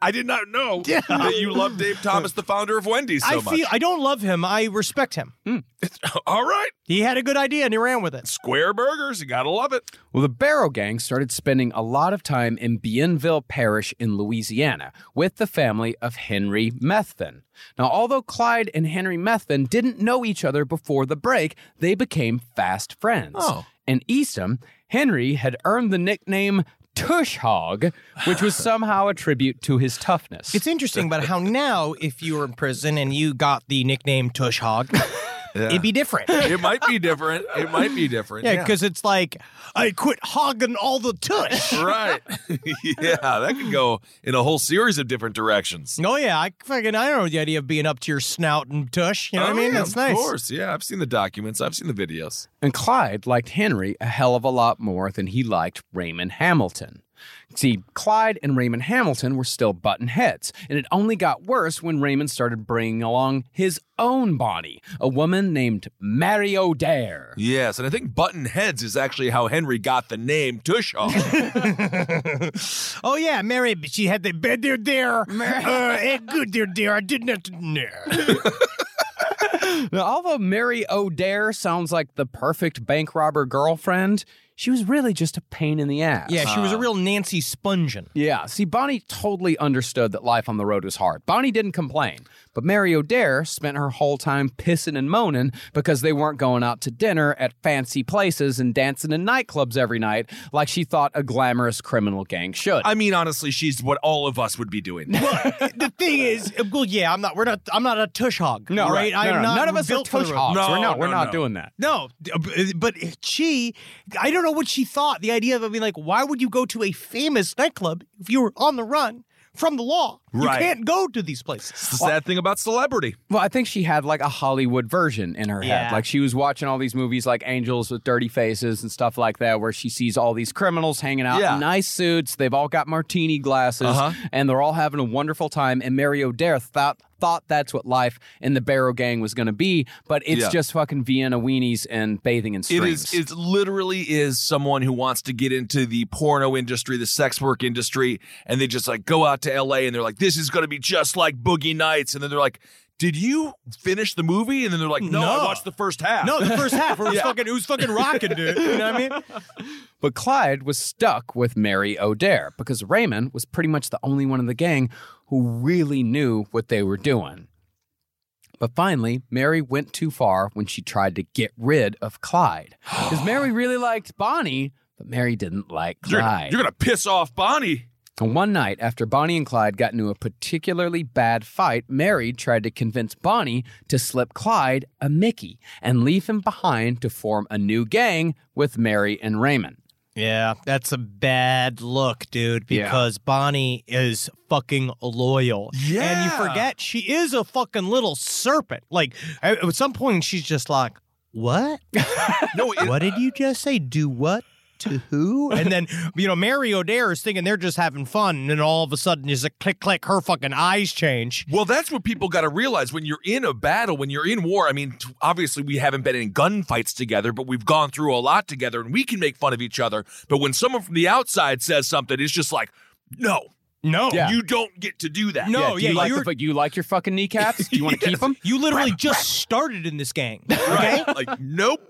Speaker 9: I did not
Speaker 7: *laughs*
Speaker 9: know that you love Dave Thomas, the founder of Wendy's, so
Speaker 7: I
Speaker 9: much.
Speaker 7: feel I don't love him. I respect him.
Speaker 9: *laughs* All right.
Speaker 7: He had a good idea and he ran with it.
Speaker 9: Square burgers, you gotta love it.
Speaker 8: Well, the Barrow Gang started spending a lot of time in Bienville Parish in Louisiana with the family of Henry Methvin. Now, although Clyde and Henry Methvin didn't know each other before the break, they became fast friends.
Speaker 9: Oh.
Speaker 8: In Eastham, Henry had earned the nickname Tush Hog, which was somehow a tribute to his toughness.
Speaker 7: It's interesting about how now, if you were in prison and you got the nickname Tush Hog, it'd be different.
Speaker 9: *laughs* It might be different. It might be different.
Speaker 7: Yeah, because it's like I quit hogging all the
Speaker 9: *laughs*
Speaker 7: tush. *laughs*
Speaker 9: right. yeah, that could go in a whole series of different directions.
Speaker 7: Oh yeah, I fucking I don't know the idea of being up to your snout and tush. You know what I
Speaker 9: Oh,
Speaker 7: mean?
Speaker 9: yeah,
Speaker 7: That's nice.
Speaker 9: Of course. Yeah, I've seen the documents. I've seen the videos.
Speaker 8: And Clyde liked Henry a hell of a lot more than he liked Raymond Hamilton. See, Clyde and Raymond Hamilton were still button heads, and it only got worse when Raymond started bringing along his own body, a woman named Mary O'Dare.
Speaker 9: Yes, and I think button heads is actually how Henry got the name
Speaker 7: *laughs*
Speaker 9: Tushhog.
Speaker 7: Oh yeah, Mary. but She had the bed there, there. Uh, eh, good there, there. I did not. No.
Speaker 8: Now, although Mary O'Dare sounds like the perfect bank robber girlfriend, she was really just a pain in the ass.
Speaker 7: Yeah, she was a real Nancy Spungen.
Speaker 8: Yeah, see, Bonnie totally understood that life on the road was hard. Bonnie didn't complain, but Mary O'Dare spent her whole time pissing and moaning because they weren't going out to dinner at fancy places and dancing in nightclubs every night like she thought a glamorous criminal gang should.
Speaker 9: I mean, honestly, she's what all of us would be
Speaker 7: *laughs*
Speaker 9: doing.
Speaker 7: the thing is, uh, well, yeah, I'm not. We're not. I'm not a tush hog.
Speaker 8: no,
Speaker 7: all right.
Speaker 8: no,
Speaker 7: I'm
Speaker 8: no,
Speaker 7: not
Speaker 8: none of us are
Speaker 7: built for the
Speaker 8: tush
Speaker 7: road.
Speaker 8: hogs.
Speaker 9: No,
Speaker 8: we're not, we're
Speaker 9: no,
Speaker 8: not
Speaker 9: no.
Speaker 8: doing that.
Speaker 7: No, d- but she, I don't know what she thought. The idea of I mean, like, why would you go to a famous nightclub if you were on the run from the law?
Speaker 9: Right.
Speaker 7: You can't go to these places.
Speaker 9: It's the sad thing about celebrity.
Speaker 8: Well, I think she had like a Hollywood version in her
Speaker 7: Yeah.
Speaker 8: head. Like she was watching all these movies like Angels with Dirty Faces and stuff like that, where she sees all these criminals hanging out
Speaker 9: Yeah.
Speaker 8: in nice suits. They've all got martini glasses
Speaker 9: Uh-huh.
Speaker 8: and they're all having a wonderful time. And Mary O'Dare thought thought that's what life in the Barrow Gang was going to be, but it's
Speaker 9: Yeah.
Speaker 8: just fucking Vienna weenies and bathing in
Speaker 9: It is.
Speaker 8: strings.
Speaker 9: It literally is someone who wants to get into the porno industry, the sex work industry, and they just like go out to L.A. and they're like, "This is going to be just like Boogie Nights," and then they're like, "Did you finish the movie?" And then they're like, "No, I
Speaker 7: No.
Speaker 9: watched the first half."
Speaker 7: No, the first half, it was
Speaker 9: Yeah.
Speaker 7: fucking, it was fucking rocking, dude. You know what I mean?
Speaker 8: *laughs* But Clyde was stuck with Mary O'Dare because Raymond was pretty much the only one in the gang who really knew what they were doing. But finally, Mary went too far when she tried to get rid
Speaker 9: *gasps*
Speaker 8: of Clyde. Because Mary really liked Bonnie, but Mary didn't like
Speaker 9: *laughs* you're,
Speaker 8: Clyde.
Speaker 9: you're gonna piss off Bonnie.
Speaker 8: And one night, after Bonnie and Clyde got into a particularly bad fight, Mary tried to convince Bonnie to slip Clyde a Mickey and leave him behind to form a new gang with Mary and Raymond.
Speaker 7: Yeah, that's a bad look, dude,
Speaker 8: Yeah.
Speaker 7: because Bonnie is fucking loyal. And you
Speaker 9: Yeah.
Speaker 7: forget she is a fucking little serpent. Like, at at some point, she's just like, what?
Speaker 9: No, it,
Speaker 7: what did you just say? Do what? To who? And then, you know, Mary O'Dare is thinking they're just having fun. And then all of a sudden, just a click, click, her fucking eyes change.
Speaker 9: Well, that's what people got to realize when you're in a battle, when you're in war. I mean, t- obviously, we haven't been in gunfights together, but we've gone through a lot together and we can make fun of each other. But when someone from the outside says something, it's just like, no,
Speaker 7: No.
Speaker 8: Yeah.
Speaker 9: you don't get to do that.
Speaker 7: No,
Speaker 8: do
Speaker 7: yeah,
Speaker 8: you like,
Speaker 7: you're-
Speaker 8: the, you like your fucking kneecaps? Do
Speaker 7: *laughs*
Speaker 8: you want to keep them?
Speaker 7: You literally just started in this
Speaker 8: *laughs*
Speaker 7: gang.
Speaker 9: Right? *laughs* like, nope.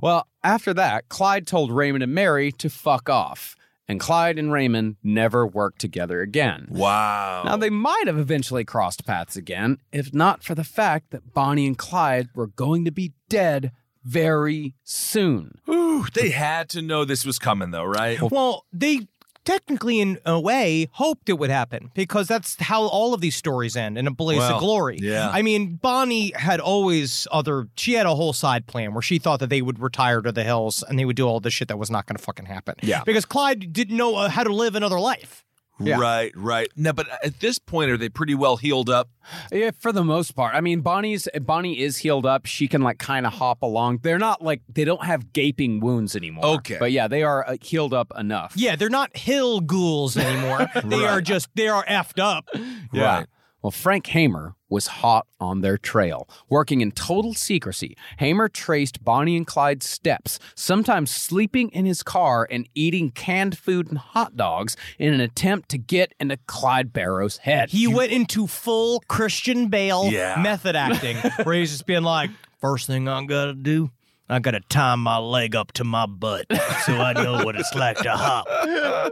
Speaker 8: Well, after that, Clyde told Raymond and Mary to fuck off. And Clyde and Raymond never worked together again.
Speaker 9: Wow.
Speaker 8: Now, they might have eventually crossed paths again, if not for the fact that Bonnie and Clyde were going to be dead very soon.
Speaker 9: Ooh, they had to know this was coming, though, right?
Speaker 7: Well, they technically, in a way, hoped it would happen because that's how all of these stories end in a blaze
Speaker 9: Well,
Speaker 7: of glory.
Speaker 9: yeah.
Speaker 7: I mean, Bonnie had always other, she had a whole side plan where she thought that they would retire to the hills and they would do all this shit that was not going to fucking happen.
Speaker 9: Yeah.
Speaker 7: Because Clyde didn't know uh, how to live another life.
Speaker 8: Yeah.
Speaker 9: Right, right. Now, but uh, at this point, are they pretty well healed up?
Speaker 8: Yeah, for the most part. I mean, Bonnie's Bonnie is healed up. She can like kind of hop along. They're not like they don't have gaping wounds anymore.
Speaker 9: Okay.
Speaker 8: but yeah, they are uh, healed up enough.
Speaker 9: *laughs*
Speaker 7: Yeah, they're not hill ghouls anymore. They are just, they are effed up.
Speaker 8: Yeah.
Speaker 9: Right.
Speaker 8: Well, Frank Hamer was hot on their trail. Working in total secrecy, Hamer traced Bonnie and Clyde's steps, sometimes sleeping in his car and eating canned food and hot dogs in an attempt to get into Clyde Barrow's head.
Speaker 7: He went into full Christian Bale
Speaker 8: Yeah.
Speaker 7: method acting, where he's just being like, first thing I gotta do, I gotta tie my leg up to my butt so I know what it's like to hop.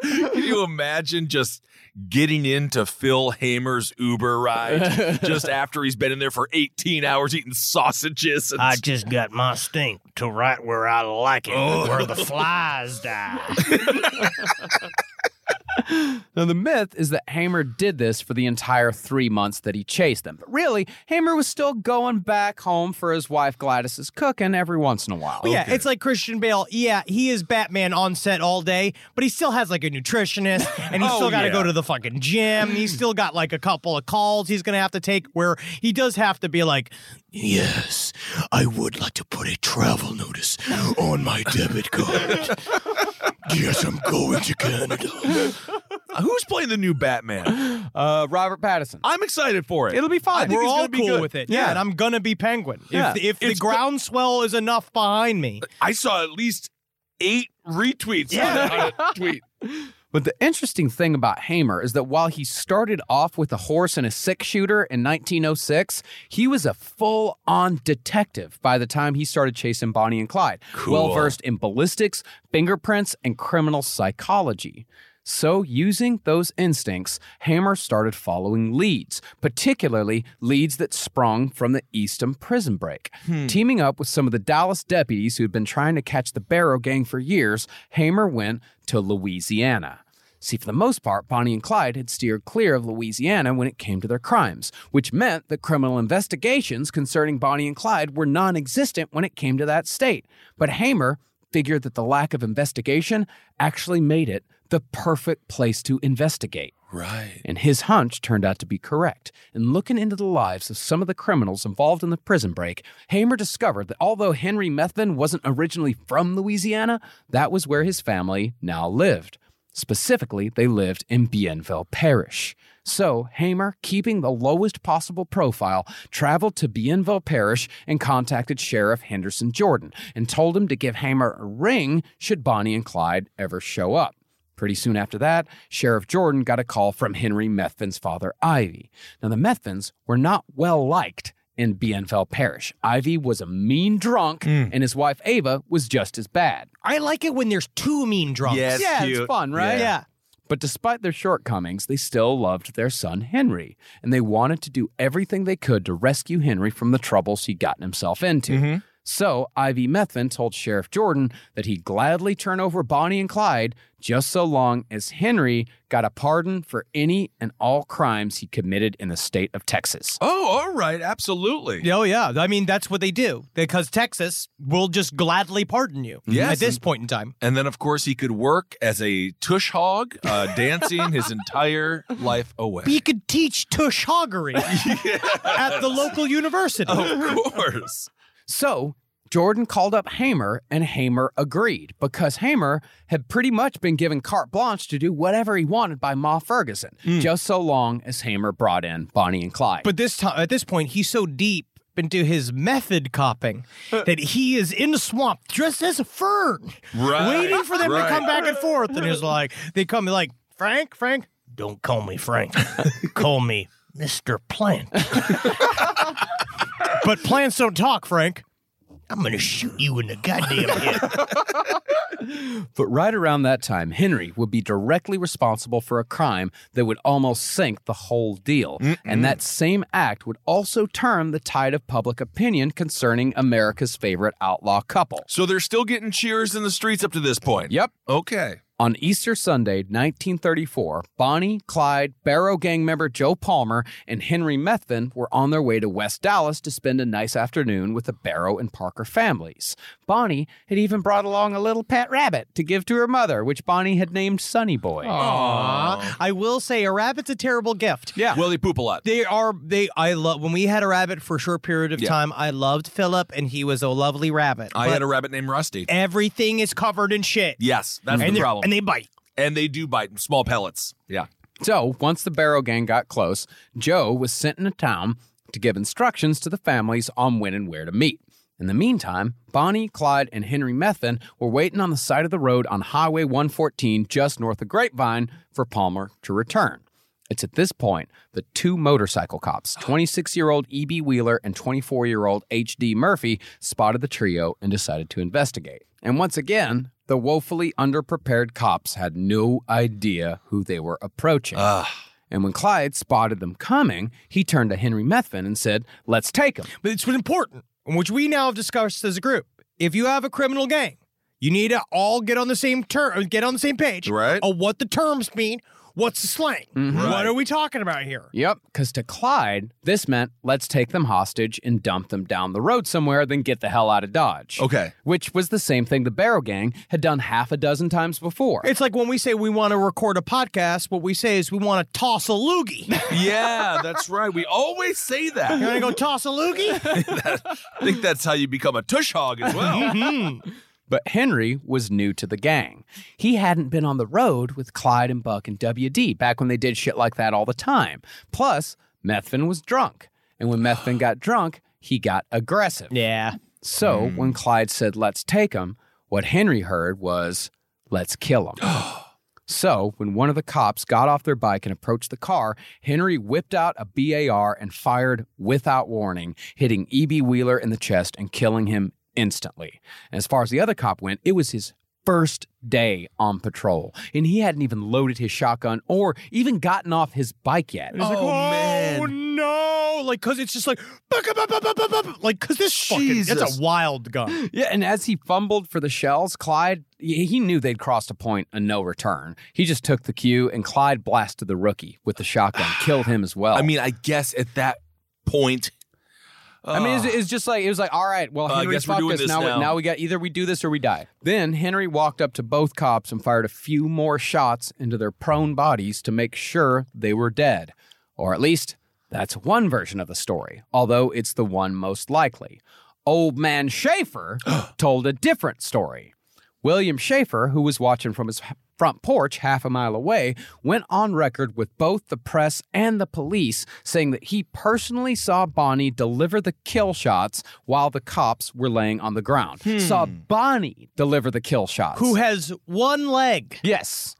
Speaker 9: Can you imagine just getting into Phil Hamer's Uber
Speaker 7: *laughs*
Speaker 9: ride just after he's been in there for 18 hours eating sausages? And
Speaker 7: I just got my stink to right where I like it,
Speaker 9: Oh.
Speaker 7: where the flies die.
Speaker 8: Now, the myth is that Hamer did this for the entire three months that he chased them. But really, Hamer was still going back home for his wife Gladys's cooking every once in a while.
Speaker 7: Well, Oh, Yeah, it's like Christian Bale. Yeah, he is Batman on set all day, but he still has like a nutritionist and he's
Speaker 13: Oh,
Speaker 7: still got to
Speaker 13: yeah.
Speaker 7: go to the fucking gym. He's still got like a couple of calls he's going to have to take where he does have to be like, Yes, I would like to put a travel notice on my debit card. yes, I'm going to Canada.
Speaker 9: Who's playing the new Batman?
Speaker 8: Uh, Robert Pattinson.
Speaker 9: I'm excited for it.
Speaker 7: It'll be
Speaker 9: I
Speaker 7: fine.
Speaker 9: think
Speaker 7: We're
Speaker 9: it's
Speaker 7: all
Speaker 9: gonna be
Speaker 7: cool
Speaker 9: good.
Speaker 7: with it. Yeah. and I'm going to be Penguin.
Speaker 9: Yeah.
Speaker 7: If, if the
Speaker 9: It's go-
Speaker 7: groundswell is enough behind me.
Speaker 9: I saw at least eight retweets *laughs*
Speaker 7: Yeah. *laughs*
Speaker 9: on a tweet.
Speaker 8: But the interesting thing about Hamer is that while he started off with a horse and a six shooter in 1906, he was a full on detective by the time he started chasing Bonnie and Clyde,
Speaker 9: Cool.
Speaker 8: well versed in ballistics, fingerprints, and criminal psychology. So, using those instincts, Hamer started following leads, particularly leads that sprung from the Eastham prison break. Teaming up with some of the Dallas deputies who'd been trying to catch the Barrow gang for years, Hamer went to Louisiana. See, for the most part, Bonnie and Clyde had steered clear of Louisiana when it came to their crimes, which meant that criminal investigations concerning Bonnie and Clyde were non existent when it came to that state. But Hamer figured that the lack of investigation actually made it the perfect place to investigate.
Speaker 9: Right.
Speaker 8: And his hunch turned out to be correct. And looking into the lives of some of the criminals involved in the prison break, Hamer discovered that although Henry Methvin wasn't originally from Louisiana, that was where his family now lived. Specifically, they lived in Bienville Parish. So, Hamer, keeping the lowest possible profile, traveled to Bienville Parish and contacted Sheriff Henderson Jordan and told him to give Hamer a ring should Bonnie and Clyde ever show up. Pretty soon after that, Sheriff Jordan got a call from Henry Methvin's father, Ivy. Now, the Methvins were not well liked in Bienville Parish. Ivy was a mean drunk, and his wife, Ava, was just as bad.
Speaker 7: I like it when there's two mean drunks.
Speaker 8: Yes, Yeah, it's cute. fun, right? Yeah. But despite their shortcomings, they still loved their son Henry, and they wanted to do everything they could to rescue Henry from the troubles he'd gotten himself into. So Ivy Methvin told Sheriff Jordan that he'd gladly turn over Bonnie and Clyde just so long as Henry got a pardon for any and all crimes he committed in the state of Texas.
Speaker 9: Oh, all right. Absolutely.
Speaker 7: Oh yeah, I mean that's what they do because Texas will just gladly pardon you
Speaker 9: Yes.
Speaker 7: at this point in time.
Speaker 9: And then, of course, he could work as a tush hog,
Speaker 8: *laughs*
Speaker 9: uh, dancing his entire life away.
Speaker 7: He could teach tush *laughs* hoggery at the local university.
Speaker 9: Of course.
Speaker 8: So Jordan called up Hamer, and Hamer agreed because Hamer had pretty much been given carte blanche to do whatever he wanted by Ma Ferguson, just so long as Hamer brought in Bonnie and Clyde.
Speaker 7: But this time, at this point, he's so deep into his method *laughs* copping that he is in the swamp dressed as a fern,
Speaker 9: Right,
Speaker 7: waiting for them
Speaker 9: right.
Speaker 7: to come back and forth. And he's like, they come like Frank, Frank. Don't call me
Speaker 9: *laughs*
Speaker 7: Frank. call me Mr. Plant. but plants don't talk, Frank. I'm gonna shoot you in the goddamn
Speaker 9: *laughs*
Speaker 7: head. Uh-huh.
Speaker 8: But right around that time, Henry would be directly responsible for a crime that would almost sink the whole deal. And that same act would also turn the tide of public opinion concerning America's favorite outlaw couple.
Speaker 9: So they're still getting cheers in the streets up to this point.
Speaker 8: Yep.
Speaker 9: Okay.
Speaker 8: On Easter Sunday, 1934, Bonnie, Clyde, Barrow gang member Joe Palmer, and Henry Methvin were on their way to West Dallas to spend a nice afternoon with the Barrow and Parker families. Bonnie had even brought along a little pet rabbit to give to her mother, which Bonnie had named Sonny Boy.
Speaker 7: Aww. I will say a rabbit's a terrible gift.
Speaker 8: Yeah.
Speaker 9: Well, they poop a lot.
Speaker 7: They are they I love when we had a rabbit for a short period of
Speaker 9: Yeah.
Speaker 7: time, I loved Philip and he was a lovely rabbit.
Speaker 9: I
Speaker 7: But
Speaker 9: had a rabbit named Rusty.
Speaker 7: everything is covered in shit.
Speaker 9: yes, that's
Speaker 7: and
Speaker 9: the
Speaker 7: they're-
Speaker 9: problem.
Speaker 7: And they bite.
Speaker 9: And they do bite small pellets. Yeah.
Speaker 8: So, once the Barrow gang got close, Joe was sent into town to give instructions to the families on when and where to meet. In the meantime, Bonnie, Clyde, and Henry Methvin were waiting on the side of the road on Highway 114 just north of Grapevine for Palmer to return. It's at this point the two motorcycle cops, 26 year old E.B. Wheeler and 24 year old H.D. Murphy, spotted the trio and decided to investigate. And once again, the woefully underprepared cops had no idea who they were approaching. And when Clyde spotted them coming, he turned to Henry Methvin and said, Let's take them.
Speaker 7: But it's important, which we now have discussed as a group. If you have a criminal gang, you need to all get on the same term, get on the same page, right? Of what the terms mean. What's the slang?
Speaker 8: Mhm.
Speaker 7: What
Speaker 8: Right.
Speaker 7: are we talking about here?
Speaker 8: Yep, because to Clyde, this meant let's take them hostage and dump them down the road somewhere, then get the hell out of Dodge. Okay. Which was the same thing the Barrow Gang had done half a dozen times before.
Speaker 7: It's like when we say we want to record a podcast. What we say is we want to toss a loogie.
Speaker 9: yeah, that's right. We always say
Speaker 7: *laughs*
Speaker 9: that.
Speaker 7: You want to go toss a loogie?
Speaker 9: I think that's how you become a tush hog
Speaker 7: *laughs*
Speaker 9: as well.
Speaker 8: But Henry was new to the gang. He hadn't been on the road with Clyde and Buck and WD back when they did shit like that all the time. Plus, Methvin was drunk. And when Methvin got drunk, he got aggressive.
Speaker 7: Yeah.
Speaker 8: So when Clyde said, let's take him, what Henry heard was, let's kill him. So, when one of the cops got off their bike and approached the car, Henry whipped out a BAR and fired without warning, hitting E.B. Wheeler in the chest and killing him instantly. And as far as the other cop went, it was his first day on patrol, and he hadn't even loaded his shotgun or even gotten off his bike yet.
Speaker 7: It's like, oh, no! Like, cause it's just like, "Buck, buck, buck, buck, buck, buck," like, cause this fucking, it's
Speaker 8: Jesus.
Speaker 7: a wild gun.
Speaker 8: Yeah, and as he fumbled for the shells, Clyde, he he knew they'd crossed a point of no return. He just took the cue, and Clyde blasted the rookie with
Speaker 9: *sighs*
Speaker 8: the shotgun, killed him as well.
Speaker 9: I mean, I guess at that point,
Speaker 8: I mean, it's, it's just like it was like, all right, well,
Speaker 9: Uh, I
Speaker 8: Henry,
Speaker 9: guess we're
Speaker 8: fuck
Speaker 9: doing
Speaker 8: this.
Speaker 9: this
Speaker 8: now, we-
Speaker 9: now.
Speaker 8: now we got either we do this or we die. Then Henry walked up to both cops and fired a few more shots into their prone bodies to make sure they were dead, or at least that's one version of the story. Although it's the one most likely. Old man Schaefer told a different story. William Schaefer, who was watching from his h- front porch half a mile away, went on record with both the press and the police saying that he personally saw Bonnie deliver the kill shots while the cops were laying on the ground. Saw Bonnie deliver the kill shots.
Speaker 7: Who has one leg?
Speaker 8: Yes.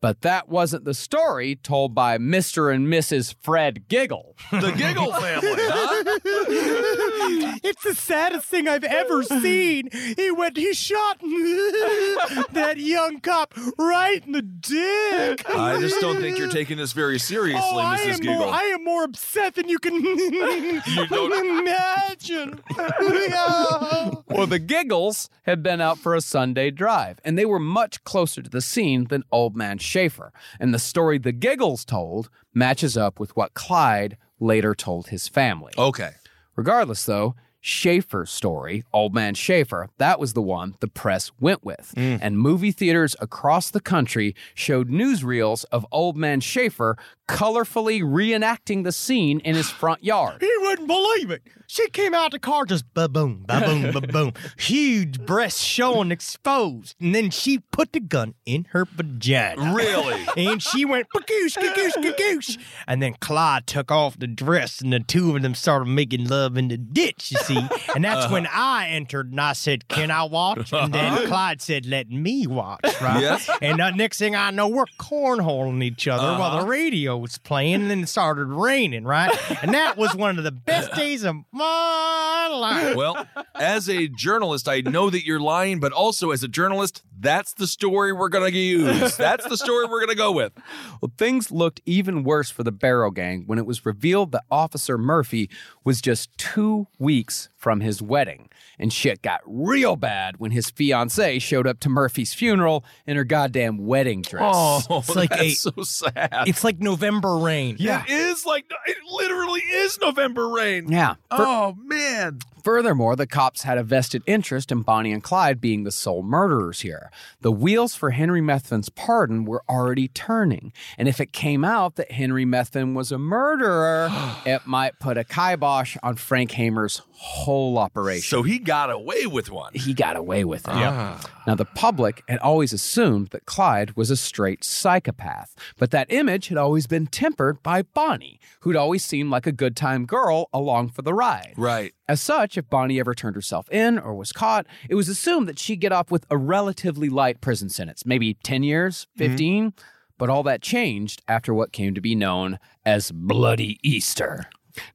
Speaker 8: But that wasn't the story told by Mr. and Mrs. Fred Giggle.
Speaker 9: uh, *laughs* the Giggle family. Huh?
Speaker 7: it's the saddest thing I've ever seen. He went, he shot *laughs* that young cop right in the dick.
Speaker 9: I just don't think you're taking this very seriously,
Speaker 7: Oh, I
Speaker 9: Mrs.
Speaker 7: am
Speaker 9: Giggle.
Speaker 7: more, I am more upset than you can *laughs* imagine.
Speaker 8: *laughs* Well, the Giggles had been out for a Sunday drive, and they were much closer to the scene than Old Man Schaefer. And the story the Giggles told matches up with what Clyde later told his family.
Speaker 9: *laughs* okay.
Speaker 8: Regardless, though, Schaefer's story, Old Man Schaefer, that was the one the press went with. And movie theaters across the country showed newsreels of Old Man Schaefer colorfully reenacting the scene in his front yard.
Speaker 7: *gasps* He wouldn't believe it. She came out the car just ba boom, ba boom, ba boom. Huge breasts showing exposed. And then she put the gun in her vagina.
Speaker 9: Really?
Speaker 7: And she went kakoosh, kakoosh, kakoosh. And then Clyde took off the dress and the two of them started making love in the ditch, you see. And that's when I entered and I said, Can I watch? And then Clyde said, Let me watch, right?
Speaker 9: Yes.
Speaker 7: And the next thing I know, we're cornholing each other while
Speaker 9: Uh-huh.
Speaker 7: the radio was playing, and then it started raining, right? And that was one of the best days of my life.
Speaker 9: Well, as a journalist, I know that you're lying, but also as a journalist, that's the story we're going to use. That's the story we're going to go with. *laughs*
Speaker 8: Well, things looked even worse for the Barrow Gang when it was revealed that Officer Murphy was just two weeks from his wedding. And shit got real bad when his fiancee showed up to Murphy's funeral in her goddamn wedding dress.
Speaker 7: It's like
Speaker 9: Oh, that's
Speaker 7: a-
Speaker 9: so sad.
Speaker 7: It's like November rain.
Speaker 9: It is like, it literally is November rain.
Speaker 8: Yeah. Fur-
Speaker 9: oh, man.
Speaker 8: Furthermore, the cops had a vested interest in Bonnie and Clyde being the sole murderers here. The wheels for Henry Methvin's pardon were already turning. And if it came out that Henry Methvin was a murderer, it might put a kibosh on Frank Hamer's whole operation.
Speaker 9: So he got away with one.
Speaker 8: He got away with
Speaker 7: *sighs*
Speaker 8: it.
Speaker 9: Ah.
Speaker 8: Now, the public had always assumed that Clyde was a straight psychopath, but that image had always been tempered by Bonnie, who'd always seemed like a good time girl along for the ride.
Speaker 9: Right.
Speaker 8: As such, if Bonnie ever turned herself in or was caught, it was assumed that she'd get off with a relatively light prison sentence, maybe 10 years, 15. But all that changed after what came to be known as Bloody Easter.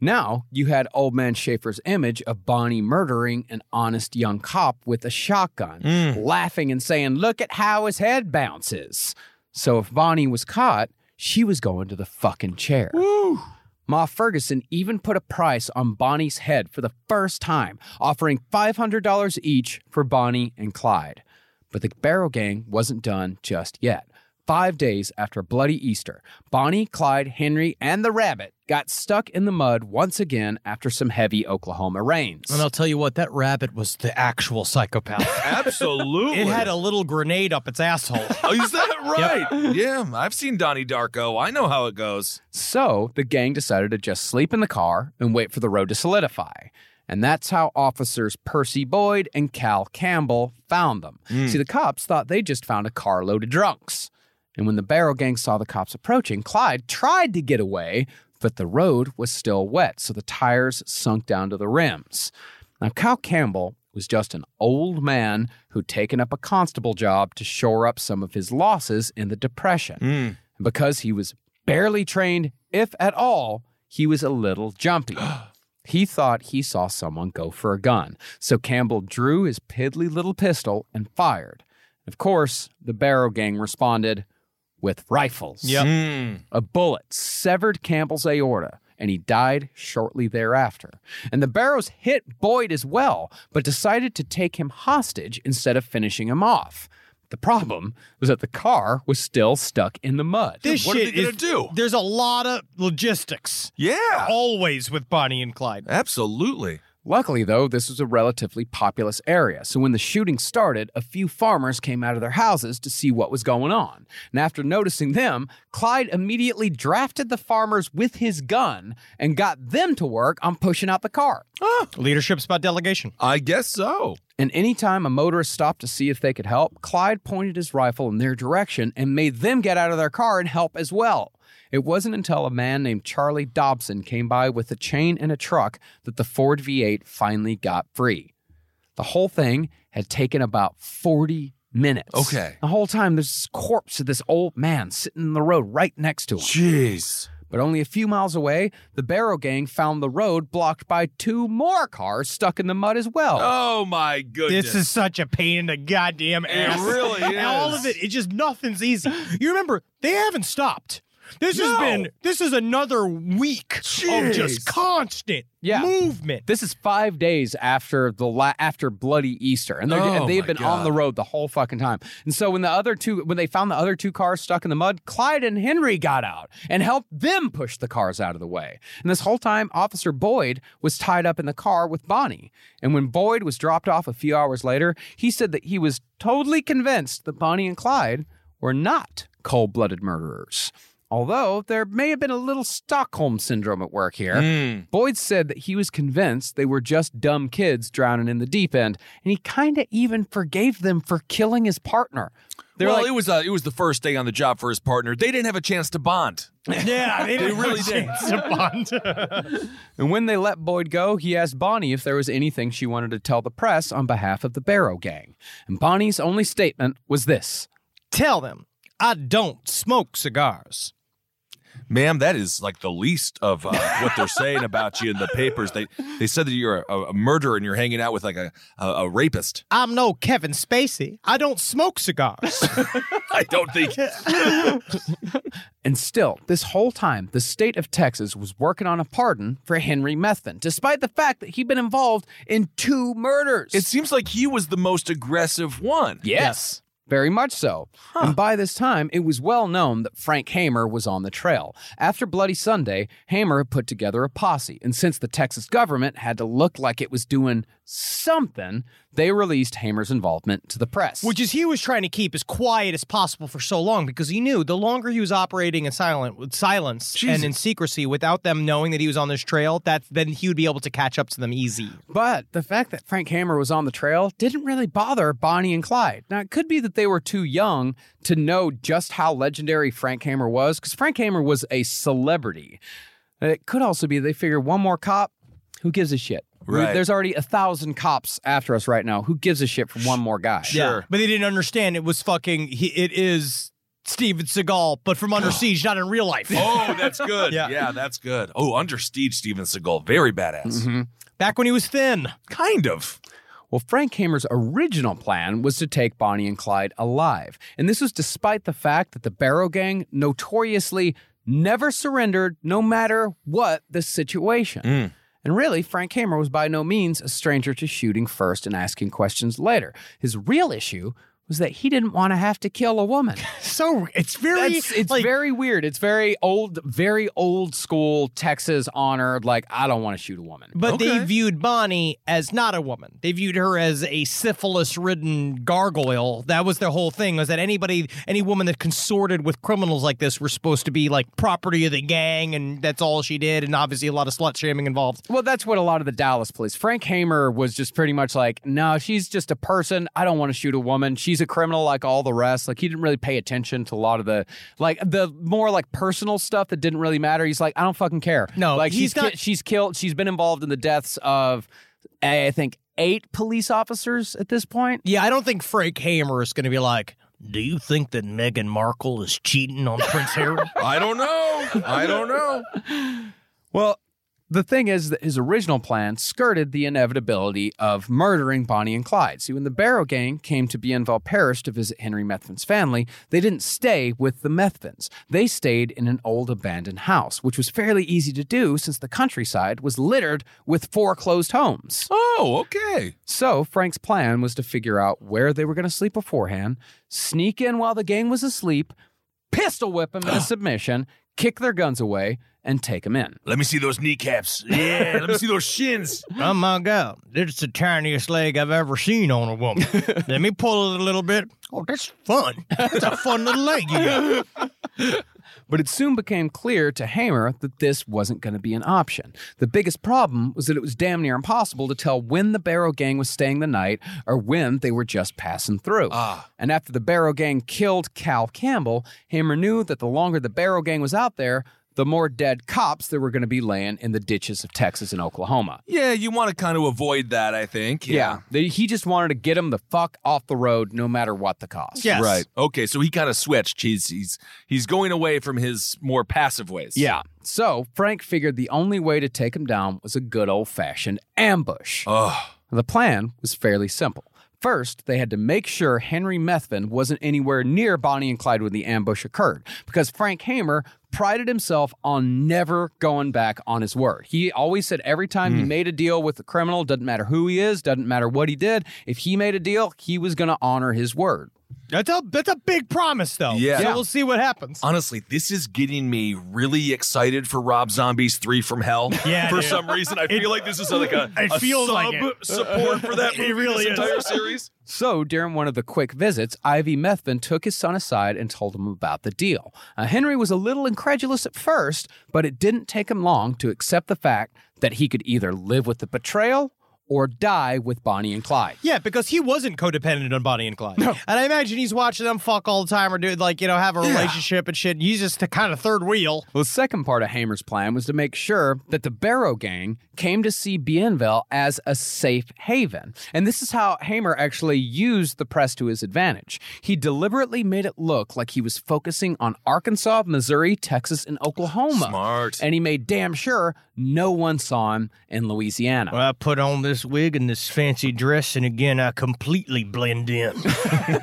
Speaker 8: Now you had old man Schaefer's image of Bonnie murdering an honest young cop with a shotgun, laughing and saying, Look at how his head bounces. So if Bonnie was caught, she was going to the fucking chair. Ma Ferguson even put a price on Bonnie's head for the first time, offering $500 each for Bonnie and Clyde. But the Barrow Gang wasn't done just yet. Five days after Bloody Easter, Bonnie, Clyde, Henry, and the rabbit got stuck in the mud once again after some heavy Oklahoma rains.
Speaker 13: And I'll tell you what, that rabbit was the actual psychopath.
Speaker 9: *laughs* Absolutely.
Speaker 13: it had a little grenade up its
Speaker 9: *laughs*
Speaker 13: asshole.
Speaker 7: *laughs*
Speaker 9: Oh, is that right? Yeah, I've seen Donnie Darko. I know how it goes.
Speaker 8: So the gang decided to just sleep in the car and wait for the road to solidify. And that's how officers Percy Boyd and Cal Campbell found them. See, the cops thought they just found a carload of drunks. And when the barrel gang saw the cops approaching, Clyde tried to get away, but the road was still wet, so the tires sunk down to the rims. Now, Cal Campbell was just an old man who'd taken up a constable job to shore up some of his losses in the Depression. And because he was barely trained, if at all, he was a little jumpy. he thought he saw someone go for a gun, so Campbell drew his piddly little pistol and fired. Of course, the Barrow Gang responded with rifles.
Speaker 13: Yep.
Speaker 9: Mm-hmm.
Speaker 8: A bullet severed Campbell's aorta, and he died shortly thereafter. And the Barrows hit Boyd as well, but decided to take him hostage instead of finishing him off. The problem was that the car was still stuck in the mud.
Speaker 13: This
Speaker 9: What are
Speaker 13: shit
Speaker 9: they gonna
Speaker 13: is,
Speaker 9: do?
Speaker 13: There's a lot of logistics.
Speaker 9: Yeah.
Speaker 7: Oh.
Speaker 13: Always with Bonnie and Clyde.
Speaker 9: Absolutely.
Speaker 8: Luckily, though, this was a relatively populous area, so when the shooting started, a few farmers came out of their houses to see what was going on. And after noticing them, Clyde immediately drafted the farmers with his gun and got them to work on pushing out the car.
Speaker 13: Leadership's about delegation.
Speaker 9: I guess so.
Speaker 8: And anytime a motorist stopped to see if they could help, Clyde pointed his rifle in their direction and made them get out of their car and help as well. It wasn't until a man named Charlie Dobson came by with a chain and a truck that the Ford V8 finally got free. The whole thing had taken about 40 minutes.
Speaker 9: Okay.
Speaker 8: The whole time, there's this corpse of this old man sitting in the road right next to him.
Speaker 9: Jeez.
Speaker 8: But only a few miles away, the Barrow Gang found the road blocked by two more cars stuck in the mud as well.
Speaker 9: Oh my goodness.
Speaker 13: This is such a pain in the goddamn ass.
Speaker 9: really
Speaker 13: And *laughs* All
Speaker 9: is.
Speaker 13: of it, it just nothing's easy. You remember, they haven't stopped. This
Speaker 9: No.
Speaker 13: has been this is another week of
Speaker 9: Jeez.
Speaker 13: just constant
Speaker 8: Yeah.
Speaker 13: movement.
Speaker 9: *laughs*
Speaker 8: This is five days after the la- after Bloody Easter, and, they're-
Speaker 9: Oh,
Speaker 8: and they've
Speaker 9: my
Speaker 8: been
Speaker 9: God.
Speaker 8: on the road the whole fucking time. And so when the other two, when they found the other two cars stuck in the mud, Clyde and Henry got out and helped them push the cars out of the way. And this whole time, Officer Boyd was tied up in the car with Bonnie. And when Boyd was dropped off a few hours later, he said that he was totally convinced that Bonnie and Clyde were not cold-blooded murderers. Although there may have been a little Stockholm syndrome at work here.
Speaker 9: Hmm.
Speaker 8: Boyd said that he was convinced they were just dumb kids drowning in the deep end, and he kind of even forgave them for killing his partner. They're
Speaker 9: well,
Speaker 8: like,
Speaker 9: it was uh, it was the first day on the job for his partner. They didn't have a chance to bond.
Speaker 13: Yeah, they, didn't
Speaker 9: really
Speaker 13: have a
Speaker 9: did.
Speaker 13: chance to bond.
Speaker 8: and when they let Boyd go, he asked Bonnie if there was anything she wanted to tell the press on behalf of the Barrow Gang. And Bonnie's only statement was this.
Speaker 13: *laughs* Tell them I don't smoke cigars.
Speaker 9: Ma'am, that is like the least of uh, what they're saying about you in the papers. They they said that you're a, a murderer and you're hanging out with like a a, a rapist.
Speaker 13: I'm no Kevin Spacey. I don't smoke cigars. *laughs*
Speaker 9: I don't think.
Speaker 8: And still, this whole time, the state of Texas was working on a pardon for Henry Methvin, despite the fact that he'd been involved in two murders.
Speaker 9: *laughs* It seems like he was the most aggressive one.
Speaker 8: Yes. Very much so. And by this time, it was well known that Frank Hamer was on the trail. After Bloody Sunday, Hamer had put together a posse. And since the Texas government had to look like it was doing something, they released Hamer's involvement to the press.
Speaker 7: Which is he was trying to keep as quiet as possible for so long because he knew the longer he was operating in silent with silence and in secrecy without them knowing that he was on this trail, that then he would be able to catch up to them easy.
Speaker 8: But the fact that Frank Hammer was on the trail didn't really bother Bonnie and Clyde. Now it could be that they were too young to know just how legendary Frank Hammer was, because Frank Hammer was a celebrity. And It could also be they figure one more cop, who gives a shit? We-
Speaker 9: Right.
Speaker 8: There's already a thousand cops after us right now. Who gives a shit for one more guy?
Speaker 7: Yeah, but they didn't understand it was fucking. He, it is Steven Seagal, but from Under Siege, not in real life.
Speaker 9: *laughs* Oh, that's good. yeah. that's good. Oh, under siege, Steven Seagal, very badass.
Speaker 7: Back when he was thin.
Speaker 9: Kind of.
Speaker 8: Well, Frank Hamer's original plan was to take Bonnie and Clyde alive. And this was despite the fact that the Barrow Gang notoriously never surrendered, no matter what the situation. And really, Frank Hamer was by no means a stranger to shooting first and asking questions later. His real issue was that he didn't want to have to kill a woman.
Speaker 7: so it's very
Speaker 8: it's very weird. It's very old, very old school Texas honored like I don't want to shoot a woman.
Speaker 7: But they viewed Bonnie as not a woman. They viewed her as a syphilis-ridden gargoyle. That was their whole thing. Was that anybody, any woman that consorted with criminals like this, were supposed to be like property of the gang, and that's all she did. And obviously, a lot of slut shaming involved.
Speaker 8: Well, that's what a lot of the Dallas police. Frank Hamer was just pretty much like, no, she's just a person. I don't want to shoot a woman. She's a criminal like all the rest. Like he didn't really pay attention to a lot of the like the more like personal stuff that didn't really matter. He's like, I don't fucking care.
Speaker 7: No,
Speaker 8: like
Speaker 7: he's
Speaker 8: she's ki-
Speaker 7: not-
Speaker 8: she's killed. She's been involved in the deaths of I think eight police officers at this point.
Speaker 7: Yeah, I don't think Frank Hamer is going to be like. Do you think that Meghan Markle is cheating on Prince Harry?
Speaker 9: I don't know. I don't know.
Speaker 8: Well, the thing is that his original plan skirted the inevitability of murdering Bonnie and Clyde. See, when the Barrow Gang came to Bienval Parish to visit Henry Methvin's family, they didn't stay with the Methvins. They stayed in an old abandoned house, which was fairly easy to do since the countryside was littered with foreclosed homes.
Speaker 9: Oh, okay.
Speaker 8: So Frank's plan was to figure out where they were going to sleep beforehand, sneak in while the gang was asleep, pistol whip them into submission, kick their guns away, and take them in.
Speaker 9: Let me see those kneecaps. Yeah, let me see those *laughs* shins.
Speaker 7: Oh my God, it's the tiniest leg I've ever seen on a woman. Let me pull it a little bit. Oh, that's fun. That's a fun little leg you got.
Speaker 8: But it soon became clear to Hamer that this wasn't going to be an option. The biggest problem was that it was damn near impossible to tell when the Barrow Gang was staying the night or when they were just passing through. And after the Barrow Gang killed Cal Campbell, Hamer knew that the longer the Barrow Gang was out there, the more dead cops there were going to be laying in the ditches of Texas and Oklahoma.
Speaker 9: Yeah, you want to kind of avoid that, I think.
Speaker 8: They- He just wanted to get them the fuck off the road no matter what the cost.
Speaker 9: Right. Okay, so he kind of switched. He's he's he's going away from his more passive ways.
Speaker 8: Yeah. So Frank figured the only way to take him down was a good old fashioned ambush.
Speaker 9: Oh.
Speaker 8: The plan was fairly simple. First, they had to make sure Henry Methvin wasn't anywhere near Bonnie and Clyde when the ambush occurred, because Frank Hamer prided himself on never going back on his word. He always said every time he made a deal with the criminal, doesn't matter who he is, doesn't matter what he did, if he made a deal, he was going to honor his word.
Speaker 7: That's a that's a big promise though.
Speaker 9: Yeah.
Speaker 7: So
Speaker 9: Yeah.
Speaker 7: we'll see what happens.
Speaker 9: Honestly, this is getting me really excited for Rob Zombie's Three from Hell.
Speaker 7: *laughs* Yeah,
Speaker 9: For
Speaker 7: dude.
Speaker 9: some reason, I feel like this is like a,
Speaker 7: it
Speaker 9: a
Speaker 7: feels
Speaker 9: sub
Speaker 7: like it.
Speaker 9: support for that
Speaker 7: *laughs* It
Speaker 9: movie,
Speaker 7: really is.
Speaker 9: this
Speaker 7: *laughs*
Speaker 9: entire series.
Speaker 8: So, during one of the quick visits, Ivy Methvin took his son aside and told him about the deal. Uh, Henry was a little incredulous at first, but it didn't take him long to accept the fact that he could either live with the betrayal or die with Bonnie and Clyde.
Speaker 7: Yeah, because he wasn't codependent on Bonnie and Clyde. And I imagine he's watching them fuck all the time or do like, you know, have a relationship and shit. And he's just the kind of third wheel.
Speaker 8: Well, the second part of Hamer's plan was to make sure that the Barrow Gang came to see Bienville as a safe haven. And this is how Hamer actually used the press to his advantage. He deliberately made it look like he was focusing on Arkansas, Missouri, Texas, and Oklahoma.
Speaker 9: Smart.
Speaker 8: And he made damn sure no one saw him in Louisiana.
Speaker 7: Well, I put on this wig and this fancy dress, and again, I completely blend
Speaker 9: *laughs*
Speaker 7: in.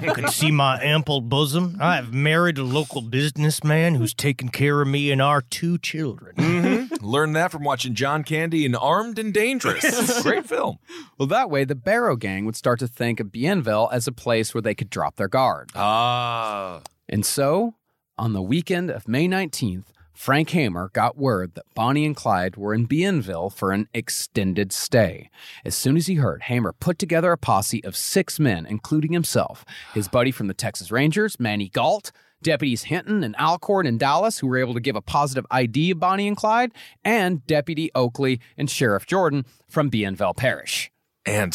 Speaker 7: you can see my ample bosom. I have married a local businessman who's taken care of me and our two children. *laughs* Mm-hmm.
Speaker 9: Learned that from watching John Candy in Armed and
Speaker 7: *laughs*
Speaker 9: Dangerous. *laughs* Great film.
Speaker 8: Well, that way the Barrow Gang would start to think of Bienville as a place where they could drop their guard.
Speaker 9: Ah.
Speaker 8: And so, on the weekend of May 19th, Frank Hammer got word that Bonnie and Clyde were in Bienville for an extended stay. As soon as he heard, Hammer put together a posse of six men, including himself, his buddy from the Texas Rangers, Manny Galt, deputies Hinton and Alcorn in Dallas, who were able to give a positive ID of Bonnie and Clyde, and Deputy Oakley and Sheriff Jordan from Bienville Parish.
Speaker 9: And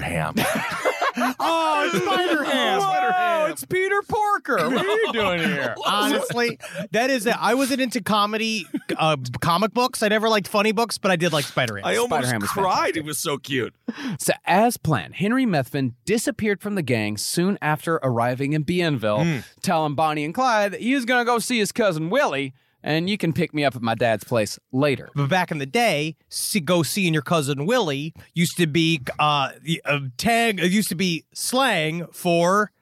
Speaker 7: *laughs*
Speaker 9: Ham.
Speaker 7: oh, it's Spider Ham.
Speaker 8: Whoa, it's Peter Porker.
Speaker 13: What are you doing here?
Speaker 7: Honestly, that is it. I wasn't into comedy, uh, comic books. I never liked funny books, but I did like Spider Ham.
Speaker 9: I almost Spider-Ham cried. It was so cute.
Speaker 8: So, as planned, Henry Methvin disappeared from the gang soon after arriving in Bienville, mm. telling Bonnie and Clyde that he was going to go see his cousin Willie and you can pick me up at my dad's place later.
Speaker 7: But back in the day, see, go seeing your cousin Willie used to be uh, uh tag used to be slang for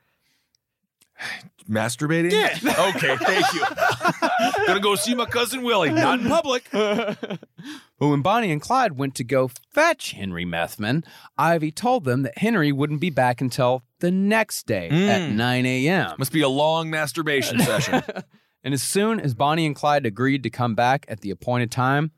Speaker 9: masturbating.
Speaker 7: Yeah.
Speaker 9: okay, thank
Speaker 7: *laughs*
Speaker 9: you. Gonna go see my cousin Willie, not in public.
Speaker 8: *laughs* but when Bonnie and Clyde went to go fetch Henry Methman, Ivy told them that Henry wouldn't be back until the next day mm. at 9 a.m.
Speaker 9: Must be a long *laughs* masturbation session.
Speaker 8: And as soon as Bonnie and Clyde agreed to come back at the appointed time,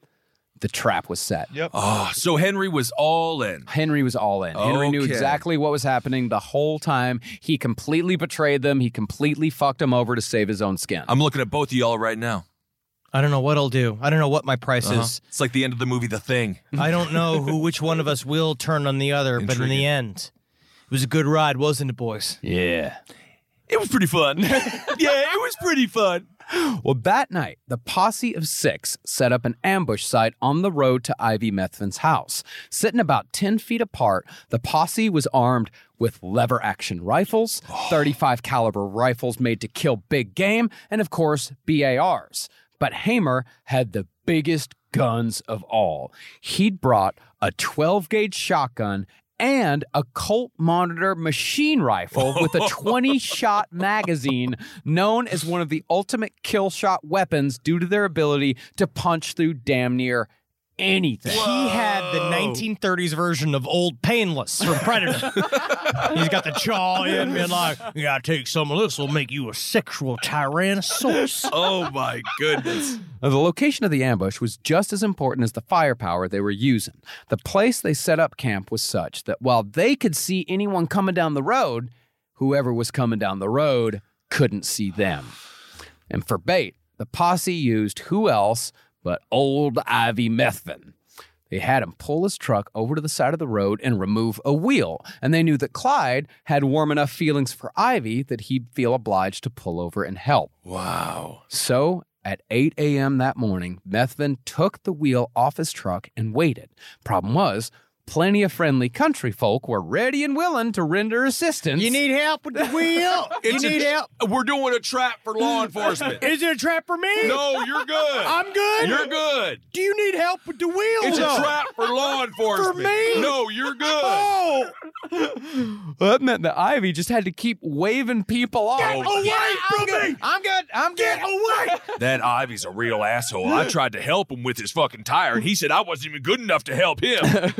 Speaker 8: the trap was set.
Speaker 9: Yep. Oh, so Henry was all in.
Speaker 8: Henry was all in. Okay. Henry knew exactly what was happening the whole time. He completely betrayed them. He completely fucked them over to save his own skin.
Speaker 9: I'm looking at both of y'all right now.
Speaker 7: I don't know what I'll do. I don't know what my price uh-huh. is.
Speaker 9: It's like the end of the movie The Thing.
Speaker 7: I don't know *laughs* who which one of us will turn on the other, Intriguing. but in the end, it was a good ride, wasn't it, boys?
Speaker 8: Yeah.
Speaker 9: It was pretty fun. *laughs* yeah, it was pretty fun.
Speaker 8: Well, that night, the posse of six set up an ambush site on the road to Ivy Methvin's house. Sitting about 10 feet apart, the posse was armed with lever action rifles,
Speaker 9: Oh.
Speaker 8: 35 caliber rifles made to kill big game, and of course, BARs. But Hamer had the biggest guns of all. He'd brought a 12 gauge shotgun and a Colt Monitor machine rifle with a 20 shot magazine, known as one of the ultimate kill shot weapons due to their ability to punch through damn near anything.
Speaker 7: Whoa. He had the 1930s version of Old Painless from *laughs* Predator. He's got the jaw in, being like, "You gotta take some of this. Will make you a sexual tyrannosaurus."
Speaker 9: oh my goodness!
Speaker 8: Now, the location of the ambush was just as important as the firepower they were using. The place they set up camp was such that while they could see anyone coming down the road, whoever was coming down the road couldn't see them. And for bait, the posse used who else but old Ivy Methvin. They had him pull his truck over to the side of the road and remove a wheel, and they knew that Clyde had warm enough feelings for Ivy that he'd feel obliged to pull over and help.
Speaker 9: Wow.
Speaker 8: So at 8 a.m. that morning, Methvin took the wheel off his truck and waited. Problem was, plenty of friendly country folk were ready and willing to render assistance.
Speaker 7: You need help with the
Speaker 8: *laughs*
Speaker 7: wheel? you need
Speaker 9: a,
Speaker 7: help?
Speaker 9: We're doing a trap for law *laughs* enforcement.
Speaker 7: Is it a trap for me?
Speaker 9: No, you're good.
Speaker 7: I'm good?
Speaker 9: You're good.
Speaker 7: Do you need help with the wheel?
Speaker 9: It's
Speaker 7: though?
Speaker 9: a trap for law enforcement.
Speaker 7: For me?
Speaker 9: No, you're good.
Speaker 7: *laughs* Oh!
Speaker 8: well, that meant that Ivy just had to keep waving people
Speaker 9: Oh,
Speaker 8: off.
Speaker 7: Get away yeah, from
Speaker 9: good.
Speaker 7: me! I'm good. I'm
Speaker 9: Get
Speaker 7: good.
Speaker 9: away! That Ivy's a real asshole. I tried to help him with his fucking tire, and he said I wasn't even good enough to help him.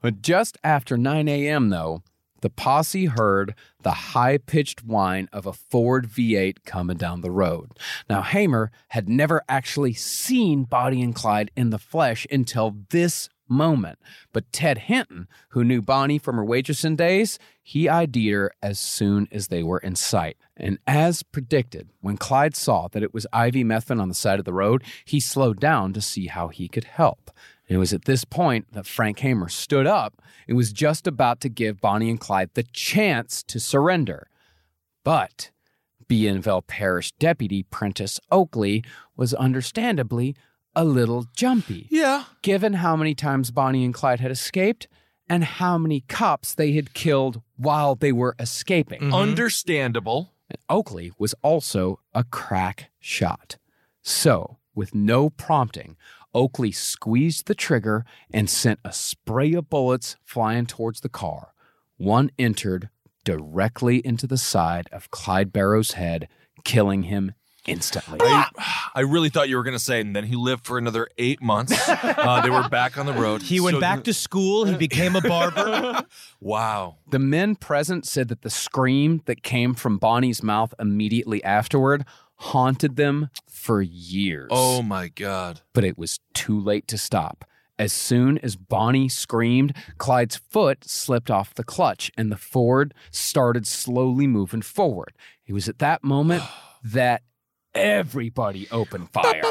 Speaker 8: But just after 9 a.m., though, the posse heard the high pitched whine of a Ford V8 coming down the road. Now, Hamer had never actually seen Bonnie and Clyde in the flesh until this moment. But Ted Hinton, who knew Bonnie from her waitressing days, he ID'd her as soon as they were in sight. And as predicted, when Clyde saw that it was Ivy Methvin on the side of the road, he slowed down to see how he could help. It was at this point that Frank Hamer stood up and was just about to give Bonnie and Clyde the chance to surrender. But Bienville Parish Deputy Prentice Oakley was understandably a little jumpy.
Speaker 9: *laughs* Yeah.
Speaker 8: Given how many times Bonnie and Clyde had escaped and how many cops they had killed while they were escaping.
Speaker 9: Mm-hmm. Understandable.
Speaker 8: And Oakley was also a crack shot. So, with no prompting, Oakley squeezed the trigger and sent a spray of bullets flying towards the car. One entered directly into the side of Clyde Barrow's head, killing him instantly.
Speaker 9: I, I really thought you were going to say, and then he lived for another eight months. Uh, they were back on the road.
Speaker 7: He went so, back to
Speaker 13: *laughs*
Speaker 7: school. He became a barber.
Speaker 9: wow.
Speaker 8: The men present said that the scream that came from Bonnie's mouth immediately afterward haunted them for years.
Speaker 9: Oh my God.
Speaker 8: But it was too late to stop. As soon as Bonnie screamed, Clyde's foot slipped off the clutch and the Ford started slowly moving forward. It was at that moment that everybody opened fire.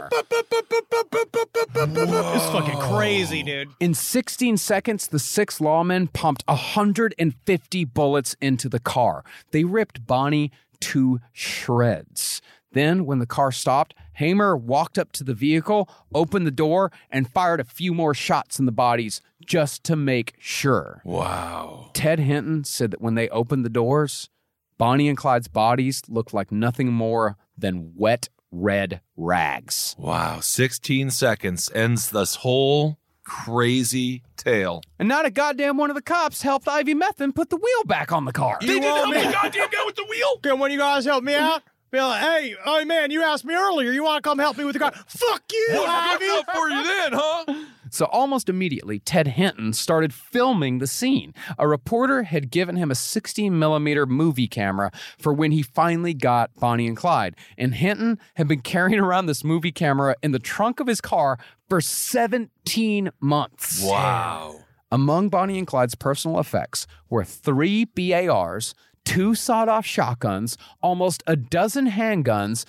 Speaker 13: This is fucking crazy, dude.
Speaker 8: In 16 seconds, the six lawmen pumped 150 bullets into the car. They ripped Bonnie to shreds. Then, when the car stopped, Hamer walked up to the vehicle, opened the door, and fired a few more shots in the bodies just to make sure.
Speaker 9: Wow.
Speaker 8: Ted Hinton said that when they opened the doors, Bonnie and Clyde's bodies looked like nothing more than wet red rags.
Speaker 9: Wow. 16 seconds ends this whole crazy tale.
Speaker 8: And not a goddamn one of the cops helped Ivy Methin put the wheel back on the car.
Speaker 9: They didn't help the goddamn guy with the wheel.
Speaker 13: Can one of you guys help me out? Be like, hey, oh man, you asked me earlier. You want to come help me with the car? Fuck you,
Speaker 9: What
Speaker 13: Ivy.
Speaker 9: worked out for you then, huh?
Speaker 8: So almost immediately, Ted Hinton started filming the scene. A reporter had given him a 16 millimeter movie camera for when he finally got Bonnie and Clyde. And Hinton had been carrying around this movie camera in the trunk of his car for 17 months.
Speaker 9: Wow.
Speaker 8: Among Bonnie and Clyde's personal effects were three BARs, two sawed off shotguns, almost a dozen handguns,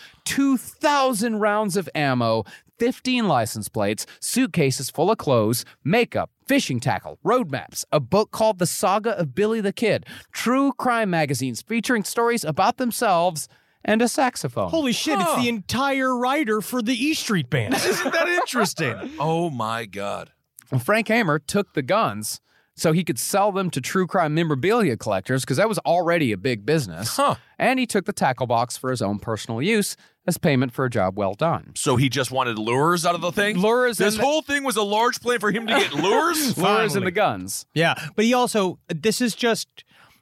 Speaker 8: 2,000 rounds of ammo, 15 license plates, suitcases full of clothes, makeup, fishing tackle, road maps, a book called The Saga of Billy the Kid, true crime magazines featuring stories about themselves, and a saxophone.
Speaker 13: Holy shit, it's the entire writer for the E Street Band.
Speaker 9: *laughs* Isn't that interesting? oh my God.
Speaker 8: Well, Frank Hammer took the guns so he could sell them to true crime memorabilia collectors because that was already a big business.
Speaker 9: Huh.
Speaker 8: And he took the tackle box for his own personal use as payment for a job well done.
Speaker 9: So he just wanted lures out of the thing?
Speaker 8: Lures
Speaker 9: This
Speaker 8: and the-
Speaker 9: whole thing was a large plan for him to get
Speaker 8: *laughs*
Speaker 9: lures?
Speaker 8: Lures and the guns.
Speaker 13: *laughs* Yeah, but he also this is just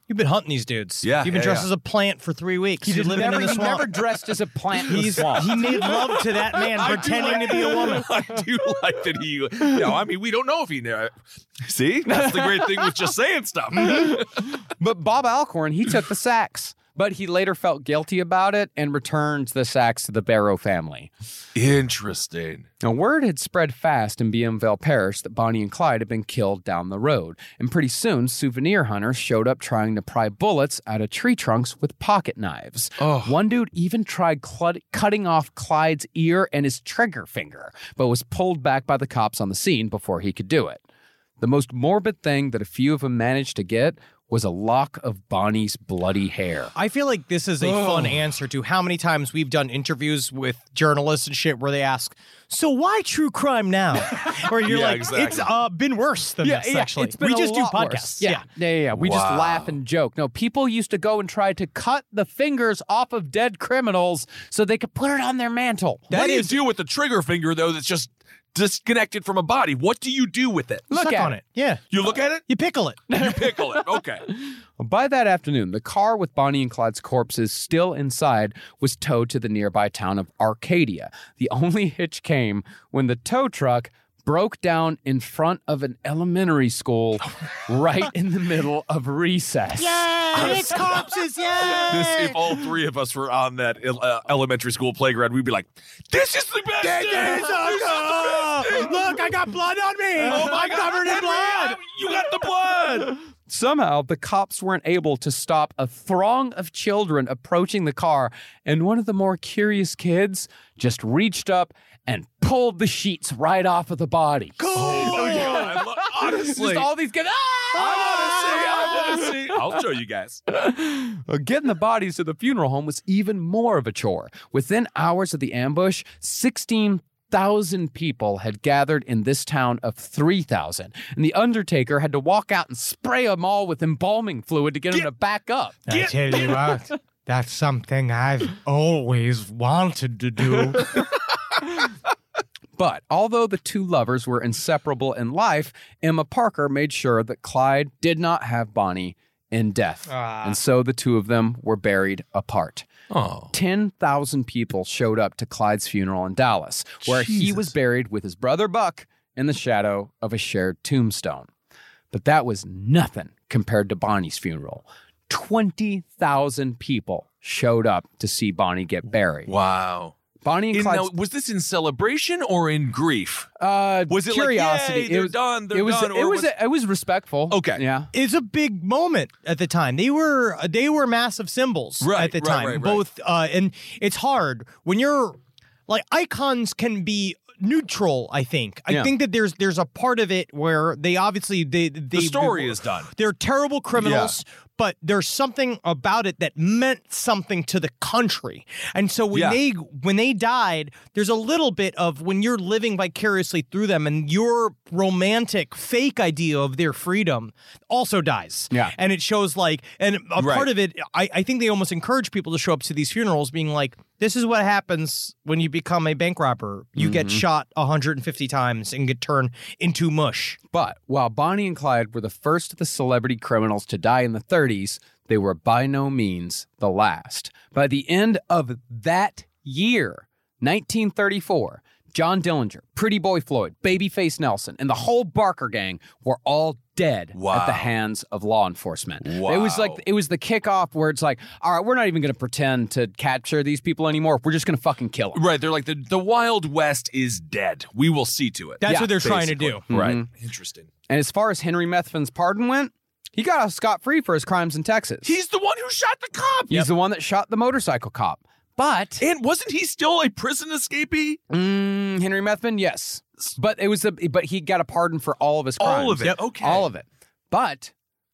Speaker 13: you've been hunting these dudes.
Speaker 9: Yeah,
Speaker 13: you've been
Speaker 9: yeah,
Speaker 13: dressed
Speaker 9: yeah.
Speaker 13: as a plant for three weeks. You're
Speaker 8: He
Speaker 13: living
Speaker 8: never,
Speaker 13: in the
Speaker 8: he
Speaker 13: swamp.
Speaker 8: never dressed as a plant in
Speaker 9: *laughs*
Speaker 8: the
Speaker 13: He's,
Speaker 8: swamp.
Speaker 13: he made love to that man
Speaker 9: I do
Speaker 13: pretending
Speaker 9: like-
Speaker 13: to be a woman.
Speaker 9: *laughs* I do like that he. No, I mean we don't know if he. knew. See, that's the great thing with just saying stuff.
Speaker 8: But Bob Alcorn, he took the sacks. But he later felt guilty about it and returned the sacks to the Barrow family.
Speaker 9: Interesting.
Speaker 8: Now, word had spread fast in Bienville Parish that Bonnie and Clyde had been killed down the road, and pretty soon souvenir hunters showed up trying to pry bullets out of tree trunks with pocket knives. One dude even tried clut- cutting off Clyde's ear and his trigger finger, but was pulled back by the cops on the scene before he could do it. The most morbid thing that a few of them managed to get was a lock of Bonnie's bloody hair.
Speaker 13: I feel like this is a fun answer to how many times we've done interviews with journalists and shit where they ask, "So why true crime now?" Or you're
Speaker 9: Yeah,
Speaker 13: like, "It's
Speaker 9: exactly.
Speaker 13: uh, been worse than this." actually,
Speaker 8: it's been
Speaker 13: we
Speaker 8: a
Speaker 13: just do
Speaker 8: lot
Speaker 13: podcasts.
Speaker 8: worse. Yeah. yeah, yeah, yeah. We just
Speaker 9: Wow.
Speaker 8: laugh and joke. No, people used to go and try to cut the fingers off of dead criminals so they could put it on their mantle.
Speaker 9: what do
Speaker 13: is-
Speaker 9: you do with the trigger finger though? That's just disconnected from a body. What do you do with it?
Speaker 8: Look
Speaker 13: Suck
Speaker 8: at
Speaker 13: on
Speaker 8: it.
Speaker 13: it. Yeah,
Speaker 9: You look at it.
Speaker 13: you pickle it.
Speaker 9: You pickle it.
Speaker 13: *laughs*
Speaker 9: Okay.
Speaker 8: By that afternoon, the car with Bonnie and Clyde's corpses still inside was towed to the nearby town of Arcadia. The only *laughs* hitch came when the tow truck broke down in front of an elementary
Speaker 13: *laughs*
Speaker 8: school right in the middle of recess.
Speaker 13: it's corpses. Yeah.
Speaker 9: This, if all three of us were on that el- uh, elementary school playground, we'd be like, "This is the best. day! This is the best day!
Speaker 13: Look, I got blood on me.
Speaker 9: Oh my
Speaker 13: I'm
Speaker 9: God,
Speaker 13: covered in
Speaker 9: Henry,
Speaker 13: blood.
Speaker 9: I- You got the blood.
Speaker 8: Somehow, the cops weren't able to stop a throng of children approaching the car, and one of the more curious kids just reached up and pulled the sheets right off of the body.
Speaker 9: Oh my God. I lo-
Speaker 8: Just
Speaker 9: Honestly,
Speaker 8: all these kids.
Speaker 9: I
Speaker 8: Ah!
Speaker 9: want to see. I want to see. I'll show you guys.
Speaker 8: *laughs* Uh, Getting the bodies to the funeral home was even more of a chore. Within hours of the ambush, 16,000 people had gathered in this town of 3,000, and the undertaker had to walk out and spray them all with embalming fluid to get, them to back up.
Speaker 13: I tell you what, that's something I've always wanted to do.
Speaker 8: But although the two lovers were inseparable in life, Emma Parker made sure that Clyde did not have Bonnie in death. And so the two of them were buried apart.
Speaker 9: Oh.
Speaker 8: 10,000 people showed up to Clyde's funeral in Dallas, where he was buried with his brother Buck in the shadow of a shared tombstone. But that was nothing compared to Bonnie's funeral. 20,000 people showed up to see Bonnie get buried.
Speaker 9: Wow.
Speaker 8: Bonnie and
Speaker 9: In,
Speaker 8: Clyde.
Speaker 9: now, was this in celebration or in grief?
Speaker 8: Uh,
Speaker 9: was it
Speaker 8: curiosity.
Speaker 9: Like,
Speaker 8: It
Speaker 9: Yay, they're
Speaker 8: was-
Speaker 9: done. They're
Speaker 8: it was-
Speaker 9: done.
Speaker 8: it
Speaker 9: or
Speaker 8: was it was respectful.
Speaker 9: Okay.
Speaker 8: Yeah.
Speaker 7: It's a big moment at the time. They were they were massive symbols
Speaker 9: Right,
Speaker 7: at the
Speaker 9: right,
Speaker 7: time.
Speaker 9: right, right.
Speaker 7: Both uh, and it's hard when you're like icons can be neutral. I think. I
Speaker 9: Yeah.
Speaker 7: think that there's there's a part of it where they obviously they, they
Speaker 9: the story is done.
Speaker 7: They're terrible criminals, but there's something about it that meant something to the country. And so when
Speaker 9: Yeah.
Speaker 7: they when they died, there's a little bit of when you're living vicariously through them and your romantic fake idea of their freedom also dies.
Speaker 8: Yeah.
Speaker 7: And it shows like and a
Speaker 9: Right.
Speaker 7: part of it I, I think they almost encourage people to show up to these funerals being like, this is what happens when you become a bank robber. You get
Speaker 9: Mm-hmm.
Speaker 8: Mhm.
Speaker 7: shot 150 times and get turned into mush.
Speaker 8: But while Bonnie and Clyde were the first of the celebrity criminals to die in the 30s, they were by no means the last. By the end of that year, 1934, John Dillinger, Pretty Boy Floyd, Babyface Nelson, and the whole Barker gang were all dead at the hands of law enforcement. It was like it was the kickoff where it's like, all right, we're not even going to pretend to capture these people anymore. We're just going to fucking kill them.
Speaker 9: Right. They're like the, the Wild West is dead. We will see to it.
Speaker 8: That's Yeah. what they're trying to
Speaker 9: basically.
Speaker 8: do.
Speaker 9: Right.
Speaker 8: Mhm.
Speaker 9: Interesting.
Speaker 8: And as far as Henry Methvin's pardon went, he got off scot free for his crimes in Texas.
Speaker 9: He's the one who shot the cop.
Speaker 8: He's the one that shot the motorcycle cop. But
Speaker 9: and wasn't he still a prison escapee?
Speaker 8: Mm, Henry Methvin, yes, but it was the but he got a pardon for all of his crimes.
Speaker 9: All of it, Yep. okay.
Speaker 8: all of it. But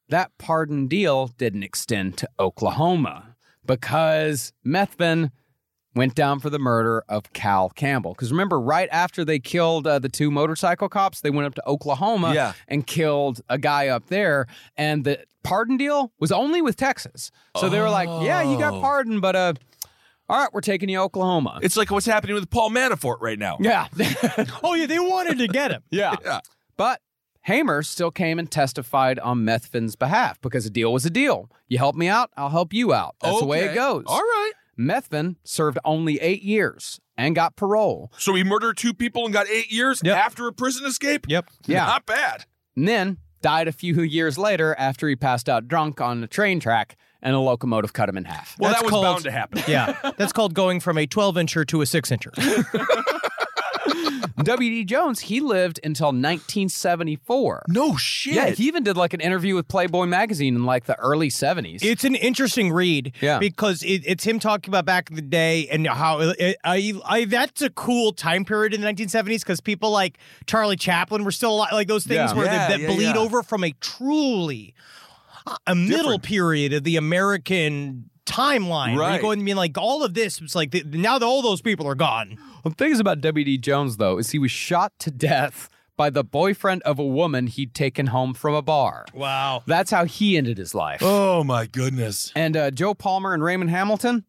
Speaker 8: that pardon deal didn't extend to Oklahoma because Methvin went down for the murder of Cal Campbell. Because remember, right after they killed uh, the two motorcycle cops, they went up to Oklahoma
Speaker 9: Yeah.
Speaker 8: and killed a guy up there, and the pardon deal was only with Texas. So they were like, "Yeah, you got
Speaker 9: Oh.
Speaker 8: pardoned, but uh." All right, we're taking you to Oklahoma.
Speaker 9: It's like what's happening with Paul Manafort right now.
Speaker 8: Yeah. *laughs*
Speaker 7: oh yeah, they wanted to get
Speaker 9: *laughs*
Speaker 7: him.
Speaker 8: yeah. But Hamer still came and testified on Methvin's behalf because a deal was a deal. You help me out, I'll help you out. That's the way it
Speaker 9: Okay.
Speaker 8: goes.
Speaker 9: All right.
Speaker 8: Methvin served only eight years and got parole.
Speaker 9: So he murdered two people and got eight years after a prison escape?
Speaker 7: Yep.
Speaker 8: Yeah.
Speaker 9: Not bad.
Speaker 8: And then died a few years later after he passed out drunk on a train track and a locomotive cut him in
Speaker 9: *laughs*
Speaker 8: half.
Speaker 9: Well,
Speaker 7: That's
Speaker 9: that was
Speaker 7: called-
Speaker 9: bound to happen.
Speaker 7: yeah, that's called going from a 12 incher to a 6 incher.
Speaker 8: W.D. Jones, he lived until 1974.
Speaker 9: No shit.
Speaker 8: Yeah, he even did like an interview with Playboy magazine in like the early 70s.
Speaker 7: It's an interesting read
Speaker 8: Yeah.
Speaker 7: because it, it's him talking about back in the day and how I, I, I that's a cool time period in the 1970s because people like Charlie Chaplin were still alive, like those things
Speaker 8: Yeah.
Speaker 7: where
Speaker 8: Yeah,
Speaker 7: they, that
Speaker 8: yeah,
Speaker 7: bleed
Speaker 8: yeah.
Speaker 7: over from a truly uh, a middle period of the American timeline. Where you
Speaker 8: Right.
Speaker 7: go and mean like all of this was like the, now that all those people are gone.
Speaker 8: The things about W.D. Jones, though, is he was shot to death by the boyfriend of a woman he'd taken home from a bar.
Speaker 7: Wow.
Speaker 8: That's how he ended his life.
Speaker 9: Oh, my goodness.
Speaker 8: And uh, Joe Palmer and Raymond Hamilton,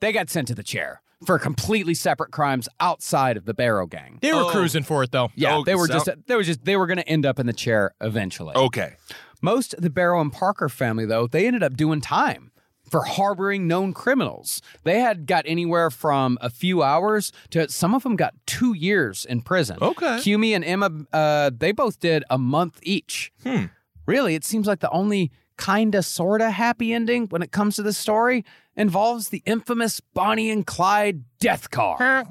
Speaker 8: they got sent to the chair for completely separate crimes outside of the Barrow Gang.
Speaker 7: They were cruising for it though.
Speaker 8: Oh. Yeah,
Speaker 9: Oh,
Speaker 8: they were
Speaker 9: sound-
Speaker 8: *laughs* just they were just they were going to end up in the chair eventually.
Speaker 9: Okay.
Speaker 8: Most of the Barrow and Parker family, though, they ended up doing time for harboring known criminals. They had got anywhere from a few hours to some of them got two years in prison.
Speaker 9: Okay.
Speaker 8: Cumie and Emma, uh, they both did a month each.
Speaker 9: Hmm.
Speaker 8: Really, it seems like the only kinda sorta happy ending when it comes to this story involves the infamous Bonnie and Clyde death car.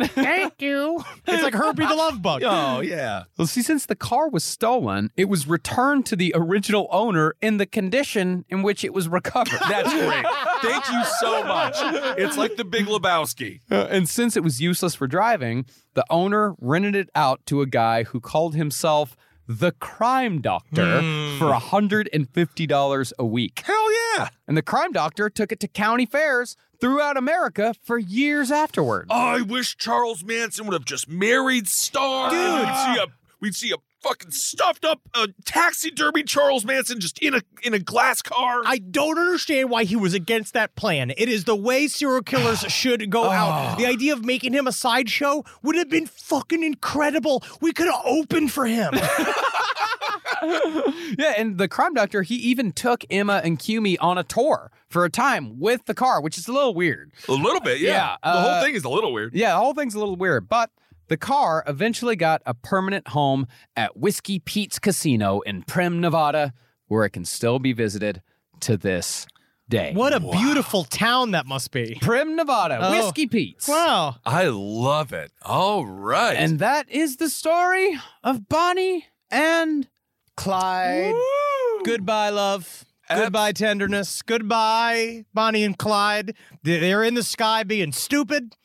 Speaker 7: Thank you. It's like Herbie the Love Bug.
Speaker 9: Oh, yeah.
Speaker 8: Well, see, since the car was stolen, it was returned to the original owner in the condition in which it was recovered.
Speaker 9: That's great. Thank you so much. It's like the Big Lebowski.
Speaker 8: Uh, and since it was useless for driving, the owner rented it out to a guy who called himself the crime doctor for $150 a week.
Speaker 9: Hmm. Hell yeah.
Speaker 8: And the crime doctor took it to county fairs throughout America for years afterward.
Speaker 9: I wish Charles Manson would have just married Star. Dude, we'd see a we'd see a fucking stuffed up uh, taxidermy Charles Manson just in a in a glass car.
Speaker 7: I don't understand why he was against that plan. It is the way serial killers should go out. The idea of making him a sideshow would have been fucking incredible. We could have opened for him.
Speaker 8: yeah, and the crime doctor, he even took Emma and Cumi on a tour for a time with the car, which is a little weird.
Speaker 9: a little bit, yeah.
Speaker 8: Yeah,
Speaker 9: the
Speaker 8: uh,
Speaker 9: whole thing is a little weird.
Speaker 8: Yeah, the whole thing's a little weird, but the car eventually got a permanent home at Whiskey Pete's Casino in Prim, Nevada, where it can still be visited to this day.
Speaker 7: What a wow. beautiful town that must be.
Speaker 8: Prim, Nevada, oh. Whiskey Pete's.
Speaker 7: Wow.
Speaker 9: I love it. All right.
Speaker 8: And that is the story of Bonnie and Clyde.
Speaker 7: Woo. Goodbye, love. Goodbye, tenderness. Goodbye, Bonnie and Clyde. They're in the sky being stupid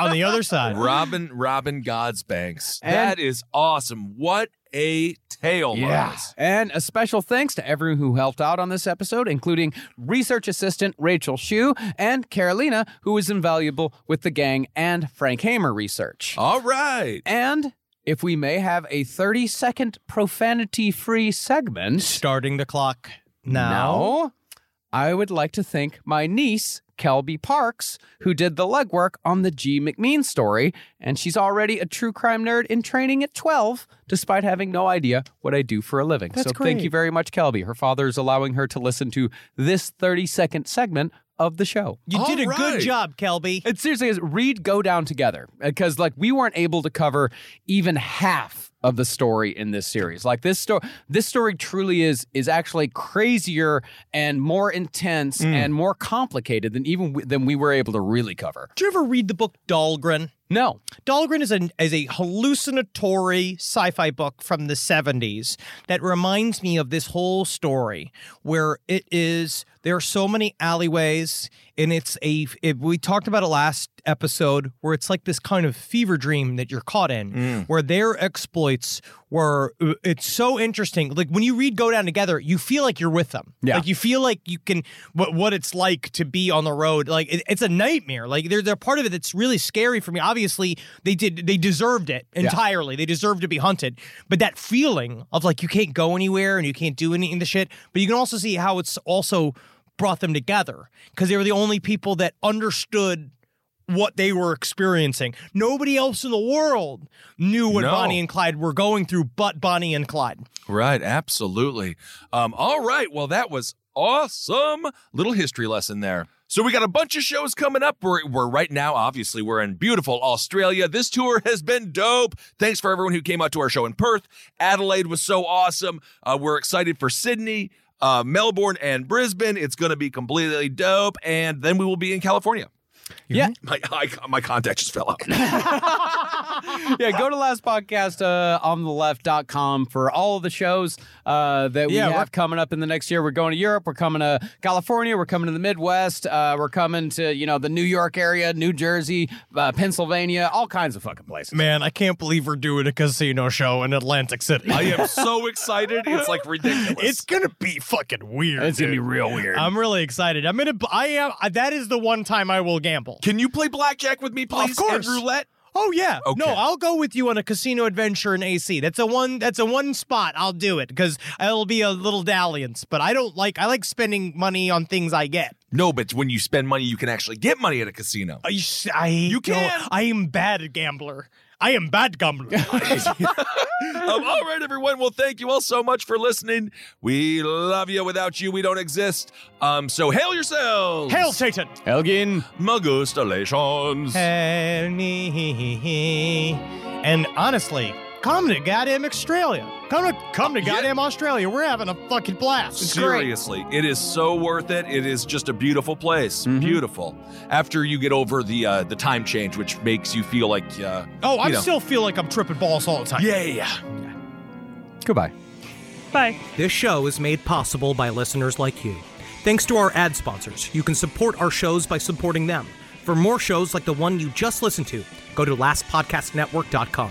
Speaker 7: on the other side.
Speaker 9: Robin, Robin Godsbanks. And that is awesome. What a tale, yeah. Lars.
Speaker 8: And a special thanks to everyone who helped out on this episode, including research assistant Rachel Shu and Carolina, who was invaluable with the gang and Frank Hamer research.
Speaker 9: All right.
Speaker 8: And if we may have a 30 second profanity free segment.
Speaker 7: Starting the clock.
Speaker 8: Now, I would like to thank my niece, Kelby Parks, who did the legwork on the G. McMean story, and she's already a true crime nerd in training at 12, despite having no idea what I do for a living.
Speaker 7: That's
Speaker 8: so
Speaker 7: great.
Speaker 8: thank you very much, Kelby. Her father is allowing her to listen to this 30 second segment of the show.
Speaker 7: You
Speaker 8: All
Speaker 7: did a right. good job, Kelby.
Speaker 8: It seriously is read go down together because like we weren't able to cover even half of the story in this series. Like this story this story truly is is actually crazier and more intense mm. and more complicated than even w- than we were able to really cover.
Speaker 7: Did you ever read the book Dahlgren?
Speaker 8: No.
Speaker 7: Dahlgren is, an, is a hallucinatory sci fi book from the 70s that reminds me of this whole story where it is, there are so many alleyways, and it's a, it, we talked about it last episode where it's like this kind of fever dream that you're caught in, mm. where their exploits were, uh, it's so interesting. Like when you read Go Down Together, you feel like you're with them.
Speaker 8: Yeah.
Speaker 7: Like you feel like you can, what, what it's like to be on the road. Like it, it's a nightmare. Like there's a part of it that's really scary for me. Obviously, obviously they did they deserved it entirely. Yeah. They deserved to be hunted. But that feeling of like you can't go anywhere and you can't do any of the shit, but you can also see how it's also brought them together because they were the only people that understood what they were experiencing. Nobody else in the world knew what no. Bonnie and Clyde were going through but Bonnie and Clyde.
Speaker 9: Right, absolutely. Um, all right, well that was awesome little history lesson there. So we got a bunch of shows coming up. We're, we're right now, obviously, we're in beautiful Australia. This tour has been dope. Thanks for everyone who came out to our show in Perth. Adelaide was so awesome. Uh, we're excited for Sydney, uh, Melbourne, and Brisbane. It's going to be completely dope. And then we will be in California.
Speaker 8: Yeah.
Speaker 9: My, I, my contact just fell out.
Speaker 8: yeah, go to last podcast uh, on the left.com for all of the shows uh, that we yeah, have coming up in the next year. We're going to Europe. We're coming to California. We're coming to the Midwest. Uh, we're coming to, you know, the New York area, New Jersey, uh, Pennsylvania, all kinds of fucking places.
Speaker 7: Man, I can't believe we're doing a casino show in Atlantic City. *laughs*
Speaker 9: I am so excited. It's like ridiculous.
Speaker 7: It's going to be fucking weird.
Speaker 8: It's going to be real weird.
Speaker 7: I'm really excited. I'm going to, I am, that is the one time I will gamble.
Speaker 9: Can you play blackjack with me, please?
Speaker 7: Of course.
Speaker 9: And roulette.
Speaker 7: Oh yeah.
Speaker 9: Okay.
Speaker 7: No, I'll go with you on a casino adventure in AC. That's a one. That's a one spot. I'll do it because it'll be a little dalliance. But I don't like. I like spending money on things I get.
Speaker 9: No, but when you spend money, you can actually get money at a *laughs* casino.
Speaker 7: I, I
Speaker 9: you can.
Speaker 7: I am bad gambler. I am bad gambler.
Speaker 9: um, all right, everyone. Well, thank you all so much for listening. We love you. Without you, we don't exist. Um, so hail
Speaker 7: *laughs*
Speaker 9: yourselves.
Speaker 7: Hail Satan.
Speaker 8: Helgin.
Speaker 9: Magustalations.
Speaker 7: Hail me. And honestly, come to goddamn Australia. Come to come
Speaker 14: Oh,
Speaker 7: to goddamn yeah. Australia. We're having a fucking blast. It's
Speaker 9: Seriously, great. it is so worth it. It is just a beautiful place. Mm-hmm. Beautiful. After you get over the uh, the time change, which makes you feel like uh,
Speaker 7: oh, I
Speaker 9: know.
Speaker 7: still feel like I'm tripping balls all the time.
Speaker 9: Yeah, yeah. yeah.
Speaker 8: Goodbye.
Speaker 15: Bye.
Speaker 14: This show is made possible by listeners like you. Thanks to our ad sponsors, you can support our shows by supporting them. For more shows like the one you just listened to, go to lastpodcastnetwork.com.